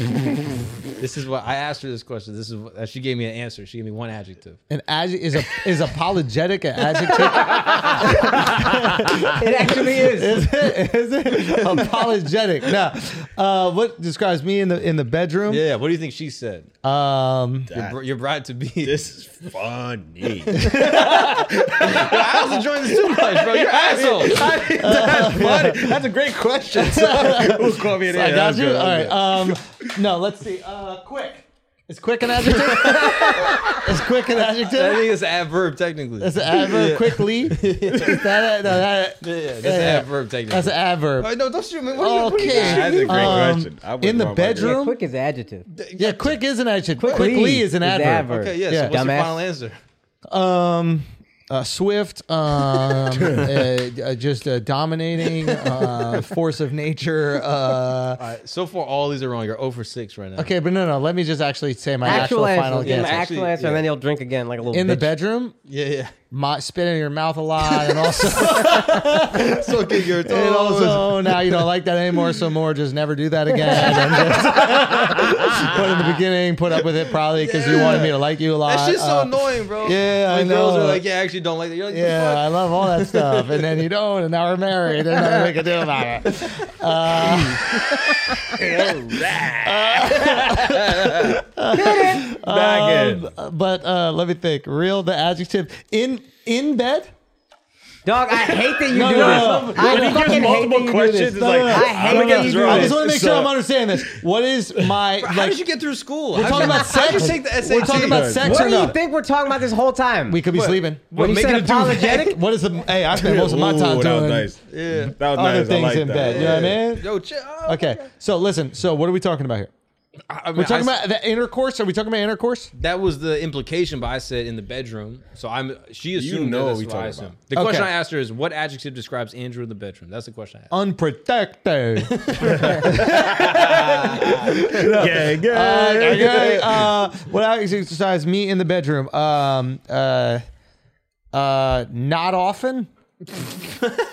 this is what I asked her this question. This is what, uh, she gave me an answer. She gave me one adjective.
And ad- is a, is apologetic an adjective?
[laughs]
[laughs]
It actually is.
is it? Is it apologetic? Now, uh, what describes me in the in the bedroom?
[laughs] Yeah, what do you think she said?
Um,
Your, br- your bride to be.
This is
[laughs]
funny.
[laughs] I was enjoying this too much, [laughs] bro. You're assholes.
That's a
[laughs]
great question. Who called me an
I
idiot?
got
That's
you.
good.
All right. Um, no, let's see. Uh, quick. Is quick an adjective? is quick an
I
adjective?
think it's an adverb technically.
Is an adverb quickly? Is that a, no, that
yeah, that's
yeah.
an adverb technically.
that's an adverb.
All right, no, don't shoot me. What are you- what are you-
Okay.
That's a great
Um,
question. I wouldn't
in the
want my-
bedroom?
Yeah, quick is the adjective.
Yeah, quick is an adjective.
Quickly
Quickly is an
is
adverb.
adverb.
Okay, yeah.
Yeah.
So what's
Dumbass.
your final answer?
Um, uh, swift, um, uh, uh, just uh, dominating, uh, force of nature. Uh,
All [laughs] right, so far, all these are wrong. You're 0 for 6 right now.
okay, but no, no. Let me just actually say my
Actual
actual,
answer.
final
yeah,
guess.
my actual
Actually,
answer,
yeah.
and then he'll drink again like a little
in the
bitch.
bedroom,
Yeah, yeah.
my, spit in your mouth a lot,
[laughs]
and also,
So okay, your
and
toes.
also now you don't like that anymore. So more, just never do that again. And just, [laughs] but in the beginning, put up with it probably because you wanted me to like you a lot.
That shit's so
Uh,
annoying, bro.
yeah,
When
I
Girls
know.
are like, yeah, I actually don't like that. You're like,
Yeah,
yeah.
I love all that stuff. And then you don't, and now we're married. There's nothing we can do about it.
Back in.
[laughs]
Um, but uh, let me think. Real, the adjective. In in bed?
Dog, I hate that you
No,
do
no,
this.
no.
I
When he
fucking
gives
hate that
multiple
you
questions,
do
it's
this.
like,
no,
no. I
I'm
hate
gonna
that
get
you
this
do
wrong.
I
Right,
just want to make
So-
sure I'm understanding this. What is my
How
like?
did you get through school?
We're talking
[laughs]
about sex.
How'd you take the SAT?
We're talking about sex
What
or
do you
not?
think we're talking about this whole time?
We could be sleeping.
when you said apologetic,
What is the? Hey, I spend most of my time
Ooh, that was
doing
nice.
Yeah.
That was
other
nice. I
things
like
in
that.
bed. You know
Yeah.
what I mean?
Yo, chill. out.
Okay, so listen. So what are we talking about here?
I- I mean,
We're talking
I-
about the intercourse. Are we talking about intercourse?
That was the implication, but I said in the bedroom. So I'm. She assumed
know
that
what we
that's what I
talking
assumed.
about.
The question
Okay.
I asked her is, "What adjective describes Andrew in the bedroom?" That's the question I asked.
[laughs]
Unprotected.
Yeah, good.
okay. Uh, what I exercise me in the bedroom. Um, uh, uh,
[laughs]
not often.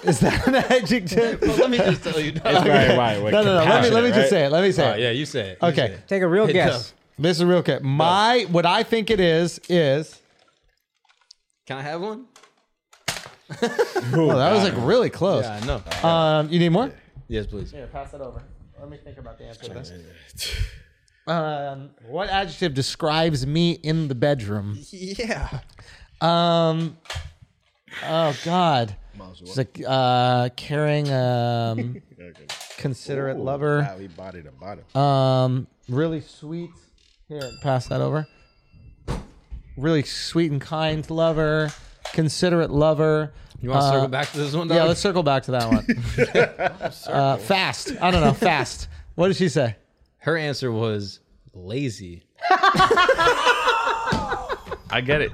Is that an adjective?
Well, [laughs] let me just tell you.
Right, right, right.
No, no, no. Let me let me just
Compassionate,
say it. Let me
All
say
Uh,
right,
it.
yeah, you say it. You
Okay,
say it.
take a real
It
guess.
does.
this is real quick. My what I think it is is.
Can I have one?
Oh, that was like really close.
Yeah, I know.
Um, you need more?
yes, please.
pass it over. Let me think about the answer. Um, what adjective describes me in the bedroom?
Yeah.
Um. Oh God. She's like uh, caring, um, considerate lover.
Wow, he bodied a bottom.
Um, really sweet. Here, pass that over. Really sweet and kind lover, considerate lover.
You want to
Uh,
circle back to this one?
Yeah,
dog?
let's circle back to that one. uh, fast. I don't know. Fast. What did she say?
Her answer was lazy.
I get it.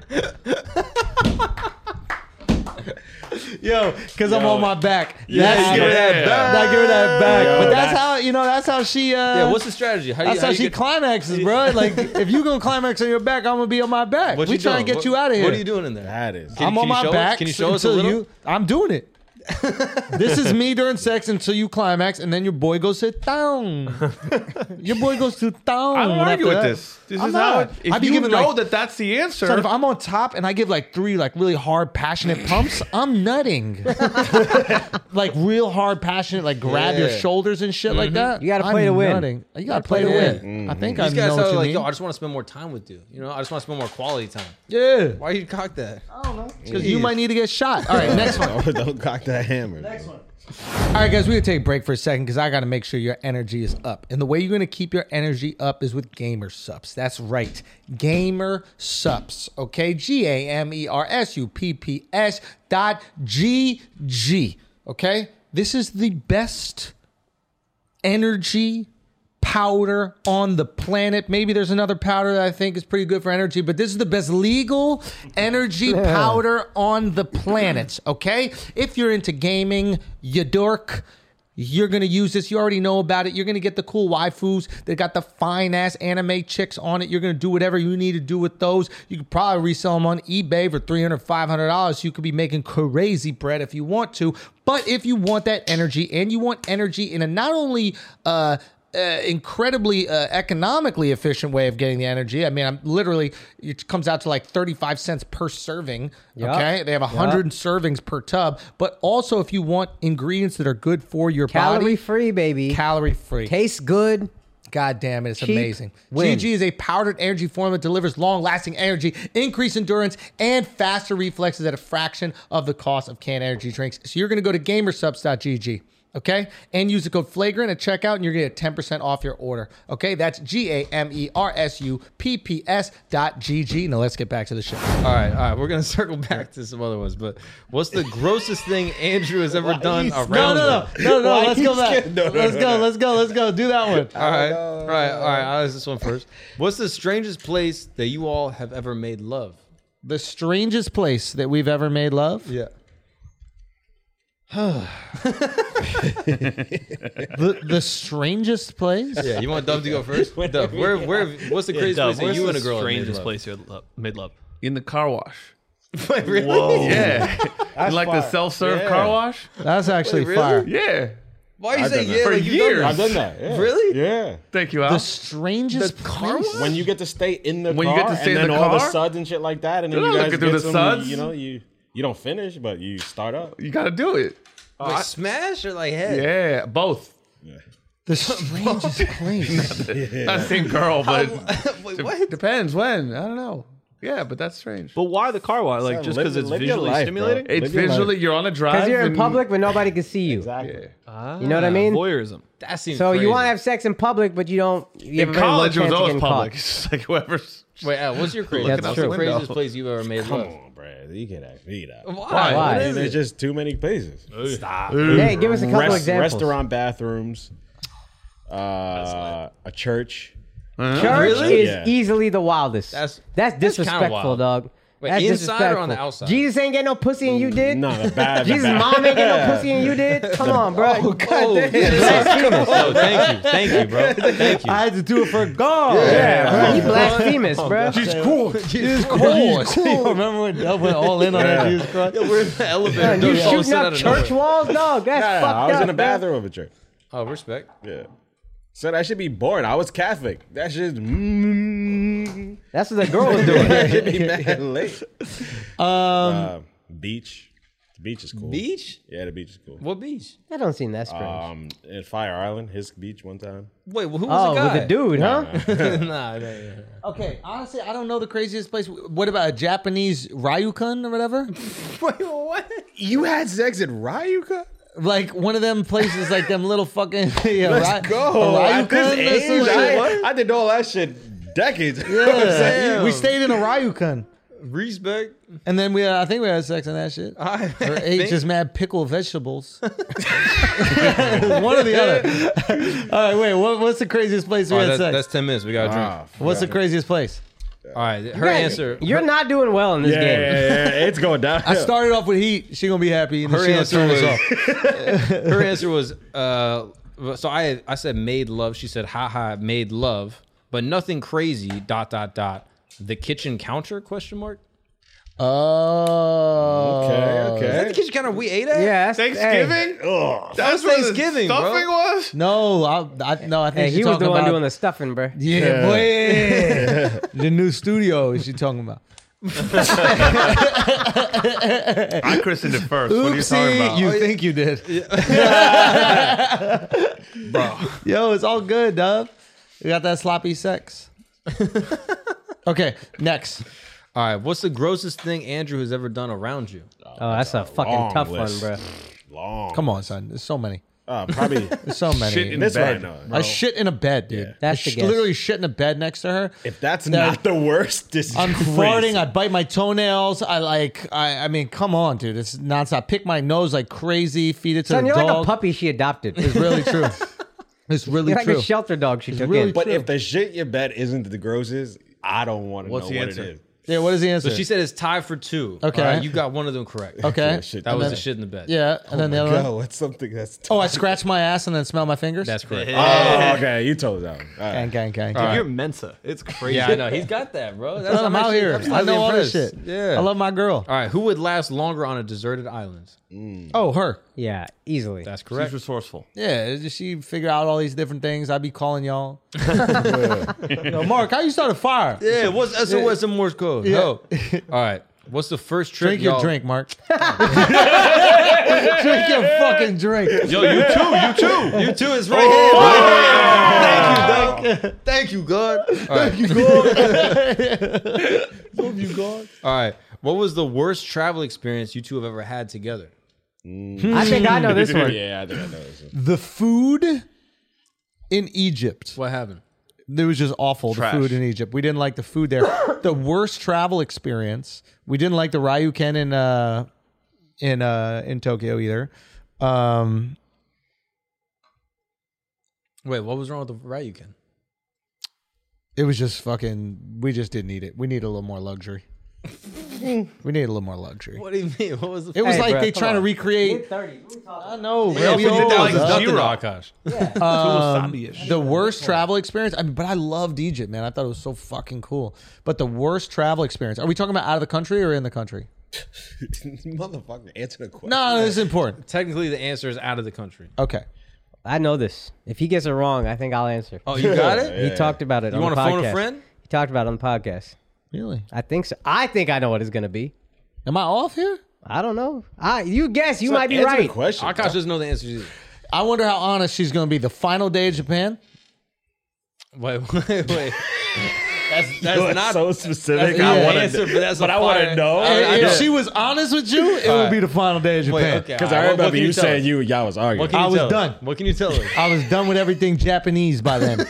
Yo, because I'm on my back.
Yeah,
That's-
give her that
yeah.
back.
I give her that back.
Yo,
but that's
that-
how you know. That's how she. Uh,
Yeah. What's the strategy? How do you?
That's how,
you
she
get-
climaxes,
[laughs]
bro. Like, if you gonna climax on your back, I'm gonna be on my back.
what
we
you
trying
doing?
to get
What-
you out of here.
What are you doing in there?
That is.
I'm
Can
on
you
my
show us-
back.
can you show us a
until
little?
You, I'm doing it. this is me during sex until you climax, and then your boy goes sit
[laughs]
down. your boy goes to town.
I don't
after
argue with
that.
this. This
I'm
is
not.
how. It, if
I be
you
giving,
know
like-
that that's the answer,
Son, if I'm on top and I give like three like really hard
[laughs]
passionate pumps, I'm nutting. [laughs] like real hard passionate, like grab your
Yeah.
shoulders and shit like that.
You gotta
I'm
play to win.
nutting. You gotta play to
play to
win. I think I
Mm. These guys
know what
sound
you
like,
mean.
yo, I just want to spend more time with you. You know, I just want to spend more quality time.
yeah,
Why you cock that?
Oh.
[laughs]
because you might need to get shot. All right, next one.
[laughs] Don't, don't cock that hammer. Next one.
All right, guys, we're gonna take a break for a second because I gotta make sure your energy is up. And the way you're gonna keep your energy up is with gamer subs. That's right. Gamer subs. Okay. E G-A-M-E-R-S-U-P-P-S dot G G. Okay? This is the best energy powder on the planet. Maybe there's another powder that I think is pretty good for energy, but this is the best legal energy powder on the planet, okay? If you're into gaming, you dork. You're gonna use this. You already know about it. You're gonna get the cool waifus that got the fine ass anime chicks on it. You're gonna do whatever you need to do with those. You could probably resell them on eBay for $300, $500. You could be making crazy bread if you want to. But if you want that energy and you want energy in a not only uh, uh, incredibly uh, economically efficient way of getting the energy. I mean, I'm literally it comes out to like 35 cents per serving. Okay, they have 100 servings per tub. But also, if you want ingredients that are good for your
Calorie
body,
free, baby.
calorie free.
Tastes good.
God damn it, it's
Cheap
amazing.
win.
GG is a powdered energy form that delivers long lasting energy, increased endurance, and faster reflexes at a fraction of the cost of canned energy drinks. So you're going to go to gamersubs.gg. Okay, and use the code flagrant at checkout, and you're gonna get 10% off your order. Okay, that's G A M E R S U P P S dot G G. Now let's get back to the show.
All right, all right. We're gonna [laughs] circle back to some other ones, but what's the grossest thing Andrew has ever done around?
No, no,
him?
no, no, no. Let's go back.
No, no,
let's
no, no.
go. Let's go. Let's go. Do
[laughs]
that one.
All right, all right, all right. I'll ask this one first. What's the strangest place that you all have ever made love?
The strangest place that we've ever made love.
Yeah.
The, the strangest place.
Yeah, you want Dub to go
[laughs]
first? Dub, where, where, what's the craziest place that you and a girl have made
strangest
love?
place you lo- made love?
in the car wash.
Wait, [laughs] really?
Yeah, You like the self serve car wash.
That's actually
Wait, really?
fire.
Yeah,
Why you say
done that.
yeah?
for
Like, you done
years.
that?
I've done that. Yeah.
Really?
Yeah.
Thank you, Al.
The strangest
car
place?
When you get to stay in the
When you
car,
get to stay
and
in
then
the
all the
car?
suds and shit like that, and then
You're
you
not
guys
looking
get
through the
some,
suds.
You know, you you don't finish, but you start up.
you got to do it.
Like smash or like head?
Yeah, both. [laughs]
The strangest place.
Not the same girl, but
Wait,
de-
what?
depends when. I don't know. Yeah, but that's strange.
But why the car wash?
Son,
Like just
live
because
your-
it's
live your
visually
life, bro.
stimulating?
It's
Live your life.
visually you're on a drive
Because you're in
and-
public but nobody can see you.
Exactly.
Uh-huh.
You know what I mean?
Voyeurism.
That seems
So
crazy.
you want to have sex in public, but you don't. You have
In
very low
college, it was
chance of
always
getting
public.
caught.
[laughs] It's just like whoever's.
Wait, Al, what's your craziest?
That's
what's the
true.
craziest place you've ever made
Come
love?
on, Brad. You can act beat up.
Why?
Why?
What is
There's
[laughs] it?
just too many places.
Hey, give us a couple
Rest-
examples.
restaurant bathrooms, uh, a church.
Church
Really?
is
Yeah.
easily the wildest.
That's-
That's
that's
that's
kinda
disrespectful,
wild.
dog.
Wait,
that's
inside or on the
disrespectful.
outside?
Jesus ain't get no pussy and you did.
No, the bad. the
Jesus'
bad-
mom ain't get no pussy and you did. Come on, bro.
[laughs]
You
Oh,
blasphemous.
oh, thank you, thank you, bro, thank you.
I had to do it for God.
Yeah, bro. You blasphemous, bro.
Jesus Christ. You remember when Dub went all in on that Jesus Christ?
We're in the elevator.
You
Doug all of a
shooting
sudden
up
out of
church
nowhere.
walls, dog. That's
[laughs] Yeah,
fucked
I was
up.
in the
bro.
bathroom of a church.
Oh, respect.
Yeah. So that should be boring. I was Catholic. That should, mm, [laughs]
That's what the girl was doing.
that should be mad late. Um, beach. The beach is cool.
Beach?
Yeah, the beach is cool.
What beach?
I don't seem that strange.
Um, in Fire Island, his beach one time.
Wait, who was
oh,
the guy?
with the dude, huh?
dude. [laughs] nah, nah, nah.
Okay, honestly, I don't know the craziest place. What about a Japanese Ryukun or whatever?
You had sex at Ryuka?
Like one of them places, like them little fucking. [laughs] Yeah,
Let's
Ry-
go.
a
At this
Ryukun or some
age,
shit.
I, I did all that shit decades. ago.
Yeah. We stayed in a Ryukun.
Respect.
And then we, uh, I think we had sex on that shit.
I
Or ate just mad
[laughs]
pickled vegetables. [laughs] one or the other. All right, wait. What, what's the craziest place we
All right,
had
that-
sex?
that's ten minutes. We got to drink.
Ah, fuck.
what's the craziest place?
All right, her
[laughs]
answer.
You're
her,
not doing well in this
yeah,
game.
yeah, yeah, it's going down.
I started off with heat. She gonna be happy. And then
Her
she gonna
answer
turn us
was-
off.
[laughs] her answer was. Uh, so I I said made love. She said ha ha made love, but nothing crazy. Dot dot dot. The kitchen counter? Question mark.
Oh.
Uh, okay,
Is that the
okay.
kitchen counter we ate at?
[laughs] Yeah, that's- hey.
Thanksgiving?
Ugh.
That's
was
where the
Thanksgiving, bro.
stuffing was?
No, I, I no, I think
Hey,
she's
he was
talking
the one
about
doing the stuffing, bro.
[laughs]
Yeah, boy. the new studio is she talking about?
I christened it first. What are you talking
Oopsie,
about? Oh,
you, think you did, [laughs] bro? Yo, it's all good, Dub. We got that sloppy
[laughs]
sex. okay, next.
All right. What's the grossest thing Andrew has ever done around you?
Oh, that's a fucking
long
tough
list.
one, bro.
long.
Come on, son. There's so many.
Uh, probably.
There's so many.
Shit in
That's what I
bed.
know.
I shit in a bed, dude.
That's
I
the
sh-
guess.
literally shit in a bed next to her.
if that's not the worst, this is
I'm
crazy.
farting. I bite my toenails. I like. I. I mean, come on, dude. It's nonstop. Pick my nose like crazy. Feed it to
Son,
the
you're
dog.
like a puppy she adopted.
It's really true. It's really
You're like
true.
a shelter dog she took
really
in.
But if the shit in your bed isn't the grossest, I don't want to know
What's
what
the
it
answer?
is.
yeah. What is the answer?
So she said it's tied for two.
Okay.
All right, you got one of them correct.
Okay.
Yeah, shit.
That was
then-
the shit Oh in the bed.
Yeah. And then the other one.
No, it's something that's.
Oh, I scratch my ass and then smell my fingers.
That's correct.
oh, okay. You told that. One. All right.
gang, gang, gang.
Dude, you're Mensa. It's crazy.
Yeah, I know. He's got that,
[laughs]
bro. That's
I'm
how
out
much-
here.
I'm
I
slightly
know all this
impressed.
shit.
Yeah.
I love my girl.
All right. Who would last longer on a deserted island?
Oh, her.
yeah, easily.
That's correct.
She's resourceful.
Yeah, it's just she figure out all these different things. I'd be calling y'all.
[laughs]
[laughs] You know, Mark, how you start a fire?
Yeah, what's SOS and Morse code? No.
[laughs]
All right. What's the first trip?
Drink your
y'all-
drink, Mark.
[laughs]
drink your fucking drink.
Yo, you too. You too. You too is right here. bro. Thank you, Doug. Thank you, God.
[laughs]
All right.
You go.
All right. What was the worst travel experience you two have ever had together?
I think I know this one.
[laughs] Yeah, I think I know. this one.
the food in Egypt.
What happened?
It was just awful.
Trash.
The food in Egypt. We didn't like the food there.
[coughs]
the worst travel experience. We didn't like the Ryuken in uh in uh in Tokyo either. Um
Wait, what was wrong with the Ryukin?
it was just fucking we just didn't need it. We need a little more luxury. we need a little more luxury.
What do you mean? What was the?
It was
Hey,
like
bruh,
they
come
trying to
on.
recreate
I
no,
Yeah, we did that like G-Rock.
Akash.
the worst travel experience. I mean, but I loved Egypt, man. I thought it was so fucking cool. But the worst travel experience. Are we talking about out of the country or in the country?
[laughs] Motherfucker, answer the question.
No, no, this is important.
Technically, the answer is out of the country.
Okay.
I know this. If he gets it wrong, I think I'll answer.
Oh, you got it.
He talked about it.
You
on
want
the
to phone
podcast.
a friend?
He talked about it on the podcast.
Really?
I think so. I think I know what it's gonna be.
Am I off here?
I don't know. I you guess you might be
answer
right.
the question.
Akash doesn't know the answer. either.
I wonder how honest she's going to be. The final day of Japan.
[laughs] Wait, wait, wait. [laughs] That's that's
That's
not
so specific.
that's not
I
the
wanna-
answer, but that's a
but I want
fire-
to know.
I- I
if
know.
she was honest with you, it would be the final day of Japan.
okay.
Because
All
I
right, what- what
remember
can
you
tell
saying
us?
you y'all was arguing.
What can you
I was
tell us?
done.
What can you tell us?
I was done with everything Japanese by then.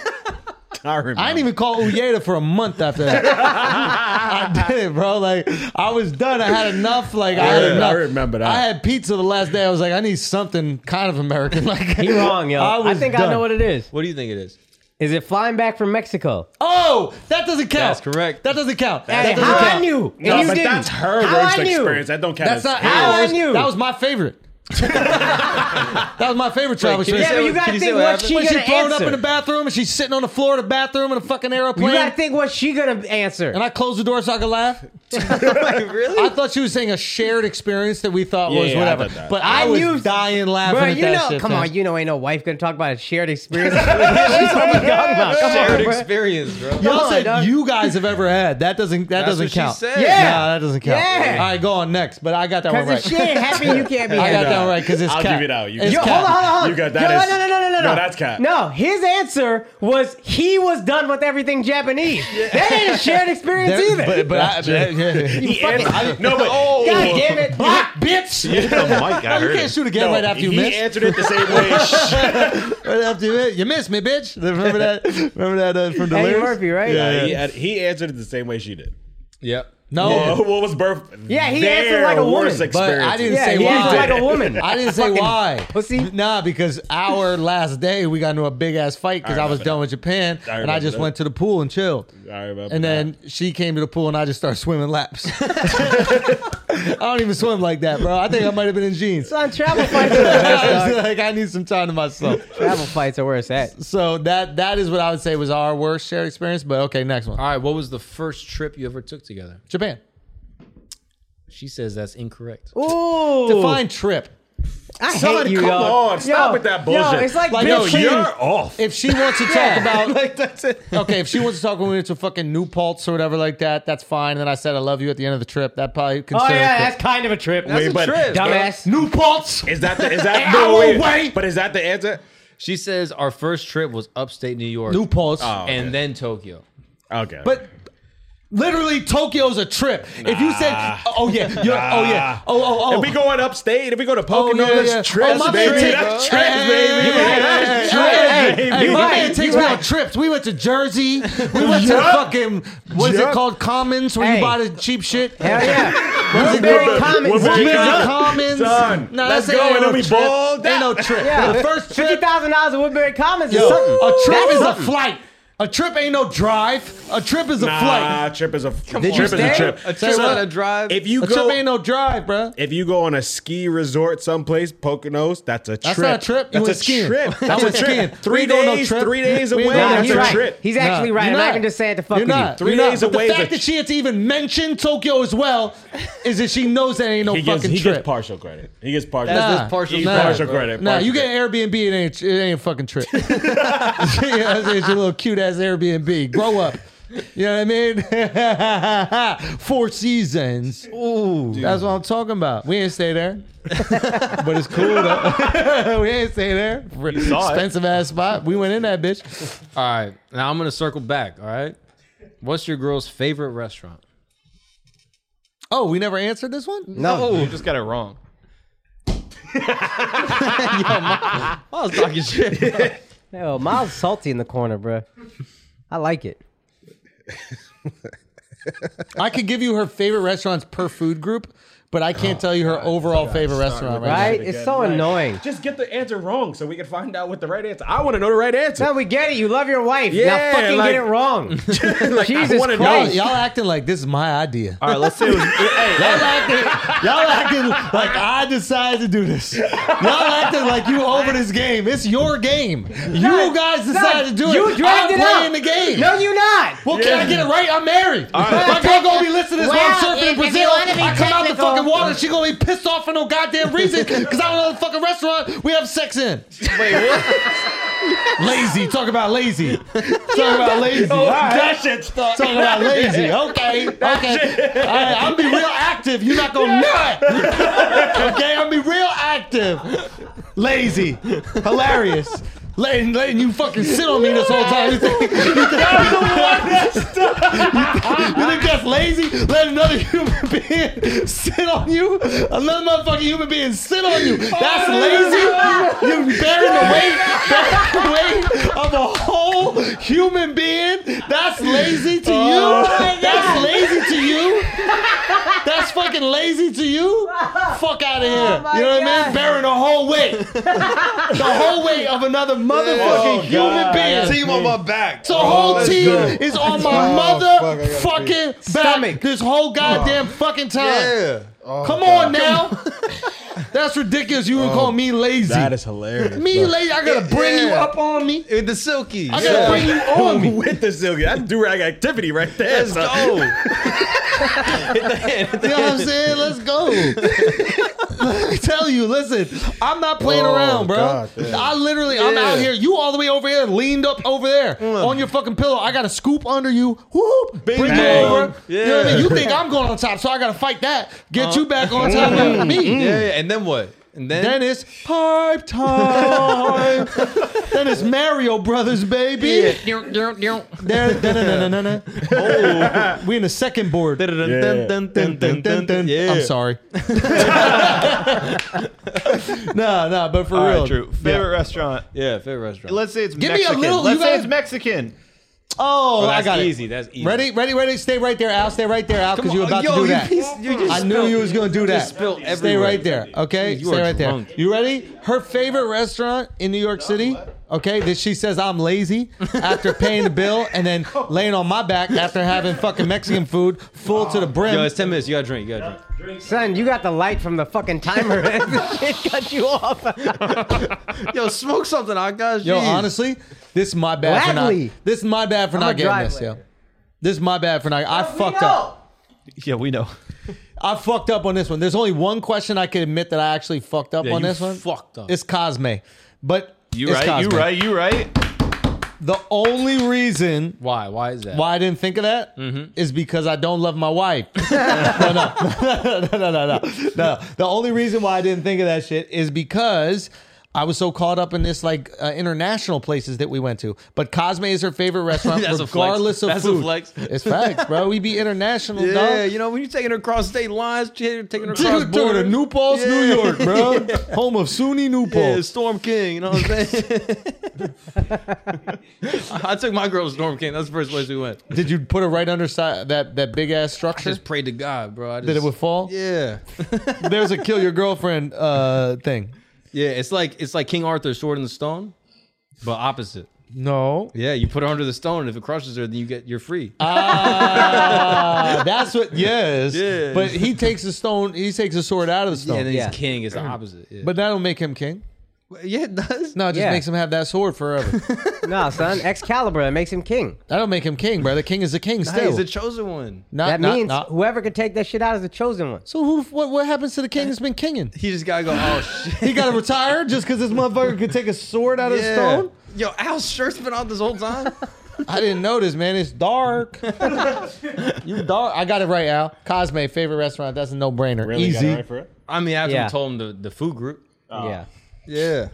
I remember.
I didn't even call Uyeda for a month after that. I did it, bro. Like I was done. I had enough. Like I had
Yeah, I
enough.
remember that.
I had pizza the last day. I was like, I need something kind of American. [laughs] Like
He wrong, yo. I,
was
think I
done.
know what it is.
What do you think it is?
Is it flying back from Mexico?
Oh, that doesn't count.
That's correct.
That doesn't count.
Hey,
that doesn't
how
count.
I knew, and
No,
you
but
didn't.
that's her
How
worst
I knew?
experience. That don't count.
That's
as
not
his.
How I
ours.
knew.
That was my favorite. [laughs] that was my favorite travel
can you
experience.
Yeah, but you
Can
gotta
you say
think
what
what
happened?
she
when
gonna
she's thrown up
answer.
in the bathroom and she's sitting on the floor of the bathroom in a fucking
you
aeroplane.
gotta think what she gonna answer.
and I closed the door so I could
[laughs]
laugh. really? I thought she was saying a shared experience that we thought
Yeah,
was
yeah, I
whatever.
thought that.
But I,
I
was
knew-
dying laughing
Bro,
at
you
that
know,
shit.
come
man.
on, you know, ain't no wife gonna talk about a shared experience. [laughs] She's what we talking about. Come
Shared
on, bro.
experience, bro.
Y'all
Come on,
said
dog.
you guys have ever had. That doesn't.
That's
That doesn't
what she
count.
said.
Yeah.
Nah, that doesn't count.
Yeah.
All right, go on next. But I got that one
Because
right.
if she ain't happy, you can't be
[laughs] I got
happy.
that one right because it's.
I'll
cat.
give it out. You-
It's
Yo,
Yo,
cat.
hold on, hold on, hold on.
You got- that
no,
is-
no, no, no, no, no,
no, that's cap.
No, his answer was he was done with everything Japanese. That ain't a shared experience
There-
either.
But, but I,
[laughs]
yeah.
He answered, no, but oh,
God damn it,
Block, bitch.
Hit the mic. I
[laughs] you
heard
can't
it.
shoot again right after you
he
miss.
answered it the same way. [laughs] Shh.
right after you miss. You missed me, bitch. [laughs] Remember that? Remember that uh, from the
Eddie
lyrics?
Murphy, right?
Uh,
Yeah,
he, had- he answered it the same way she did.
[laughs] Yep.
No.
Oh, [laughs]
Well, what was birth?
Yeah, he
their
answered like a woman,
worst
but I
But
experience.
I didn't
Yeah,
say
he
why.
acted like a
[laughs]
woman.
I didn't say
Fucking
why.
pussy.
Nah, because our last day we got into a big ass fight because I, was
remember
done with Japan
I
and I
remember
just
that.
went to the pool and chilled.
I remember.
And then she came to the pool and I just started
[laughs]
swimming laps. [laughs] I don't even swim like that, bro. I think I might have been in
[laughs]
jeans. [laughs]
Son, travel fights are the best,
I
dog.
was like I need some time to myself.
Travel fights are eh? where it's at.
So that that is what I would say was our worst shared experience. But okay, next one.
All right. What was the first trip you ever took together?
Japan.
She says that's incorrect.
Ooh.
Define trip.
I
Son,
hate you,
come
dog.
on, stop with that bullshit.
Yo, it's like, like
Like, yo,
bitch,
you-
You're
[laughs]
off.
If she wants to talk
Yeah.
about
Like that's it.
okay, if she wants to talk when we went to fucking New Paltz or whatever like that, that's fine. And then I said I love you at the end of the trip. That probably
Oh
considered.
yeah, that's kind of a trip.
Wait, but
Dumbass.
New Paltz.
is that the is
[laughs]
that
Hey, I
no
won't
wait,
wait.
But is that the answer?
She says our
Oh.
Oh,
first trip was upstate New York
New Paltz.
and then Tokyo.
Okay.
but Literally, Tokyo's a trip. If you said, "Oh yeah, you're, oh yeah, oh oh oh,"
If we going upstate, if we go to
Oh,
Pocono,
yeah,
that's
yeah.
trips,
oh, my
baby.
Man take-
That's
Hey,
trips,
hey,
baby.
hey, hey, hey, hey, hey, hey,
You
My
right,
man takes
you
me on
right.
trips. We went to Jersey. We went to fucking what's it called? Commons, where
Hey.
you buy the cheap shit.
Hell yeah.
What's it
Woodbury
called?
Commons.
Woodbury
Done.
Commons.
Done.
Nah,
Let's
that's-
go,
ain't
and then
no
we
trip.
balled
Ain't no
out.
trip.
Yeah.
The first
Fifty
trip.
thousand dollars at Woodbury Commons is
Yo,
something.
a trip
That's
is a
something.
flight. A trip ain't no drive. A trip is a
Nah,
flight.
trip is a
Did you
trip is a
stay?
trip.
A trip
So,
on a drive.
If you
A trip ain't
go,
no drive, bruh.
if you go on a ski resort someplace, Poconos, that's a trip.
That's not a trip. [laughs]
That's
You went
a
skiing.
trip.
I
That's a
went skiing.
trip. Three
We don't no
days,
trip.
three days away.
We ain't
Nah,
That's
going
he's
no
a
right.
trip.
He's actually
Nah,
right.
you're
I'm not
not.
gonna say it to fuck
You're
with
not.
Three
You're not.
days
But
away is
The
a
fact that
tr-
she had to even mention Tokyo as well is that she knows that ain't no
He
fucking
gets, he
trip.
gets partial credit. He gets partial.
That's
Nah.
just partial.
He's
Nah.
partial credit.
Nah,
partial
you
credit.
get an Airbnb, it ain't it ain't a fucking trip. [laughs] yeah, it's your little cute ass Airbnb. Grow up. You know what I mean? [laughs] Four seasons. Ooh, that's what I'm talking about. We ain't stay there, [laughs] but it's cool though. [laughs] we ain't stay there.
saw it.
Expensive ass spot. We went in that bitch.
All right. Now I'm gonna circle back. All right. What's your girl's favorite restaurant?
Oh, we never answered this one.
No, you just got it wrong.
I was talking shit.
Yo, Miles is salty in the corner, bruh. I like it.
[laughs] I could give you her favorite restaurants per food group, but I
Oh,
can't tell you her overall favorite restaurant right, now.
Right? It's so annoying.
Just get the answer wrong so we can find out what the right answer. I want to know the right answer.
No, we get it. You love your wife.
Yeah,
now fucking
[laughs] like-
get it wrong.
like, I
Jesus
want to
Y'all,
know.
y'all acting like this is my idea.
All right, let's say it was. hey,
Y'all acting, y'all acting like I decided to do this. Y'all acting like you over this game. It's your game. You guys decided to do it.
You dragged it
I'm
out.
playing the game.
No, you not.
well, can I get it right? I'm married. My girl gonna be listening to this while
Well,
I'm surfing in
if- if you
Brazil.
wanna be
I come out the
technical-
fucking water. She gonna be pissed off for no goddamn reason because I don't know the fucking restaurant we have sex in. lazy. Talk about lazy. Talk about lazy.
Oh,
That shit's stuck.
Talking about lazy.
[laughs]
Okay. Okay. All right, I'm be real active. You're not gonna know it. Okay, I'm be real active. Lazy. Hilarious. Letting, letting you fucking sit on me this whole
[laughs]
time. You think, you think- [laughs] you think that's lazy? Let another [laughs] human being sit on you? Another motherfucking human being sit on you.
Oh,
That's lazy? You're bearing the weight, bearing the weight of a whole human being? That's lazy to you?
Oh,
that's lazy to you? That's fucking lazy to you? Fuck out of here.
Oh, my
you know what I
God.
mean? Bearing the whole weight. the whole weight of another motherfucking
Oh,
human being.
Team on my back.
The whole
let's
team
go.
is on my mother fucking back
Stomach.
this whole goddamn fucking time.
Yeah. Oh,
Come
God. Oh,
on now. [laughs] That's ridiculous. You would call me lazy.
That is
[laughs]
hilarious.
me lazy. I gotta bring you
Yeah.
up on me.
With the silky.
I gotta bring you on me.
with the Sylvia. That's do rag activity right there.
Let's
son.
go.
You know what I'm saying? Let's go. Let me tell you, listen, I'm not playing
Oh,
around, bro.
God damn.
I literally, I'm
Yeah.
out here. You all the way over here, leaned up over there on your fucking pillow. I got to scoop under you, whoop, bring you
bang.
over. You know
Yeah.
what I mean? You think I'm going on top, so I got to fight that. Get you back on top
Uh-huh.
of me.
Yeah, yeah, and then what? And then,
Hmm. Then it's pipe
[laughs]
time. then it's Mario Brothers, baby. Then- then- then- then- then- then. Oh, we in the second board.
Yeah.
I'm
[laughs]
sorry. no, no, but for
All
real.
right, true. Favorite restaurant.
yeah, favorite restaurant.
Let's say it's
Give me a
Mexican.
little- you
Let's say
gotta-
it's Mexican.
Oh,
Oh,
I
that's
got it.
easy. That's easy.
Ready, ready, ready. Stay right there, Al. Stay right there, Al, because
Come
you're
on,
about
yo,
to do
you
that.
piece- you just
I knew
spilled-
you was going to do that.
spilled
Stay
everywhere.
right there, okay?
You
Stay
are
right
drunk.
there. You ready? Her favorite restaurant in New York City, okay, that she says I'm lazy after paying the bill
[laughs]
and then laying on my back after having fucking Mexican food full to the brim.
Yo, it's ten minutes. You gotta drink. You gotta drink.
Son, you got the light from the fucking timer. [laughs] the shit cut you off.
Yo, smoke something, I guys.
Yo, honestly, this is my bad for
Gladly.
not. This is my bad for not getting
drive
this, yo.
later.
This is my bad for not. I fucked up.
Yeah, we know.
I fucked up on this one. There's only one question I can admit that I actually fucked up
Yeah,
on
you
this one.
fucked up.
It's Cosme, but
You
it's
right. You
Cosme.
right. You right.
The only reason
Why? Why is that?
why I didn't think of that is
Mm-hmm.
because I don't love my wife. [laughs] no, no, [laughs] no, no, no, no, no. The only reason why I didn't think of that shit is because I was so caught up in this like uh, international places that we went to, but Cosme is her favorite
[laughs]
restaurant,
That's a flex.
regardless of
That's a
food.
flex.
It's facts, bro. We be international,
Yeah,
dog.
you know when you're taking her across state lines, you're taking her across
Dude, dude,
borders.
to New Paltz, New York, bro. Home of SUNY
[laughs]
New
Yeah,
Paltz.
Storm King, you know what I'm saying? [laughs] I I took my girl to Storm King. That's the first place we went.
Did you put it right under si- that that big ass structure?
Just prayed to God, bro. I just,
that it would fall.
Yeah,
There's a kill your girlfriend uh, thing.
yeah. It's like it's like King Arthur's sword in the stone, but opposite.
No,
Yeah, you put her under the stone, and if it crushes her, then you get you're free.
Ah, that's [laughs] what. Yes.
Yes.
But he takes the stone. He takes the sword out of the stone.
yeah, and then
yeah.
he's king. [clears throat] It's the opposite. Yeah.
but that'll make him king.
yeah, it does.
No, it just
Yeah.
makes him have that sword [laughs] forever.
No, son. Excalibur it makes him king.
that'll make him king, brother. King is a king
Hey,
still.
he's the chosen one.
Not-
that
not-
means
not-
whoever could take that shit out is the chosen one.
So who? What, what happens to the king that's been kinging?
He just gotta go. Oh shit.
He got to retire just because this motherfucker could take a sword out of the stone.
Yo, Al's shirt's been on this whole time.
I didn't notice, man. It's [laughs] dark. you dark. I got it right, Al. Cosme favorite restaurant. That's a no brainer. Easy.
[laughs] I mean, after
Yeah.
we told him the, the food group.
Oh.
Yeah.
Yeah.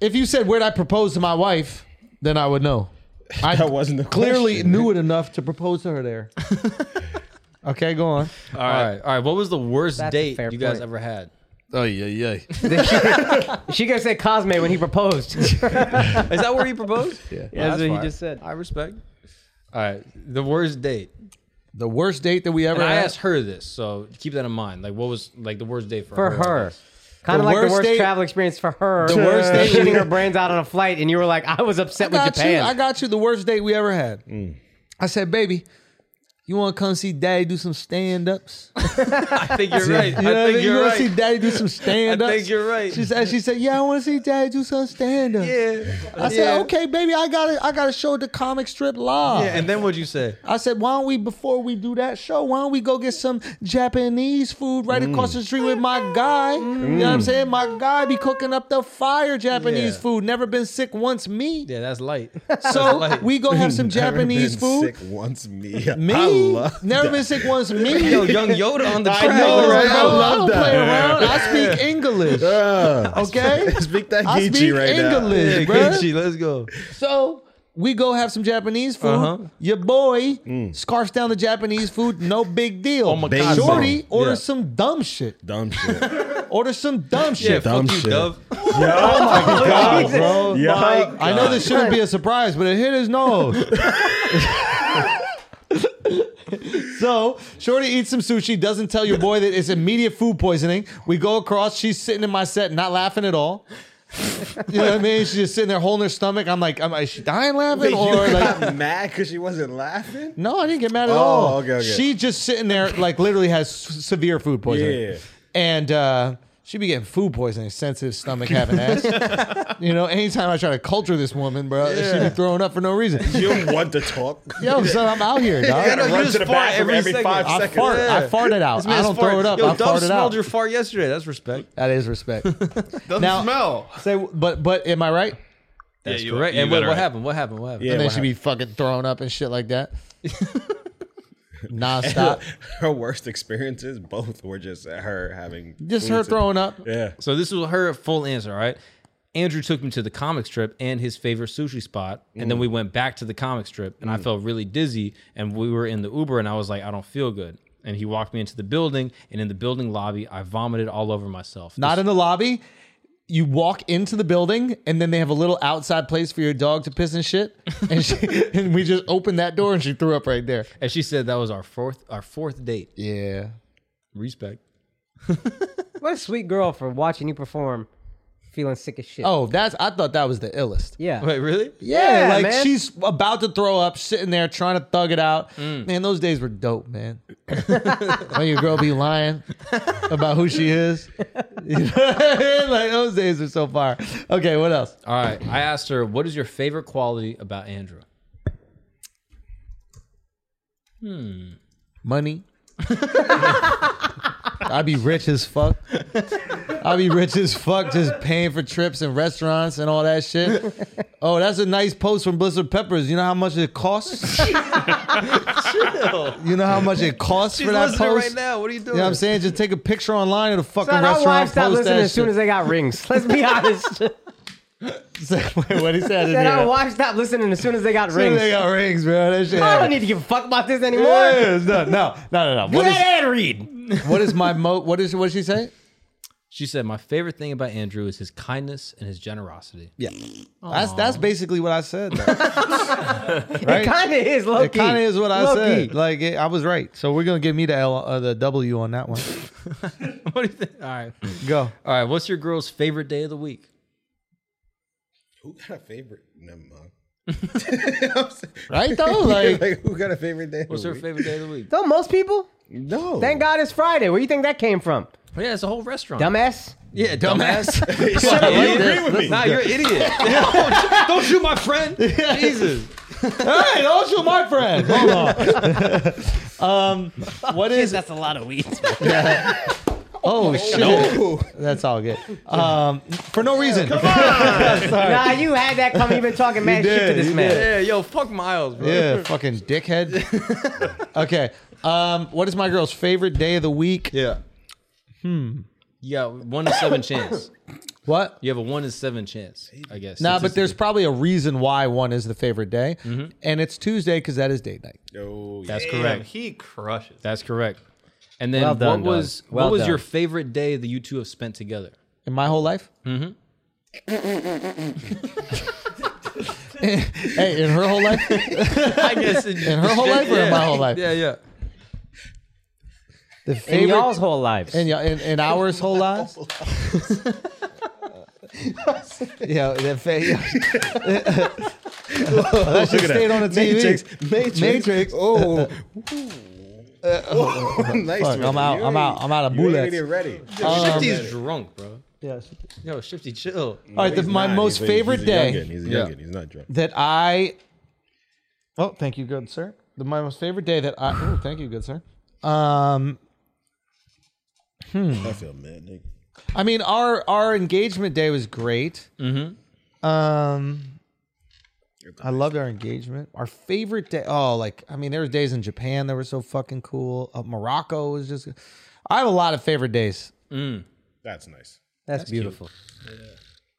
if you said where'd I propose to my wife, then I would know. I
That wasn't the
clearly
question.
knew it enough to propose to her there. okay, go on.
All right. All right. What was the worst
That's a
date
fair
you guys
point.
ever had?
Oh yeah, yeah.
She gonna say Cosme when he proposed.
[laughs] Is that where he proposed? yeah.
that's what he just said.
I respect. All right. The worst date.
The worst date that we ever
And I
had.
asked her this, so keep that in mind. Like, what was like the worst date for,
for
her?
her. Kind of like the
worst
worst
date-
travel experience for her. The
worst date-
shitting her brains out on a flight, and you were like, "I was upset with
got you.
Japan."
I got you. The worst date we ever had.
Mm.
I said, baby. You want to come see Daddy do some stand-ups? You
[laughs] I think you're right.
know what
I
mean?
think
You
you're
want to see
right.
Daddy do some
[laughs]
stand-ups?
I think you're right.
She said, she said, yeah, I want to see Daddy do some stand-ups.
yeah.
I said, okay, baby, I got to I got to show the comic strip live.
Yeah. And then what'd you say?
I said, why don't we, before we do that show, why don't we go get some Japanese food
Mm.
right across the street with my guy? You know what I'm saying? My guy be cooking up the fire Japanese
Yeah.
food. Never been sick once me.
Yeah, that's light.
[laughs] So we go
[laughs]
have some Japanese food.
Sick once me.
[laughs]
[laughs] I
Me?
love
Never been sick once
[laughs]
me.
Yo, young Yoda on the track.
No,
right?
bro,
I love
don't
that.
play around. I speak English. [laughs] Okay?
Speak that
I speak
[laughs] Geechee right now.
English,
Yeah,
bro.
Gucci, let's go.
So we go have some Japanese food.
Uh-huh.
Your boy scarfs down the Japanese food. No big deal. Oh
my
Mm. God.
Shorty
Bing
orders
Yeah.
some dumb shit.
Dumb shit.
Orders some dumb
Yeah,
shit.
Dumb
fuck you,
shit.
Dove.
God,
Jesus.
bro.
Yeah.
Like, I know this shouldn't be a surprise, but it hit his nose. [laughs] So, Shorty eats some sushi, doesn't tell your boy that it's immediate food poisoning. We go across, she's sitting in my set, not laughing at all. You know what I mean? She's just sitting there holding her stomach. I'm like, am I, is she dying laughing?
you
or like,
got mad because she wasn't laughing?
No, I didn't get mad at
Oh,
all.
okay, okay.
She just sitting there, like literally has s- severe food poisoning.
Yeah.
And uh, she be getting food poisoning, sensitive stomach having ass. you know, anytime I try to culture this woman, bro, she be throwing up for no reason.
You don't want to talk. [laughs]
Yo, son, I'm out here,
gotta
dog.
you
run
just
to the
fart
bathroom
every
every,
second.
five
I
seconds.
fart, I fart it out.
This
I
man's
don't
fart-
throw it up.
Yo,
I
Dove
fart it
smelled
out.
your fart yesterday. That's respect.
that is respect.
Doesn't
Now-
smell.
Say, but but am I right?
That's
you-
correct.
you
and what,
better-
what happened? What happened? What happened?
Yeah,
and then
what
she be fucking throwing up and shit like that. Nonstop.
Her worst experiences, both were just her having.
Just
food
her
to-
throwing up.
Yeah.
So this was her full answer, all right? Andrew took me to the comic strip and his favorite sushi spot, and
Mm.
then we went back to the comic strip, and I felt really dizzy, and we were in the Uber, and I was like, I don't feel good. And he walked me into the building, and in the building lobby, I vomited all over myself.
Not in the lobby. You walk into the building, and then they have a little outside place for your dog to piss and shit. And she, [laughs] and we just opened that door, and she threw up right there.
and she said that was our fourth our fourth date.
Yeah,
Respect.
what a sweet girl for watching you perform, feeling sick as shit.
Oh, that's. I thought that was the illest.
yeah.
Wait, really?
Yeah,
Yeah,
like
man.
she's about to throw up, sitting there trying to thug it out.
Mm.
Man, those days were dope, man. when your girl be lying about who she is, [laughs] You know what I mean? like those days are so far. Okay, what else?
All right. I asked her, "What is your favorite quality about Andrew?"
money. I'd be rich as fuck. I'd be rich as fuck just paying for trips and restaurants and all that shit. Oh, that's a nice post from Blizzard Peppers. You know how much it costs? You know how much it costs for that post?
now. What are you doing?
You know what I'm saying? Just take a picture online of the fucking
Son, our
restaurant.
wives stopped
post
listening
that
as soon [laughs]
shit. [laughs]
as they got rings. Let's be honest.
Said, [laughs] wait, what he
[laughs]
said? in
Then I
here.
watched, stopped listening as soon as they got
Soon as
rings.
They got rings, bro. That shit.
I don't need to give a fuck about this anymore.
Yeah, it's done. No, no, no, no. What
Let
is,
Ed read.
what is my mo? What is what did she say?
She said, "My favorite thing about Andrew is his kindness and his generosity."
Yeah, that's that's basically what I said. though. right?
It kind of is low
It kind of is what I
Low
said.
key.
Like it, I was right. So we're gonna give me the L, uh, the W on that one.
[laughs] what do you think? All right,
Go.
all right. What's your girl's favorite day of the week?
Who got a favorite? Never mind.
[laughs] Right [laughs] though, like
Like, who got a favorite day? of
What's
the
her
week?
favorite day of the week?
Don't most people?
No.
Thank God it's Friday. Where do you think that came from?
Yeah, it's a whole restaurant.
Dumbass.
Yeah, dumbass.
[laughs]
Shut up, you agree with me.
nah, you're an idiot. don't, don't shoot my
[laughs]
friend. Jesus.
hey, don't shoot my friend. Hold on. um, what is?
That's a lot of weeds.
[laughs] Oh shit, that's all good. Um, for no reason. [laughs]
Nah, you had that coming. You've been talking mad shit to
did,
this
you
man.
Yeah, yo, fuck Miles, bro.
Yeah, fucking dickhead. [laughs] Okay. Um, what is my girl's favorite day of the week?
Yeah.
You got one in seven chance.
What?
You have a one in seven chance, I guess.
Nah, but there's probably a reason why one is the favorite day, and it's Tuesday because that is date night.
Oh,
that's
Damn,
correct.
he crushes.
That's correct. And then
Well
what
done,
was
Doug. Well
what was
done.
your favorite day that you two have spent together?
In my whole life. Mm-hmm. [laughs] hey, in her whole life,
I guess in,
her whole life or [laughs] in my whole life?
Yeah, yeah.
[laughs] the
In
favorite
y'all's whole lives.
in, y'all- in, in ours [laughs] whole lives. yeah, that fa- [laughs] that should stayed on the TV.
Matrix.
Matrix.
[laughs] Oh, [laughs] nice. man.
Uh, oh. Fuck, I'm out.
You
I'm out.
ain't-
I'm out of
You ain't
bullets.
even ready.
Um,
Shifty's drunk, bro.
Yeah.
Yo, Shifty, chill.
All right, the, my
Nah,
most
he's a-
favorite
he's a
day.
youngin', He's a
Yeah.
youngin', He's not drunk.
that I. Oh, thank you, good sir. The, my most favorite day that I. Oh, thank you, good sir. Um,
I feel mad, nigga.
I mean, our our engagement day was great. Mm-hmm. Um, I loved our engagement. Our favorite day. Oh, like I mean, there were days in Japan that were so fucking cool. Uh, Morocco was just. I have a lot of favorite days.
That's nice.
That's, beautiful.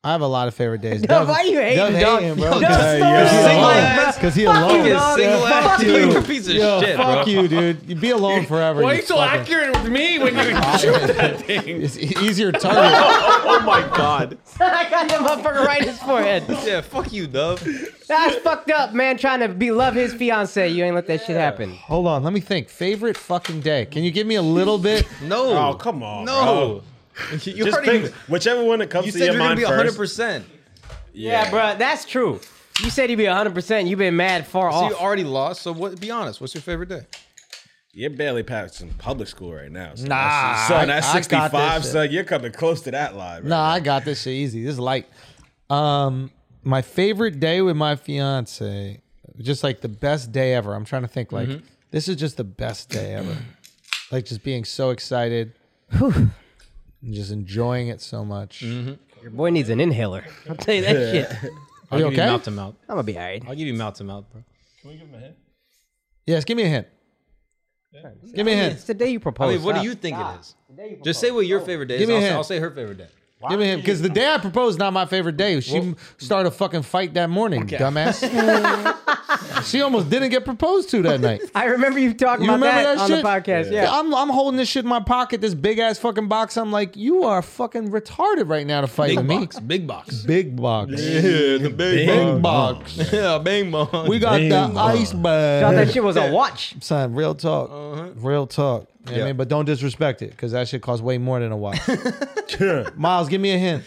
I have a lot of
[laughs]
favorite days.
Dove, why you hating,
Dove
dog?
hating, bro.
Dove's so single.
Because he
Fuck
alone.
you,
Yo,
dog.
Single
Fuck
ass
you.
dude, you [laughs] piece of shit, bro.
fuck you, dude. You be alone forever.
Why are you
you
so
fucking-
accurate with me when you shoot that thing?
It's e- easier target.
Oh my god.
[laughs] I got the motherfucker right in his forehead.
Yeah, fuck you, Dove.
That's fucked up, man. Trying to be love his fiance. You ain't let that shit happen.
Hold on, let me think. Favorite fucking day. Can you give me a little bit?
No.
Oh, come on.
No. [laughs] You
Just
already
pick whichever one that comes
you
to
said
your
you're gonna
mind
be
first.
100%.
Yeah, bro, that's true. You said you'd be 100%. You've been mad far
So
off.
you
Oh.
already lost. So what? Be honest. What's your favorite day?
You're barely passing public school right now. So
Nah,
that's, son,
I-
that's
I got this
65,
shit.
son. You're coming close to that line. Right?
Nah, I got this shit easy. This is light. Um, my favorite day with my fiance, just like the best day ever. I'm trying to think. Like
Mm-hmm.
this is just the best day
[clears throat]
ever. like just being so excited, and just enjoying it so much.
Mm-hmm.
Your boy needs an inhaler. I'll tell you that shit. [laughs] I'm
Are you
I'll give you
okay?
mouth to mouth.
going to be all right.
I'll give you mouth to mouth, bro.
Yes. Give me a hint. Give me a hint.
It's the day you
I
proposed.
mean, what do you think it is? Just say what your favorite day is.
Give me a
I'll, say-
hint.
I'll say her favorite day.
Give me a hint. Because the day I proposed, not my favorite day. She m started a fucking fight that
[laughs]
morning, dumbass. she almost didn't get proposed to that night.
I remember you talking
You
about
remember
that,
that
on
shit?
the podcast. Yeah.
I'm I'm holding this shit in my pocket, this big ass fucking box. I'm like, you are fucking retarded right now to fight
Big
me.
box. Big [laughs] box.
Big box.
Yeah, the big,
[laughs]
Big box.
Yeah, bang bong.
We got the ice
Thought that
bag.
shit was a watch.
Son, real talk. Real talk. You know what I
Yeah.
mean, but don't disrespect it because that shit costs way more than a watch. Miles, give me a hint.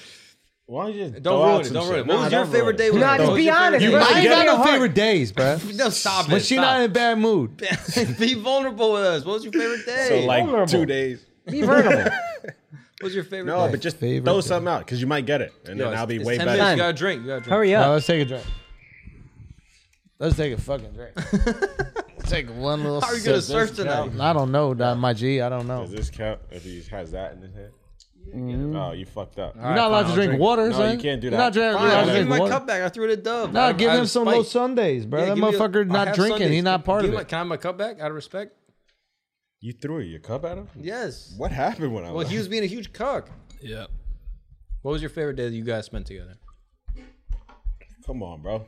Why don't you just
Don't
throw
ruin
out
it.
some
Don't
shit?
ruin it. What
Nah,
was your
don't ruin
favorite
it.
day? with
Nah,
her?
just
What was
be
your favorite
honest,
day
bro.
with
I
her?
ain't
get
got
your
no
heart.
favorite days, bruh.
[laughs] No, stop
When
it.
she not
stop.
in a bad mood.
[laughs] be vulnerable with us. What was your favorite day?
So, like,
Vulnerable.
two days.
Be vulnerable.
what was your favorite
No,
day?
but just
favorite
throw
day.
something out because you might get it. And
Yo,
then
it's-
I'll be
it's
way
10
better.
Minutes. You gotta drink. You gotta drink.
Hurry
Now,
up. [laughs]
let's take a drink. Let's take a fucking drink. take one little.
How are you
sip.
gonna surf tonight?
I don't know, uh, my G. I don't know.
Does this count if he has that in his head?
Mm-hmm.
Oh, you fucked up.
You're not allowed to drink, water,
No,
son.
you can't do
You're
that.
not, dra- you're
Fine,
not
I'll give
drinking
you my
water.
cup back. I threw it at Dove.
Nah,
I-
give
I
him
was
some little
spiked.
Sundays, bro.
Yeah,
that
give me a-
motherfucker
I
not
have
drinking.
Sundays.
He's not part
Give
of
my-
it.
Can I have my cup back out of respect?
You threw your cup at him?
Yes.
What happened when I
Well,
was
he was being a huge cuck. Yeah. What was your favorite day that you guys spent together?
Come on, bro.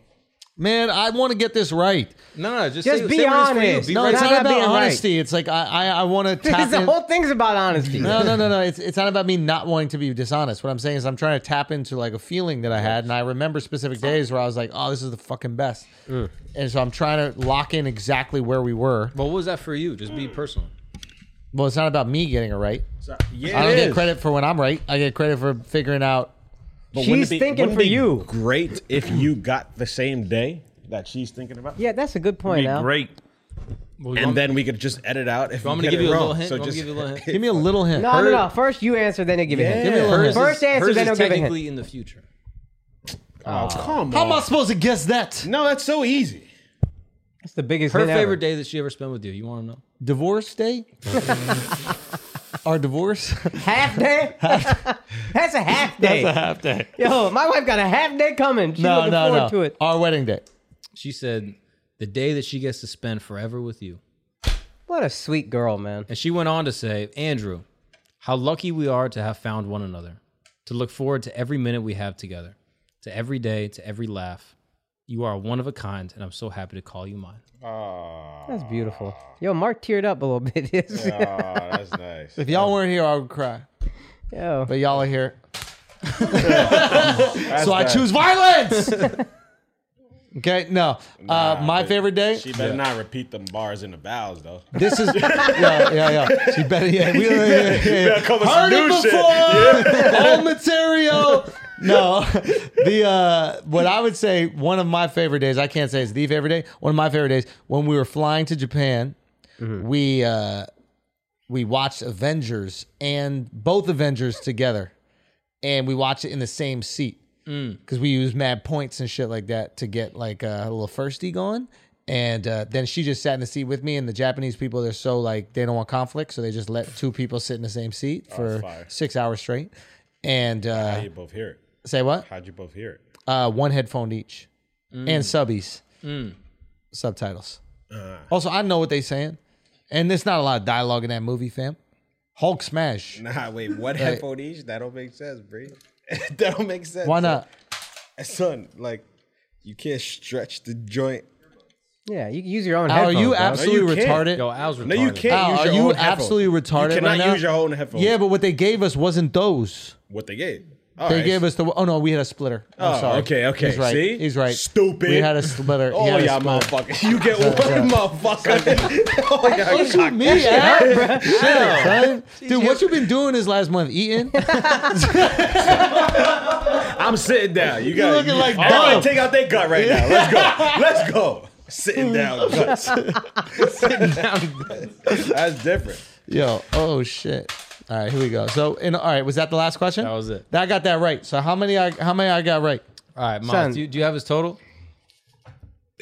Man, I want to get this right.
No, no, just,
Just
say-
be
say what it's for you.
honest.
Be
No,
right.
it's
Not about
not, about
being right.
honesty. It's like I I,
[laughs]
I want to tap
the
in.
whole thing's about honesty.
No, no, no, no. It's it's not about me not wanting to be dishonest. What I'm saying is I'm trying to tap into like a feeling that I had, and I remember specific days where I was like, "Oh, this is the fucking best,"
Mm.
and so I'm trying to lock in exactly where we were.
But what was that for you? Just be personal.
Well, it's not about me getting it right.
Yeah,
I
it
don't get
is.
credit for when I'm right. I get credit for figuring out.
Wouldn't
She's
it be-
thinking
wouldn't
for
it be
you.
Great if you got the same day that she's thinking about.
Yeah, that's a good
Be
point. Al.
great.
Well, you
And
want-
then we could just edit out if
I'm
you
gonna
get
give
it
you a
wrong.
little hint.
So
I'm
just
gonna give you a little hint.
Give me a little hint.
No, no, no. First you answer, then you give it.
Give me a
little hint.
First answer,
hers
then I'll
is
give a
technically
hint.
in the future.
Oh,
Oh.
come
How am I
on.
supposed to guess that?
No, that's so easy.
That's the biggest.
Her
hint ever.
favorite day that she ever spent with you. You want to know?
Divorce [laughs] day? Our divorce?
half
[laughs]
day. [laughs] that's a half day.
half day.
Yo, my wife got a half day coming. She's
[laughs] [laughs] No,
looking
no,
forward
no.
to it.
Our wedding day.
She said the day that she gets to spend forever with you.
What a sweet girl, man.
And she went on to say, Andrew, how lucky we are to have found one another, to look forward to every minute we have together, to every day, to every laugh. You are one of a kind, and I'm so happy to call you mine.
That's beautiful. Yo, Mark teared up a little [laughs] bit.
Oh, that's nice.
If y'all weren't here, I would cry.
Yo,
But y'all
[laughs]
are here. so I choose violence. [laughs] okay, no. uh, my favorite
[laughs]
day.
She better not repeat them bars in the vows though.
This
[laughs]
is yeah, yeah, yeah. She better yeah. We, yeah, yeah, yeah.
cover some
Heard it
new shit.
before.
[laughs]
Old material. No, the uh, what I would say one of my favorite days. I can't say it's the favorite day. One of my favorite days when we were flying to Japan. We uh, we watched Avengers and both Avengers together, and we watched it in the same seat because we use mad points and shit like that to get like uh, a little thirsty going. And uh, then she just sat in the seat with me. And the Japanese people, they're so like they don't want conflict, so they just let two people sit in the same seat for
fire.
six hours straight. And
How
uh,
you both hear it?
say what?
How'd you both hear it?
Uh, one headphone each, and subbies, subtitles.
Uh.
Also, I know what they saying, and there's not a lot of dialogue in that movie, fam. Hulk smash.
Nah, wait, what headphone each? That don't make sense, Bree. [laughs] that don't make sense.
Why not?
Son, like you can't stretch the joint.
yeah, you can use your own.
Al, are
headphones,
you
bro.
absolutely
No, you can't.
retarded?
Yo, Al's retarded.
No, you can't
Al,
use
are
your
you
own headphone.
absolutely retarded
You cannot
right now?
use your own headphones.
Yeah, but what they gave us wasn't those.
what they gave. All
They
right.
gave us the. Oh no, we had a splitter. I'm
Oh,
sorry.
okay, okay.
He's right.
See?
He's right.
Stupid.
We had
[laughs]
a splitter. He
Oh
had a
yeah,
splitter.
motherfucker! [laughs] You
[laughs]
get one, motherfucker. [laughs] oh [laughs] yeah,
What you mean, Al? Shut up, son. Dude, what you been doing this last month? Eating?
I'm sitting down. You got
looking like
everybody
dumb.
take out their gut right now. Let's
[laughs]
go. Let's go. Sitting down guts. sitting [laughs] down. That's different.
Yo, oh shit. All right, here we go. So, and all right, was that the last question?
That was it.
I got that right. So how many? I how many I got right?
All right, Miles,
Son.
do you, do you have his total?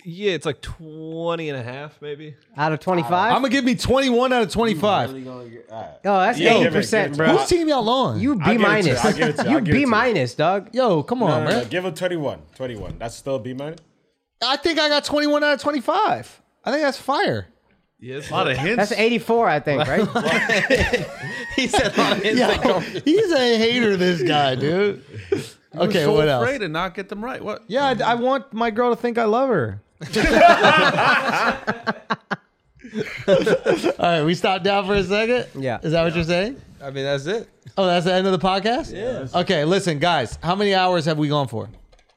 Yeah, it's like 20 and a half, maybe.
out of twenty
I'm
five.
gonna give me 21 out of 25.
Oh,
Yeah,
that's
give it,
eighty percent,
give it to
bro.
Whose team y'all on?
You
I'll give it to
B
you,
minus.
I'll give it to you,
You
I'll give it to
B
you.
minus, dog.
Yo, come on,
No, no,
man.
no, Uh, Give him 21. 21. That's still B minus.
I think I got 21 out of 25. I think that's fire.
Yes.
A lot of hints.
That's eighty four, I think,
[laughs]
right?
He said a lot of hints that
Yo,
go-
he's a hater, this guy, dude. Okay,
so
what else?
afraid to not get them right. What?
Yeah, I, I want my girl to think I love her. [laughs] All right, we stopped down for a second.
Yeah.
is that what you're saying?
I mean, that's it.
Oh, that's the end of the podcast. Yeah. Okay, listen, guys, how many hours have we gone for?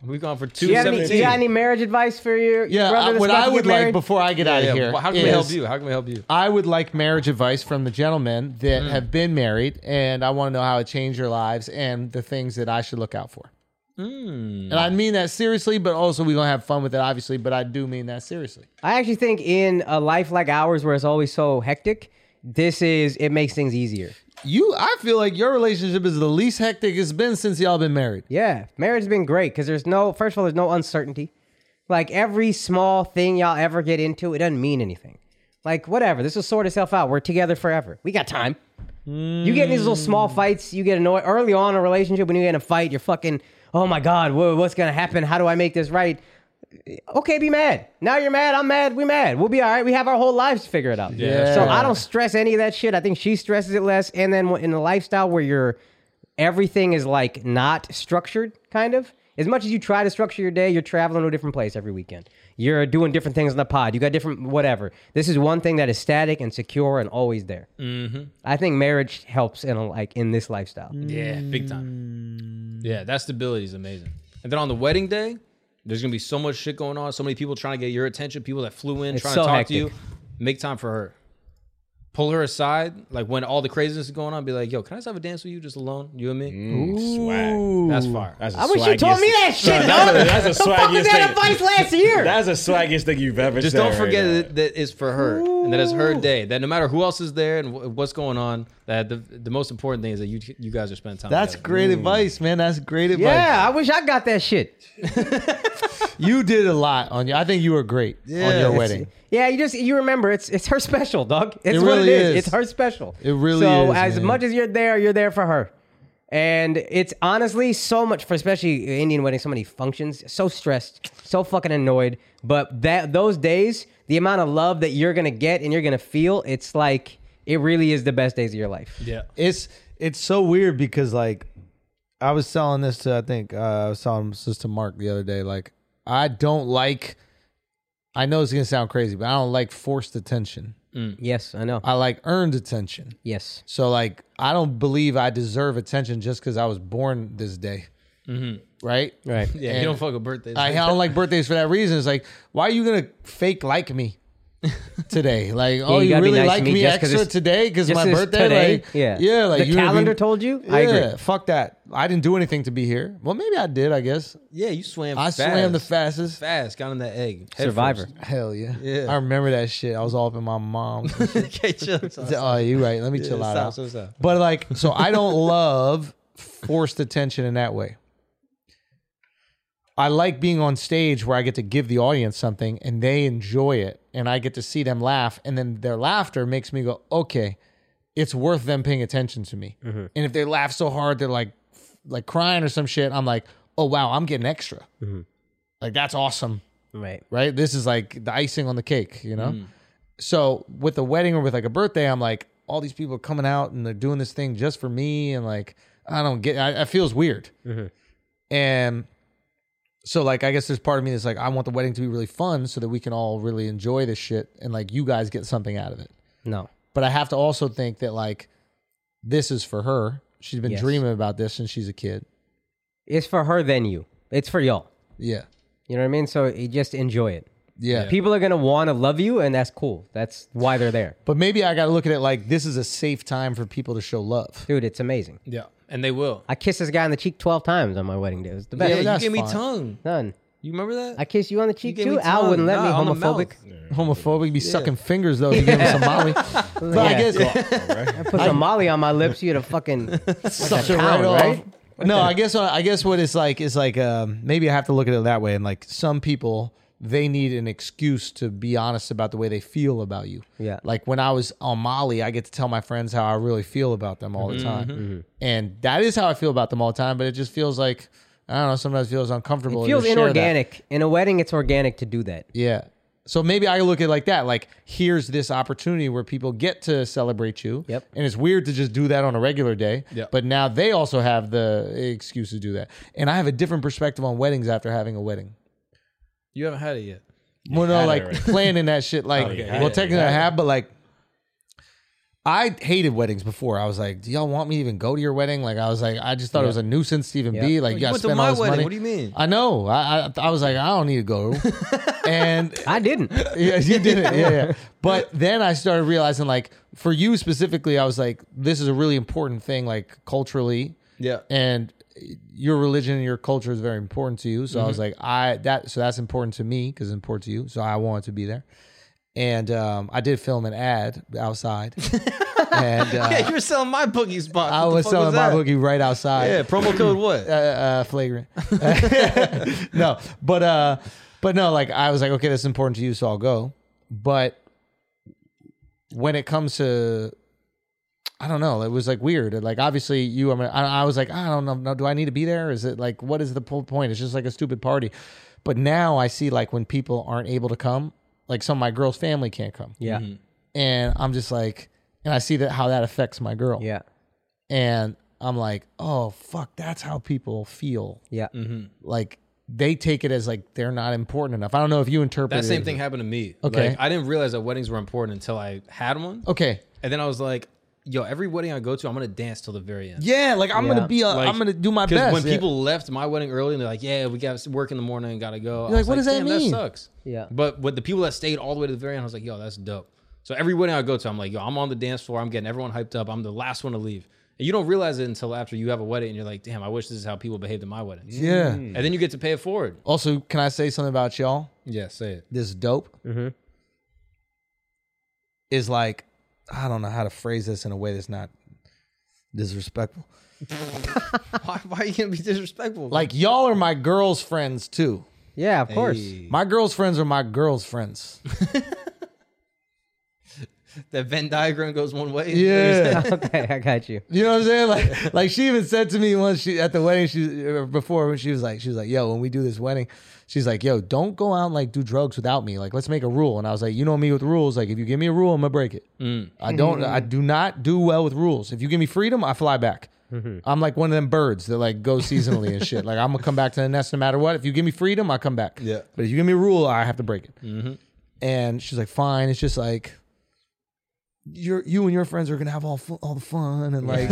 We've gone for
Do you, have any,
217.
do you got any marriage advice for your
Yeah,
brother
I,
that's
what
about
I
to
would
get
like
married?
before I get out of
Yeah,
here.
well, how can we help
is-
you? How can we help you?
I would like marriage advice from the gentlemen
Mm.
that have been married, and I want to know how it changed your lives and the things that I should look out for.
Mm.
And I mean that seriously, but also we're gonna have fun with it, obviously. But I do mean that seriously.
I actually think in a life like ours, where it's always so hectic, this is it makes things easier.
You, I feel like your relationship is the least hectic it's been since y'all been married.
Yeah, marriage has been great because there's no first of all, there's no uncertainty. Like every small thing y'all ever get into, it doesn't mean anything. Like whatever, this will sort itself out. We're together forever. We got time. You get in these little small
Mm.
fights, you get annoyed early on in a relationship. When you get in a fight, you're fucking, oh my god, whoa, what's gonna happen? How do I make this right? Okay, be mad. Now you're mad. I'm mad. We mad. We'll be all right. We have our whole lives to figure it out.
Yeah.
So I don't stress any of that shit. I think she stresses it less. And then in the lifestyle where you're everything is like not structured, kind of. As much as you try to structure your day, you're traveling to a different place every weekend. You're doing different things on the pod. You got different whatever. This is one thing that is static and secure and always there. Mm-hmm. I think marriage helps in a, like in this lifestyle.
Yeah, big time. Yeah, that stability is amazing. And then on the wedding day, there's gonna be so much shit going on. So many people trying to get your attention. People that flew in
It's
trying
so
to talk to
hectic.
you. Make time for her. Pull her aside, like when all the craziness is going on. Be like, yo, can I just have a dance with you, just alone, you and me?
Swag.
That's fire.
That's a
I wish you told
swaggiest-
me that shit. dog.
Son, That's a, that's a
the fuck was
swaggiest
that
thing.
advice
[laughs]
last year?
That's the swaggiest thing you've ever
just
said.
don't
right
forget
now.
that, that it's for her and that it's her day. That no matter who else is there and wh- what's going on, that the the most important thing is that you you guys are spending time.
That's
together.
great advice, man. That's great advice.
yeah, I wish I got that shit.
You did a lot on your. I think you were great on your
It's-
[laughs] wedding.
Yeah, you just you remember it's it's her special, dog. It's
It
what
really
it is.
is.
It's her special.
It really
so
is,
as
man.
much as you're there, you're there for her. And it's honestly so much for especially Indian wedding, so many functions, so stressed, so fucking annoyed. But that those days, the amount of love that you're gonna get and you're gonna feel, it's like it really is the best days of your life.
Yeah.
It's it's so weird because like I was telling this to I think uh, I was telling this to Mark the other day. Like I don't like. I know it's gonna sound crazy, but I don't like forced attention.
Yes, I know.
I like earned attention.
yes.
So like I don't believe I deserve attention just because I was born this day.
Mm-hmm. [laughs]
Right.
Right.
Yeah, you
And
don't fuck with birthdays.
I, I don't like birthdays for that reason. It's like, why are you gonna fake
[laughs]
like me today? Like, oh,
you
you,
gotta be
really
nice to
like
me
me,
just 'cause
extra
it's-
today because
just
my
it's
birthday?
today?
Like,
Yeah.
yeah. Like
The
you know what I
calendar
mean?
told you? I agree.
Fuck that. I didn't do anything to be here. Well, maybe I did. I guess
yeah, you swam.
I
fast.
swam the fastest.
fast, got in that egg. Head
Survivor.
first.
Hell yeah.
Yeah.
I remember that shit. I was all up in my mom's.
[laughs] okay, chill.
oh, you right. Let me chill out.
Stop, stop, stop.
But like, so I don't love forced attention in that way. I like being on stage where I get to give the audience something and they enjoy it and I get to see them laugh. And then their laughter makes me go, okay, it's worth them paying attention to me. And if they laugh so hard, they're like, like crying or some shit, I'm like, oh, wow, I'm getting extra. Like, that's awesome
Right.
right? This is like the icing on the cake, you know? So with a wedding or with like a birthday, I'm like, all these people are coming out and they're doing this thing just for me. And like, I don't get I, it feels weird. And so like, I guess there's part of me that's like, I want the wedding to be really fun so that we can all really enjoy this shit and like you guys get something out of it.
No.
But I have to also think that like, this is for her. She's been
Yes.
dreaming about this since she's a kid.
It's for her then you. It's for y'all.
Yeah.
You know what I mean? So you just enjoy it.
Yeah.
People are gonna want to love you, and that's cool. That's why they're there,
But maybe I got to look at it like this is a safe time for people to show love.
dude. It's amazing.
Yeah, and they will.
I kissed this guy on the cheek twelve times on my wedding day. It was the best.
Yeah,
but
you
that's
gave me
fine.
tongue.
None.
You remember that?
I kissed you on the
You
cheek
gave
too. Al
tongue.
wouldn't let
Nah,
me.
on the
Homophobic.
mouth.
homophobic. You'd be sucking fingers though if you give him
[laughs]
some Molly. But I
Yeah.
[laughs] guess
I put some Molly on my lips. You'd have fucking.
such a
pound,
right off.
right?
No, I guess I guess what it's like is like um, maybe I have to look at it that way. And like some people, they need an excuse to be honest about the way they feel about you.
Yeah.
Like when I was on Molly, I get to tell my friends how I really feel about them all the
Mm-hmm.
time, and that is how I feel about them all the time. But it just feels like I don't know. Sometimes it feels uncomfortable.
It
to
feels
share that.
inorganic. In a wedding, it's organic to do that.
Yeah. So maybe I look at it like that. Like, here's this opportunity where people get to celebrate you.
Yep.
And it's weird to just do that on a regular day.
Yep.
But now they also have the excuse to do that. And I have a different perspective on weddings after having a wedding.
You haven't had it yet.
Well, no,
had it
like
already.
[laughs] planning that shit. Like,
you had
well,
it,
technically I have, but like, I hated weddings before. I was like, do y'all want me to even go to your wedding? Like, I was like, I just thought it was a nuisance to even be. Like, you,
you
gotta
went to
spend
my
all this
wedding.
money.
What do you mean?
I know. I, I I was like, I don't need
[laughs]
to go. and
I didn't.
yeah, you did it. Yeah,
[laughs]
yeah. But then I started realizing, like, for you specifically, I was like, this is a really important thing, like culturally,
Yeah. [laughs]
and your religion and your culture is very important to you. So I was
Mm-hmm.
like, I that so that's important to me because it's important to you. So I wanted to be there, and um, I did film an ad
[laughs]
outside, and uh,
yeah, you were selling my boogie spot.
I
What the
was
fuck
selling my
that?
bookie right outside [clears throat]
Yeah, promo code what?
uh, uh, flagrant. [laughs] no, but uh, but no, like I was like, okay, that's important to you, so I'll go. But when it comes to, I don't know, it was like weird. Like obviously, you, I mean, I, I was like, I don't know, no, do I need to be there? Is it like, what is the po- point? It's just like a stupid party. But now I see like when people aren't able to come, like some of my girl's family can't come,
Yeah.
and I'm just like, and I see that how that affects my girl,
Yeah.
and I'm like, oh fuck, that's how people feel.
Yeah.
Like they take it as like they're not important enough. I don't know if you interpret
That
it
same
as-
thing happened to me.
Okay.
Like, I didn't realize that weddings were important until I had one.
Okay.
And then I was like, yo, every wedding I go to, I'm going to dance till the very end.
Yeah, like I'm gonna
Yeah.
be a,
Like,
I'm gonna do my
Because
best.
when
Yeah.
people left my wedding early and they're like, yeah, we got work in the morning and got to go. I
You're
was
like, what does that
"Damn,
mean?"
That sucks.
Yeah.
But with the people that stayed all the way to the very end, I was like, yo, that's dope. So every wedding I go to, I'm like, yo, I'm on the dance floor. I'm getting everyone hyped up. I'm the last one to leave. And you don't realize it until after you have a wedding and you're like, damn, I wish this is how people behaved at my wedding.
yeah.
And then you get to pay it forward.
Also, can I say something about y'all?
Yeah, say it.
This dope
Mm-hmm.
is like I don't know how to phrase this in a way that's not disrespectful.
[laughs] Why, why are you going to be disrespectful?
Like y'all are my girls' friends too.
Yeah, of course.
My girls' friends are my girls' friends.
[laughs] that Venn diagram goes one way.
Yeah.
[laughs] Okay, I got you.
You know what I'm saying? Like, like she even said to me once she at the wedding she or before when she was like she was like, "Yo, when we do this wedding, she's like, "Yo, don't go out and like do drugs without me. Like, let's make a rule." And I was like, "You know me with rules. Like, if you give me a rule, I'm gonna break it. I don't. I do not do well with rules. If you give me freedom, I fly back. I'm like one of them birds that like go seasonally and shit. Like, I'm gonna come back to the nest no matter what. If you give me freedom, I come back.
Yeah.
But if you give me a rule, I have to break it. And she's like, "Fine." It's just like your you and your friends are gonna have all fu- all the fun and like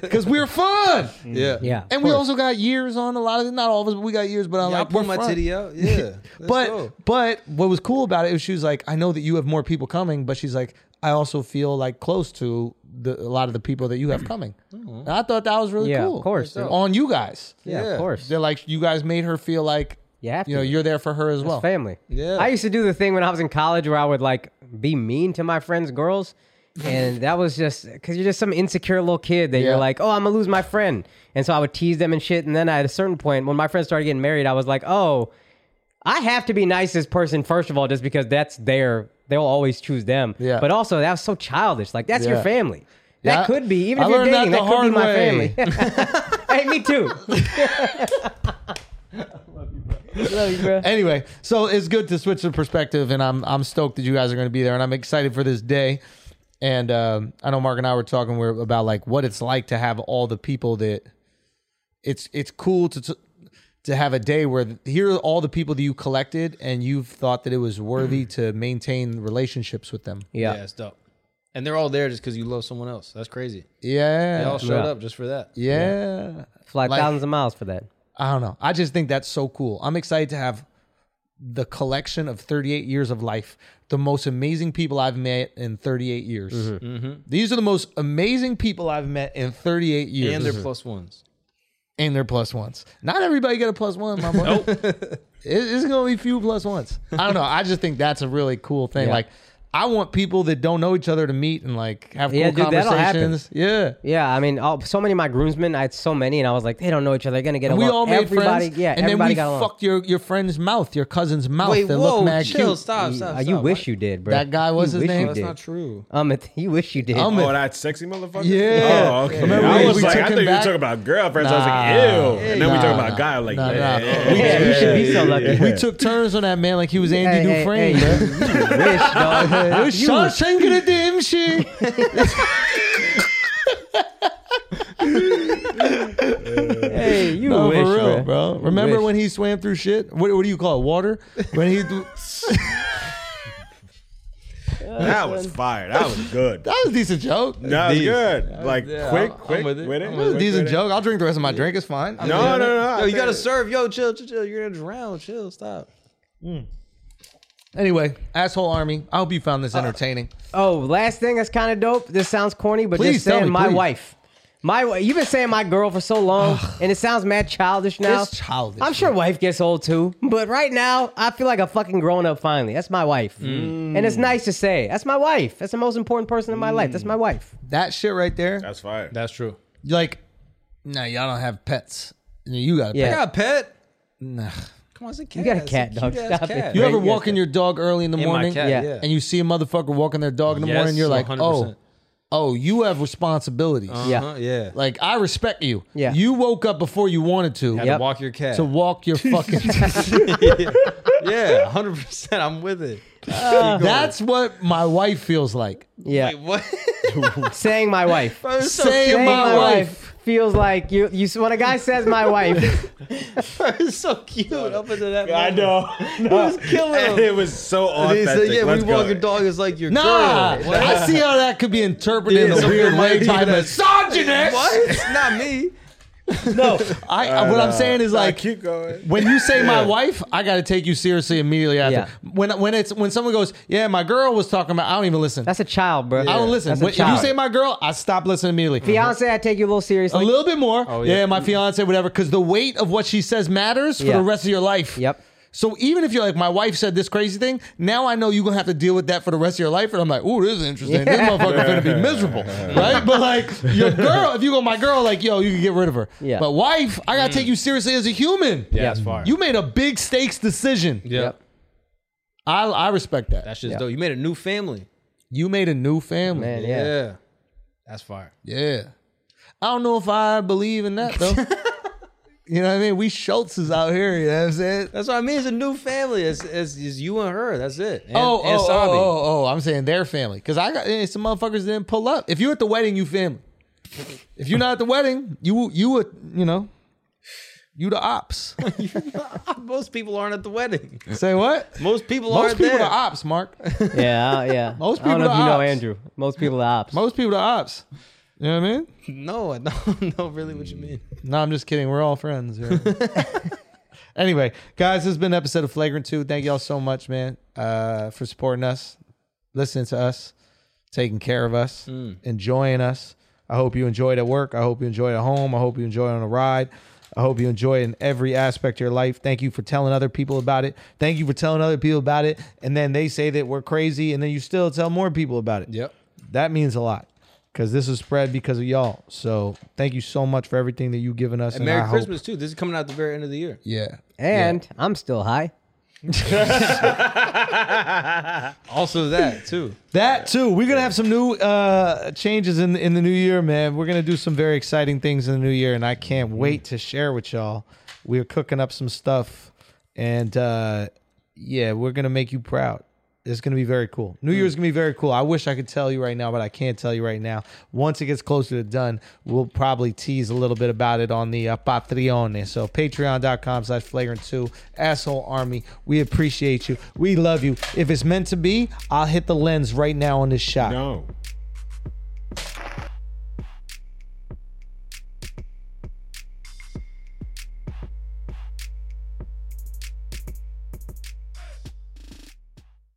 [laughs]
because we're fun
Yeah.
Yeah.
and we also got years on a lot of not all of us but we got years but on
Yeah, I
like
pull
we're
my
fun.
titty
[laughs]
out. Yeah. Let's
but
go.
but what was cool about it was she was like I know that you have more people coming but she's like I also feel like close to the a lot of the people that you
[clears throat]
have coming
Oh,
and I thought that was really
Yeah,
cool
of course. dude.
on you guys
Yeah,
Yeah.
of course.
they're like you guys made her feel like
You have
you know
to.
you're there for her as well
It's family.
Yeah.
I used to do the thing when I was in college where I would like be mean to my friends' girls. And that was just because you're just some insecure little kid that
Yeah.
you're like, oh, I'm gonna lose my friend. And so I would tease them and shit. And then at a certain point, when my friends started getting married, I was like, oh, I have to be nice to this person, first of all, just because that's their, they'll always choose them.
Yeah.
But also, that was so childish. Like, that's
Yeah.
your family.
Yeah,
That
I-
could be, even
I
if you're
learned that
dating,
the
that could be
hard
my
[laughs] way.
family. hey, me
[laughs]
too. [laughs] Love you, bro.
anyway, so it's good to switch the perspective, and I'm I'm stoked that you guys are going to be there, and I'm excited for this day. And um, I know Mark and I were talking we're, about like what it's like to have all the people that it's it's cool to. to to have a day where th- here are all the people that you collected and you've thought that it was worthy to maintain relationships with them.
Mm. Yeah.
Yeah.
it's dope. And they're all there just because you love someone else. That's crazy. They
Yeah.
all showed
Yeah.
up just for that.
Yeah.
Fly
Like-
thousands of miles for that.
I don't know. I just think that's so cool. I'm excited to have the collection of 38 years of life, the most amazing people I've met in 38 years.
Mm-hmm.
These are the most amazing people I've met in 38 years.
And they're plus ones.
And they're plus ones. Not everybody get a plus one, my boy. [laughs] It- it's going to be few plus ones. I don't know. I just think that's a really cool thing.
Yeah.
Like, I want people that don't know each other to meet and like have
Yeah,
cool
dude, that'll happen.
conversations. Yeah.
Yeah, I mean, all, so many of my groomsmen, I had so many, and I was like, they don't know each other. They're gonna get along.
We all made
everybody,
friends,
Yeah,
and then
everybody
we
got along.
fucked your, your friend's mouth, your cousin's mouth. that looked mad cute.
stop,
Uh, you wish you did, bro.
That guy, what's
you
his
wish
name?
You
That's
did.
not true.
Um, [laughs] you wish you did.
Um,
Oh, that sexy motherfucker.
Yeah.
Oh, okay.
Remember
I
we-
was
we
like,
took
I
him
thought you were
back?
talking about girlfriends. I was like, ew. And then we
Nah,
talking about
nah,
guy. I'm Like,
nah, nah.
yeah.
yeah, you should be so lucky.
We took turns on that man like he was Andy
Hey, hey,
Dufresne.
[laughs] hey,
man.
you wish,
[laughs]
dog.
It was Shawshank of [laughs] Redemption.
Hey, you
No,
wish,
Oh, for real,
bro.
bro. Remember
wish.
when he swam through shit? What, what do you call it? Water? When he that
That was fire. That was good.
was a decent joke. [laughs] That
That was
These.
good. Like,
yeah,
quick,
I'm- I'm
quick.
with it.
with it.
I'm
was a
Quick,
decent
with it.
joke. I'll drink the rest of my drink. It's fine. I'm
No, no,
good.
no.
Yo,
I
Oh, you gotta
think-
serve. Yo, chill, chill, chill. You're gonna drown. Chill, stop.
Anyway, asshole army. I hope you found
Uh,
this entertaining.
Oh, last thing that's kind of dope. This sounds corny, but
Please
just
tell
saying
me,
my
please.
wife. My wi- you've been saying my girl for so
[sighs]
long, and it sounds mad childish now.
It's childish,
I'm sure
dude.
wife gets old too, but right now I feel like a fucking grown up. Finally, that's my wife,
Mm.
and it's nice to say that's my wife. That's the most important person in my life. That's my wife.
that shit right there.
That's fire. [laughs]
That's true.
Like, no, y'all don't have pets. You Mm. got a
Yeah.
pet.
I got a pet.
Nah.
Come on, it's a cat.
got a
It's
cat,
cute
dog.
ass
Stop it.
cat.
You
Right,
ever
you got
walking your dog early in the
In
morning?
my cat,
Yeah.
yeah.
and you see a motherfucker walking their dog in the morning,
Yes,
you're like, oh,
100%.
oh, you have responsibilities.
Uh-huh, yeah.
Like I respect you.
Yeah.
You woke up before you wanted to
Had
Yep.
to walk your cat.
to walk your fucking.
[laughs] yeah, hundred percent. I'm with it.
That's what my wife feels like.
Yeah,
Wait, what?
[laughs]
saying my wife.
Bro, it's so
Say
cute.
my
my
wife.
feels like you. You when a guy says my wife,
[laughs] it's so cute up into that.
I
moment.
know.
It was
And
killer.
[laughs] it was so
And he
authentic.
said, yeah,
Let's
we walk
go.
your dog is like
[laughs]
your
Nah,
girl.
I see how that could be interpreted in
Yeah,
a weird way
like,
by
even a-
misogynist.
What? It's not me.
No, I, what I'm saying is
Nah,
like
keep going.
when you say my wife, I got to take you seriously immediately after.
Yeah.
When when it's when someone goes, yeah, my girl was talking about. I don't even listen.
that's a child, bro.
I don't listen.
That's a
When, if you
child.
say my girl, I stop listening immediately.
fiance, I take you a little
a
seriously.
little bit more.
Oh,
yeah.
yeah.
my fiance, whatever, because the weight of what she says matters for
Yeah.
the rest of your life.
Yep.
So even if you're like, my wife said this crazy thing, now I know you're gonna have to deal with that for the rest of your life. And I'm like, ooh, this is interesting. This
Yeah.
motherfucker's
[laughs]
gonna be miserable, right? But like your girl, if you go, my girl, like, yo, you can get rid of her.
Yeah.
But wife, I gotta
Mm.
take you seriously as a human.
Yeah, it's fire.
You made a big stakes decision.
yeah.
Yep.
I I respect that.
That's just dope. You made a new family.
you made a new family.
Man,
Yeah.
yeah.
That's fire.
Yeah. I don't know if I believe in that
[laughs]
though. you know what I mean? We Schultz is out here, you know what I'm saying?
That's what I mean. It's a new family. It's, it's, it's you and her. That's it. And,
oh,
and
oh,
Sabi.
oh, oh, oh, I'm saying their family. Because I got eh, some motherfuckers didn't pull up. If you're at the wedding, you family. If you're not at the wedding, you you would, you know, you
[laughs]
the ops.
[laughs] Most people aren't at the wedding.
Say what?
Most people
Most
aren't
people
there.
are ops, Mark.
Yeah, I- yeah.
[laughs] Most
I don't know
people
if you
are
know
ops.
Andrew. Most people are ops.
Most people are ops. You know what I mean?
no, [laughs] I don't know really what you mean.
No, I'm just kidding. We're all friends. you know. anyway, guys, this has been an episode of Flagrant 2. Thank y'all so much, man, uh, for supporting us, listening to us, taking care of us,
Mm.
enjoying us. I hope you enjoyed at work. I hope you enjoyed at home. I hope you enjoyed on a ride. I hope you enjoy it in every aspect of your life. Thank you for telling other people about it. Thank you for telling other people about it. And then they say that we're crazy, and then you still tell more people about it.
Yep.
That means a lot because this was spread because of y'all. So thank you so much for everything that you've given us.
And
And,
Merry
I hope-
Christmas too. This is coming out at the very end of the year.
yeah.
and I'm still high.
Also that too.
That too. We're gonna have some new uh, changes in in the new year, man. We're gonna do some very exciting things in the new year, and I can't wait to share with y'all. We're cooking up some stuff, and uh, yeah, we're gonna make you proud. It's gonna be very cool. New Year's gonna be very cool. I wish I could tell you right now, but I can't tell you right now. Once it gets closer to done, we'll probably tease a little bit about it on the uh, Patreon. So patreon.com slash flagrant two asshole army. We appreciate you. We love you. If it's meant to be, I'll hit the lens right now on this shot.
No.